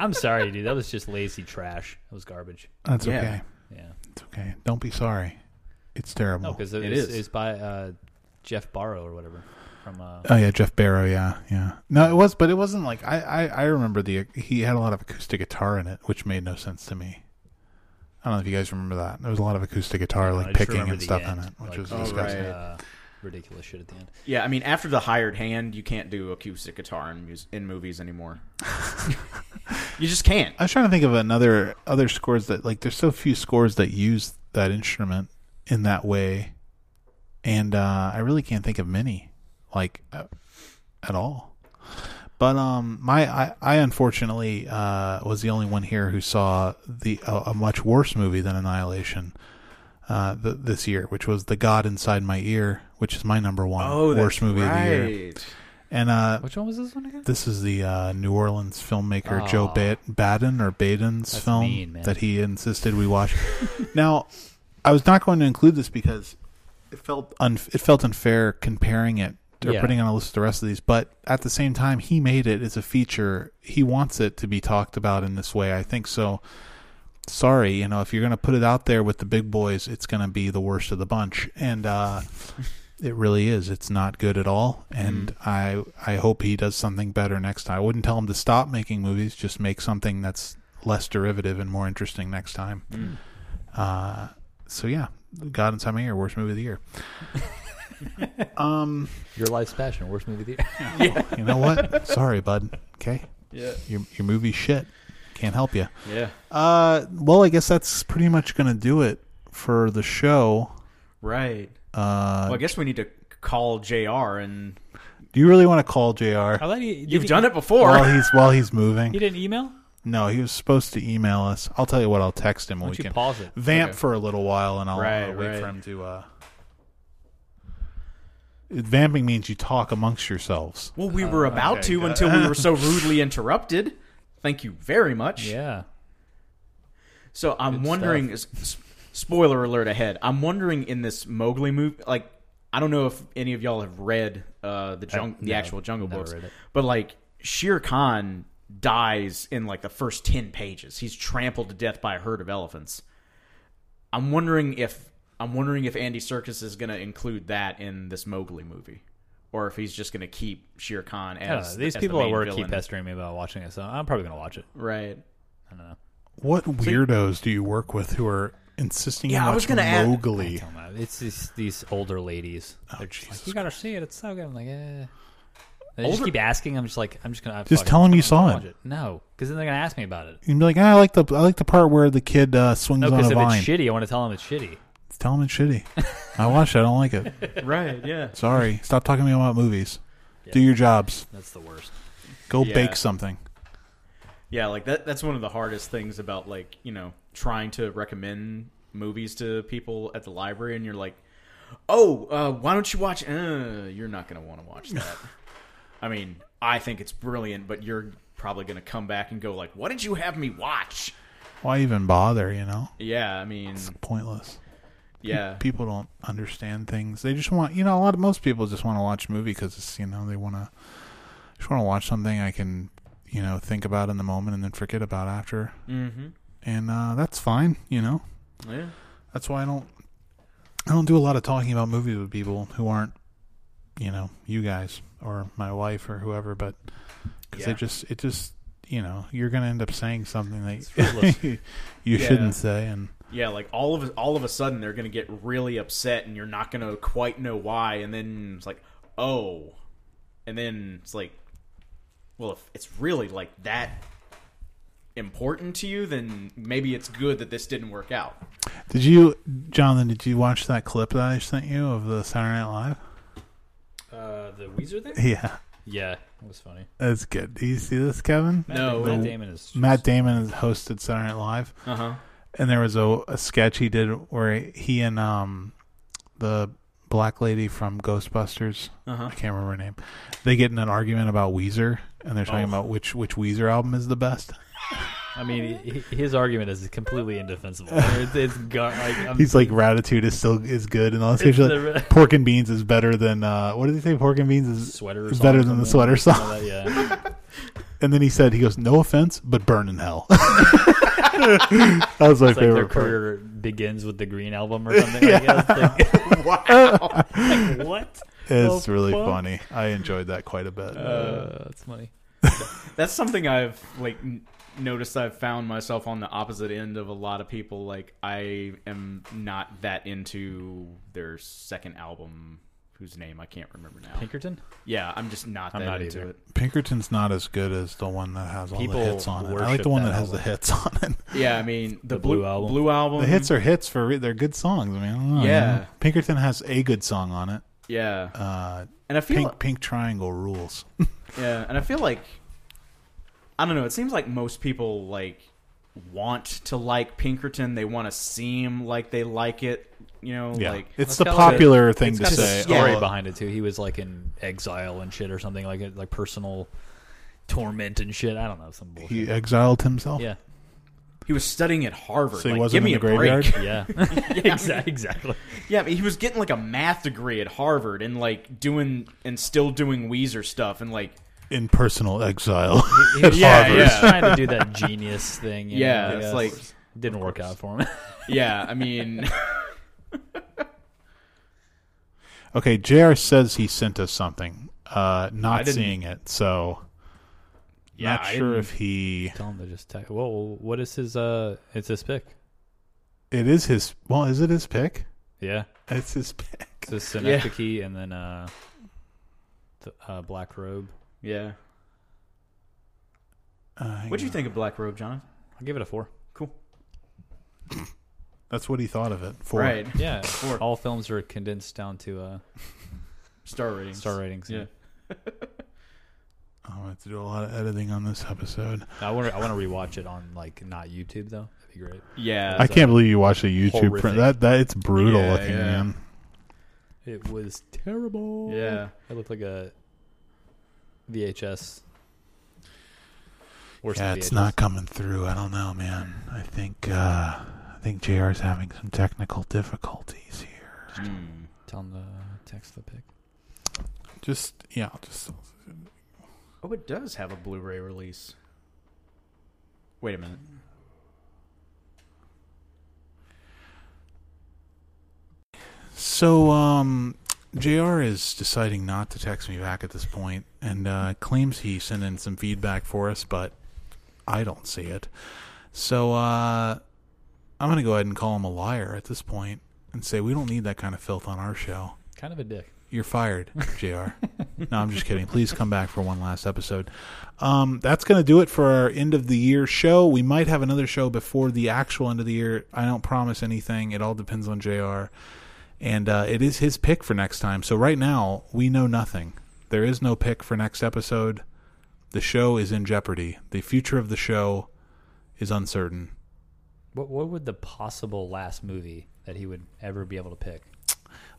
Speaker 3: I'm sorry, dude. That was just lazy trash. It was garbage.
Speaker 1: That's
Speaker 2: Yeah.
Speaker 1: okay.
Speaker 3: Yeah.
Speaker 1: It's okay. Don't be sorry. It's terrible.
Speaker 3: No, because
Speaker 2: It
Speaker 3: Oh, it is
Speaker 2: is.
Speaker 3: it's by uh, Jeff Barrow or whatever from. Uh,
Speaker 1: oh yeah, Jeff Barrow. Yeah, yeah. No, it was, but it wasn't like I, I I remember the he had a lot of acoustic guitar in it, which made no sense to me. I don't know if you guys remember that. There was a lot of acoustic guitar,
Speaker 3: I
Speaker 1: like
Speaker 3: just
Speaker 1: picking
Speaker 3: remember
Speaker 1: and
Speaker 3: the
Speaker 1: stuff
Speaker 3: end,
Speaker 1: in it, which
Speaker 3: like,
Speaker 1: was
Speaker 3: oh,
Speaker 1: disgusting.
Speaker 2: right.
Speaker 3: uh, ridiculous shit at the end.
Speaker 2: Yeah, I mean, after the hired hand, you can't do acoustic guitar in, mus- in movies anymore. you just can't.
Speaker 1: I was trying to think of another other scores that like there's so few scores that use that instrument in that way, and uh, I really can't think of many like uh, at all. But um, my I, I unfortunately uh, was the only one here who saw the a, a much worse movie than Annihilation uh, th- this year, which was The God Inside My Ear, which is my number one
Speaker 2: Oh,
Speaker 1: worst movie of the year. And uh,
Speaker 3: Which one was this one again?
Speaker 1: this is the uh, New Orleans filmmaker
Speaker 3: Aw.
Speaker 1: Joe ba- Baden or Baden's
Speaker 3: That's
Speaker 1: film
Speaker 3: mean, man.
Speaker 1: that he insisted we watch. now, I was not going to include this because it felt un- it felt unfair comparing it or
Speaker 3: Yeah.
Speaker 1: putting it on a list of the rest of these. But at the same time, he made it. It's a feature. He wants it to be talked about in this way. I think so. Sorry, you know, if you're going to put it out there with the big boys, it's going to be the worst of the bunch. And uh, it really is. It's not good at all, and I I hope he does something better next time. I wouldn't tell him to stop making movies; just make something that's less derivative and more interesting next time. Uh, so yeah, God Inside My Ear, worst movie of the year. um,
Speaker 3: Your Life's Passion, worst movie of the year.
Speaker 1: you know what? Sorry, bud. Okay, yeah, your your movie shit. Can't help you.
Speaker 2: Yeah.
Speaker 1: Uh, well, I guess that's pretty much gonna do it for the show.
Speaker 2: Right.
Speaker 1: Uh,
Speaker 2: Well, I guess we need to call JR, and
Speaker 1: do you really want to call Jr.
Speaker 3: I thought he,
Speaker 2: you've done it before.
Speaker 1: while he's while he's moving?
Speaker 3: He didn't email.
Speaker 1: No, he was supposed to email us. I'll tell you what. I'll text him. when
Speaker 3: Why
Speaker 1: we
Speaker 3: don't you
Speaker 1: can
Speaker 3: pause it?
Speaker 1: vamp
Speaker 2: Okay.
Speaker 1: for a little while, and I'll,
Speaker 2: Right,
Speaker 1: I'll wait
Speaker 2: right.
Speaker 1: for him to. Uh... Vamping means you talk amongst yourselves.
Speaker 2: well, we were about
Speaker 1: Oh, okay,
Speaker 2: to
Speaker 1: good.
Speaker 2: until we were so rudely interrupted. Thank you very much.
Speaker 3: Yeah.
Speaker 2: So I'm wondering. s- s- Spoiler alert ahead. I'm wondering in this Mowgli movie, like I don't know if any of y'all have read uh, the jung- the
Speaker 3: no,
Speaker 2: actual Jungle
Speaker 3: never
Speaker 2: Books,
Speaker 3: read it.
Speaker 2: but like Shere Khan dies in like the first ten pages. He's trampled to death by a herd of elephants. I'm wondering if I'm wondering if Andy Serkis is going to include that in this Mowgli movie, or if he's just going to keep Shere Khan
Speaker 3: I don't
Speaker 2: as
Speaker 3: know. These
Speaker 2: as the
Speaker 3: people at
Speaker 2: main
Speaker 3: work
Speaker 2: villain.
Speaker 3: keep pestering me about watching it, so I'm probably gonna watch it.
Speaker 2: right.
Speaker 1: What weirdos do you work with who are insisting
Speaker 2: Yeah,
Speaker 1: you
Speaker 2: I
Speaker 1: watch
Speaker 2: was gonna add-
Speaker 3: I
Speaker 1: Mowgli?
Speaker 3: don't know. It's these, these older ladies. They're just like,
Speaker 1: Oh, Jesus
Speaker 3: you gotta see it. It's so good. I'm like, eh. They just keep asking. I'm just like, I'm just gonna
Speaker 1: Just
Speaker 3: fuck
Speaker 1: tell 'em
Speaker 3: I'm
Speaker 1: you
Speaker 3: gonna
Speaker 1: saw
Speaker 3: watch
Speaker 1: it.
Speaker 3: No, because then they're gonna ask me about it.
Speaker 1: You'd be like, ah, I like the I like the part where the kid uh, swings
Speaker 3: No,
Speaker 1: on
Speaker 3: because
Speaker 1: a
Speaker 3: if
Speaker 1: vine.
Speaker 3: it's shitty, I want to tell them it's shitty.
Speaker 1: Tell him it's shitty. I watched. it. I don't like it.
Speaker 2: Right. Yeah.
Speaker 1: Sorry. Stop talking to me about movies. Do your jobs.
Speaker 3: That's the worst.
Speaker 1: Go
Speaker 2: Yeah.
Speaker 1: bake something.
Speaker 2: Yeah, like that that's one of the hardest things about like, you know, trying to recommend movies to people at the library and you're like, "Oh, uh, why don't you watch uh, you're not going to want to watch that." I mean, I think it's brilliant, but you're probably going to come back and go like, "What did you have me watch?"
Speaker 1: Why even bother? You know,
Speaker 2: Yeah, I mean,
Speaker 1: pointless.
Speaker 2: yeah.
Speaker 1: People don't understand things. They just want. You know, a lot of most people just want to watch a movie because it's you know they want to just want to watch something I can you know think about in the moment and then forget about after.
Speaker 3: Mm.
Speaker 2: Mhm.
Speaker 1: And uh, that's fine. You know,
Speaker 2: Yeah.
Speaker 1: that's why I don't I don't do a lot of talking about movies with people who aren't you know you guys or my wife or whoever, but because
Speaker 2: Yeah.
Speaker 1: it just it just you know you're gonna end up saying something
Speaker 3: fruitless.
Speaker 1: that you
Speaker 2: Yeah.
Speaker 1: shouldn't say, and
Speaker 2: Yeah, like all of all of a sudden they're going to get really upset and you're not going to quite know why and then it's like, "Oh." And then it's like, well, if it's really like that important to you, then maybe it's good that this didn't work out.
Speaker 1: did you Jonathan? Did you watch that clip that I sent you of the Saturday Night Live?
Speaker 3: Uh, the Weezer thing?
Speaker 1: Yeah,
Speaker 3: Yeah, it was funny.
Speaker 1: that's good. Do you see this, Kevin?
Speaker 2: No.
Speaker 3: Matt Damon is.
Speaker 1: Oh, Matt Damon has hosted Saturday Night Live,
Speaker 2: Uh huh.
Speaker 1: and there was a, a sketch he did where he and um the black lady from Ghostbusters
Speaker 2: Uh
Speaker 3: Uh-huh.
Speaker 2: huh.
Speaker 1: I can't remember her name. They get in an argument about Weezer, and they're talking
Speaker 2: Oh.
Speaker 1: about which which Weezer album is the best.
Speaker 3: I mean, he, his argument is completely indefensible. It's, it's gar- like, I'm-
Speaker 1: He's like, Ratitude is still is good, and all this.
Speaker 3: It's
Speaker 1: Like,
Speaker 3: the-
Speaker 1: Pork and Beans is better than uh, what did he say? Pork and Beans is
Speaker 3: sweater
Speaker 1: is
Speaker 3: song
Speaker 1: better
Speaker 3: or
Speaker 1: than the sweater
Speaker 3: something. Something
Speaker 1: song.
Speaker 3: like that, yeah.
Speaker 1: And then he said, he goes, "No offense, but burn in hell." that was my
Speaker 3: It's like
Speaker 1: favorite.
Speaker 3: their
Speaker 1: part.
Speaker 3: career begins with the Green Album or something. I guess. Like, like, what?
Speaker 1: It's
Speaker 3: the
Speaker 1: really
Speaker 3: fuck?
Speaker 1: funny. I enjoyed that quite a bit.
Speaker 3: Uh, that's funny.
Speaker 2: That's something I've like n- noticed. I've found myself on the opposite end of a lot of people. Like I am not that into their second album, whose name I can't remember now.
Speaker 3: Pinkerton.
Speaker 2: Yeah, I'm just not
Speaker 3: I'm
Speaker 2: that
Speaker 3: not
Speaker 2: into
Speaker 3: either.
Speaker 2: it.
Speaker 1: Pinkerton's not as good as the one that has all
Speaker 3: People
Speaker 1: the hits on it. I like
Speaker 3: worship
Speaker 1: the one
Speaker 3: that
Speaker 1: that has the
Speaker 3: album.
Speaker 1: hits on it.
Speaker 2: Yeah, I mean the, blue,
Speaker 3: Blue Album.
Speaker 2: Blue album.
Speaker 1: The hits are hits for re- they're good songs. I mean, I don't know. you
Speaker 2: Mm-hmm. Yeah.
Speaker 1: know? Pinkerton has a good song on it.
Speaker 2: yeah,
Speaker 1: Uh,
Speaker 2: and I feel
Speaker 1: pink pink triangle rules.
Speaker 2: Yeah, and I feel like I don't know. It seems like most people like want to like Pinkerton. They want to seem like they like it. You know,
Speaker 1: yeah,
Speaker 2: like
Speaker 1: it's the
Speaker 3: Let's call it-
Speaker 1: popular thing to
Speaker 2: got the
Speaker 1: say.
Speaker 2: Yeah.
Speaker 3: Story
Speaker 1: Oh,
Speaker 3: behind it too. He was like in exile and shit or something like it, like personal torment and shit. I don't know some bullshit.
Speaker 1: he exiled himself.
Speaker 3: yeah,
Speaker 2: he was studying at Harvard.
Speaker 1: So he
Speaker 2: like,
Speaker 1: wasn't
Speaker 2: give me
Speaker 1: in the
Speaker 2: a
Speaker 1: graveyard?
Speaker 2: break.
Speaker 3: yeah, Exa- exactly.
Speaker 2: yeah, but he was getting like a math degree at Harvard and like doing and still doing Weezer stuff and like
Speaker 1: in personal exile.
Speaker 3: He was,
Speaker 2: Yeah,
Speaker 3: he was
Speaker 2: yeah.
Speaker 3: trying to do that genius thing. you know,
Speaker 2: Yeah,
Speaker 3: I
Speaker 2: it's
Speaker 3: guess.
Speaker 2: like-
Speaker 3: didn't work out for him.
Speaker 2: yeah. I mean,
Speaker 1: okay, Jr. says he sent us something. Uh, not
Speaker 2: didn't-
Speaker 1: seeing it, so
Speaker 2: yeah,
Speaker 1: not
Speaker 2: I
Speaker 1: sure
Speaker 2: didn't-
Speaker 1: if he.
Speaker 3: Tell him to just text. Whoa, what is his? Uh, it's his pick.
Speaker 1: It is his. Well, is it his pick?
Speaker 3: Yeah,
Speaker 1: It's his pick.
Speaker 3: it's his synecdoche and then uh, the uh, black robe.
Speaker 2: yeah.
Speaker 1: Uh,
Speaker 2: What do you
Speaker 1: yeah.
Speaker 2: think of Black Robe, Jonathan?
Speaker 3: I'll give it a four.
Speaker 2: Cool.
Speaker 1: That's what he thought of it for.
Speaker 2: Right.
Speaker 3: Yeah, All films are condensed down to uh,
Speaker 2: Star ratings.
Speaker 3: star ratings.
Speaker 2: Yeah.
Speaker 1: I'm gonna Oh, have to do a lot of editing on this episode.
Speaker 3: I want to. I want to rewatch it on like not YouTube though. That'd be great.
Speaker 2: Yeah.
Speaker 1: I can't believe you watched a YouTube
Speaker 3: horrific.
Speaker 1: print. That that it's brutal
Speaker 2: Yeah,
Speaker 1: looking,
Speaker 2: yeah.
Speaker 1: man.
Speaker 3: It was terrible.
Speaker 2: Yeah.
Speaker 3: it looked like a VHS. Worse
Speaker 1: Yeah,
Speaker 3: than
Speaker 1: it's
Speaker 3: VHS.
Speaker 1: not coming through. I don't know, man. I think uh, I think JR's having some technical difficulties here.
Speaker 3: Just tell, tell him the text the pic.
Speaker 1: Just yeah, just
Speaker 2: Oh, it does have a Blu-ray release. Wait a minute.
Speaker 1: So, um, JR is deciding not to text me back at this point and uh, claims he sent in some feedback for us, but I don't see it. So, uh, I'm going to go ahead and call him a liar at this point and say, we don't need that kind of filth on our show.
Speaker 3: Kind of a dick.
Speaker 1: You're fired, JR. no, I'm just kidding. Please come back for one last episode. Um, that's going to do it for our end of the year show. We might have another show before the actual end of the year. I don't promise anything. It all depends on JR. And uh, it is his pick for next time. So right now, we know nothing. There is no pick for next episode. The show is in jeopardy. The future of the show is uncertain.
Speaker 3: What what would the possible last movie that he would ever be able to pick?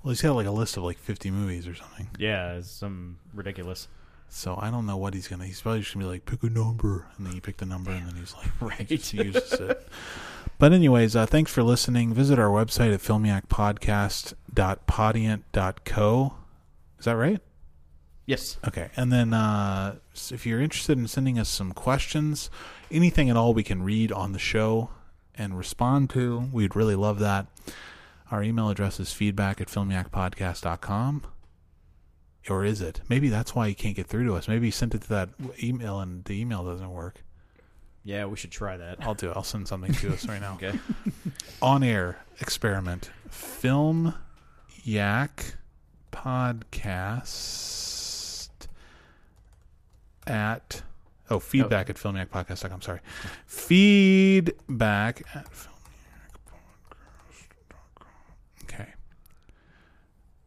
Speaker 1: Well, he's got like a list of like 50 movies or something.
Speaker 2: Yeah, it's some ridiculous.
Speaker 1: So I don't know what he's gonna. He's probably just gonna be like, pick a number, and then he picked a number, and then he's like, right, he just uses it. But anyways, uh, thanks for listening. Visit our website at filmiacpodcast.podient.co. Is that right?
Speaker 2: Yes.
Speaker 1: Okay. And then uh, s- if you're interested in sending us some questions, anything at all we can read on the show and respond to, we'd really love that. Our email address is feedback at filmiacpodcast.com. Or is it? Maybe that's why you can't get through to us. Maybe you sent it to that email and the email doesn't work.
Speaker 2: Yeah, we should try that.
Speaker 1: I'll do it. I'll send something to us right now.
Speaker 2: Okay.
Speaker 1: On air experiment. Film Yak Podcast at oh feedback at filmyakpodcast.com. Sorry, feedback at filmyakpodcast.com. Okay,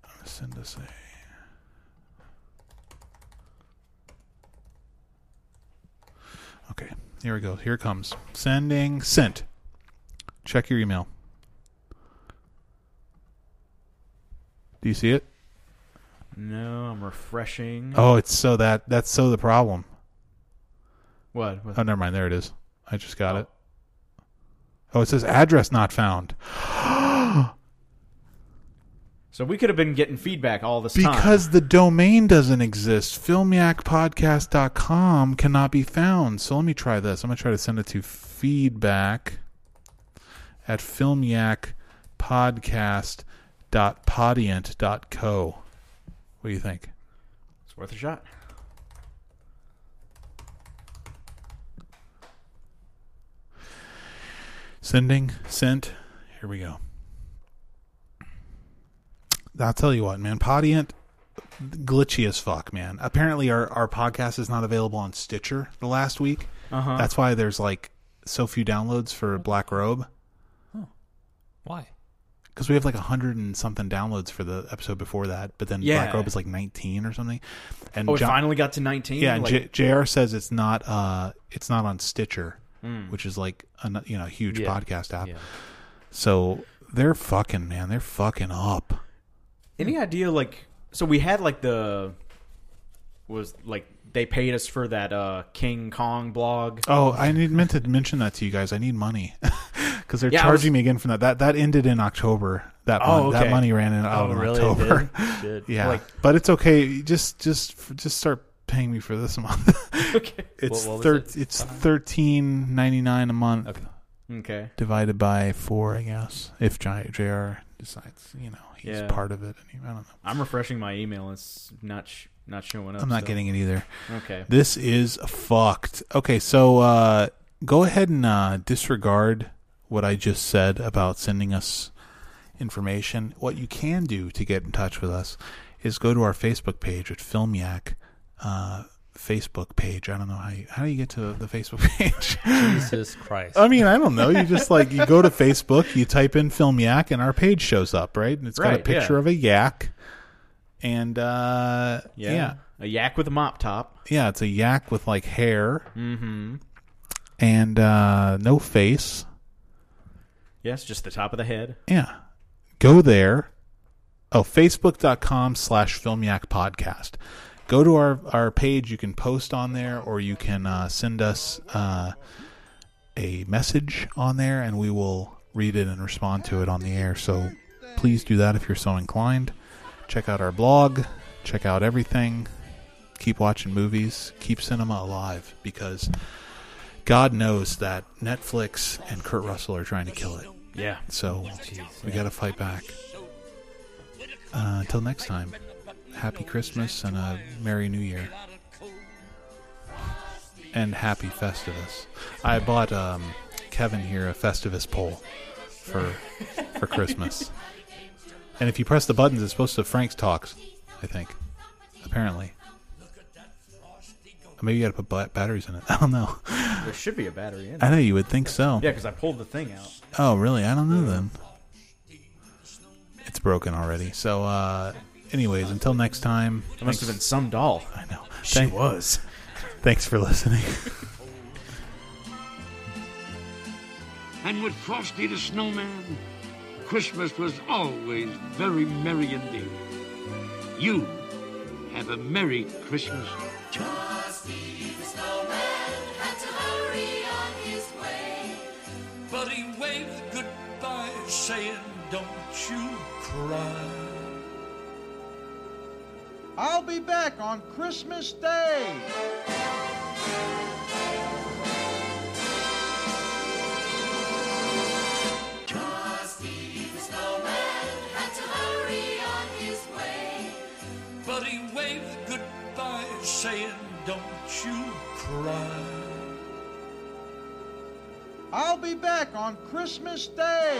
Speaker 1: I'm gonna send us a. Okay, here we go. Here it comes. Sending sent. Check your email. Do you see it?
Speaker 2: No, I'm refreshing.
Speaker 1: Oh, it's so that that's so the problem.
Speaker 2: What?
Speaker 1: Oh, never mind. There it is. I just got it. Oh, it says address not found
Speaker 2: So we could have been getting feedback all this time.
Speaker 1: because the domain doesn't exist. Filmiacpodcast.com cannot be found. So let me try this. I'm going to try to send it to feedback at filmiacpodcast.podient.co. What do you think?
Speaker 2: it's worth a shot.
Speaker 1: Sending, sent. Here we go. I'll tell you what, man. Podient, glitchy as fuck, man. Apparently, our, our podcast is not available on Stitcher the last week.
Speaker 2: Uh-huh.
Speaker 1: That's why there's like so few downloads for Black Robe
Speaker 3: Why?
Speaker 1: because we have like a hundred and something downloads for the episode before that, but then
Speaker 2: Yeah.
Speaker 1: Black Robe is like nineteen or something. And
Speaker 2: Oh, it
Speaker 1: John-
Speaker 2: finally got to 19.
Speaker 1: yeah, and
Speaker 2: like,
Speaker 1: J- Jr. says it's not uh it's not on Stitcher,
Speaker 2: hmm.
Speaker 1: which is like a you know huge
Speaker 3: Yeah.
Speaker 1: podcast app.
Speaker 3: Yeah.
Speaker 1: So they're fucking, man. They're fucking up.
Speaker 2: any idea like so we had like the was like they paid us for that uh King Kong blog.
Speaker 1: Oh, I need, meant to mention that to you guys. I need money because they're
Speaker 2: Yeah, I
Speaker 1: charging
Speaker 2: was-
Speaker 1: me again for that. That that ended in October. That
Speaker 2: Oh,
Speaker 1: mon-
Speaker 2: okay.
Speaker 1: that money ran in- out
Speaker 3: Oh,
Speaker 1: in
Speaker 3: really? It
Speaker 1: October.
Speaker 3: Did? It did.
Speaker 1: yeah,
Speaker 2: Like-
Speaker 1: but it's okay. Just just just start paying me for this month.
Speaker 2: okay.
Speaker 1: it's
Speaker 3: what was
Speaker 1: thir-
Speaker 3: it?
Speaker 1: it's thirteen ninety nine a month
Speaker 3: Okay.
Speaker 2: Okay.
Speaker 1: divided by four, I guess. If J- Jr. decides, you know, he's
Speaker 2: Yeah.
Speaker 1: part of it. And he, I don't know.
Speaker 2: I'm refreshing my email. It's not sh- not showing up.
Speaker 1: I'm not
Speaker 2: so-
Speaker 1: getting it either.
Speaker 2: Okay.
Speaker 1: This is fucked. Okay, so uh, go ahead and uh, disregard what I just said about sending us information. What you can do to get in touch with us is go to our Facebook page at Film Yak. Uh, Facebook page. I don't know how you, how do you get to the Facebook page.
Speaker 3: Jesus Christ.
Speaker 1: I mean, I don't know. You just like you go to Facebook, you type in Film Yak, and our page shows up, right? And it's got a
Speaker 2: Right, yeah.
Speaker 1: picture of a yak, and uh,
Speaker 2: Yeah.
Speaker 1: yeah,
Speaker 2: A yak with a mop top.
Speaker 1: yeah, it's a yak with like hair
Speaker 2: Mm-hmm.
Speaker 1: and uh, no face.
Speaker 2: Yes, just the top of the head.
Speaker 1: Yeah. Go there. Oh, facebook.com slash filmyak podcast. Go to our, our page. You can post on there or you can uh, send us uh, a message on there and we will read it and respond to it on the air. So please do that if you're so inclined. Check out our blog, check out everything. Keep watching movies, keep cinema alive because God knows that Netflix and Kurt Russell are trying to kill it.
Speaker 3: Yeah.
Speaker 1: So we got to fight back. Uh, until next time, happy Christmas and a Merry New Year. And happy Festivus. I bought um, Kevin here a Festivus pole for for Christmas. And if you press the buttons, it's supposed to Frank's talks, I think. Apparently. Maybe you got to put ba- batteries in it. I don't know.
Speaker 2: There should be a battery in it.
Speaker 1: I know you would think so.
Speaker 2: Yeah, because I pulled the thing out.
Speaker 1: Oh, really? I don't know then. It's broken already. So, uh, anyways, until next time.
Speaker 2: It must have been some doll.
Speaker 1: I know.
Speaker 2: She
Speaker 1: Thank-
Speaker 2: was.
Speaker 1: thanks for listening.
Speaker 4: And with Frosty the Snowman, Christmas was always very merry indeed. You have a Merry Christmas, too.
Speaker 5: Frosty the snowman had to hurry on his way.
Speaker 6: But he waved goodbye, saying, Don't you cry.
Speaker 7: I'll be back on Christmas Day.
Speaker 5: Frosty the snowman had to hurry on his way.
Speaker 6: But he waved goodbye, saying, Don't you cry.
Speaker 7: I'll be back on Christmas Day.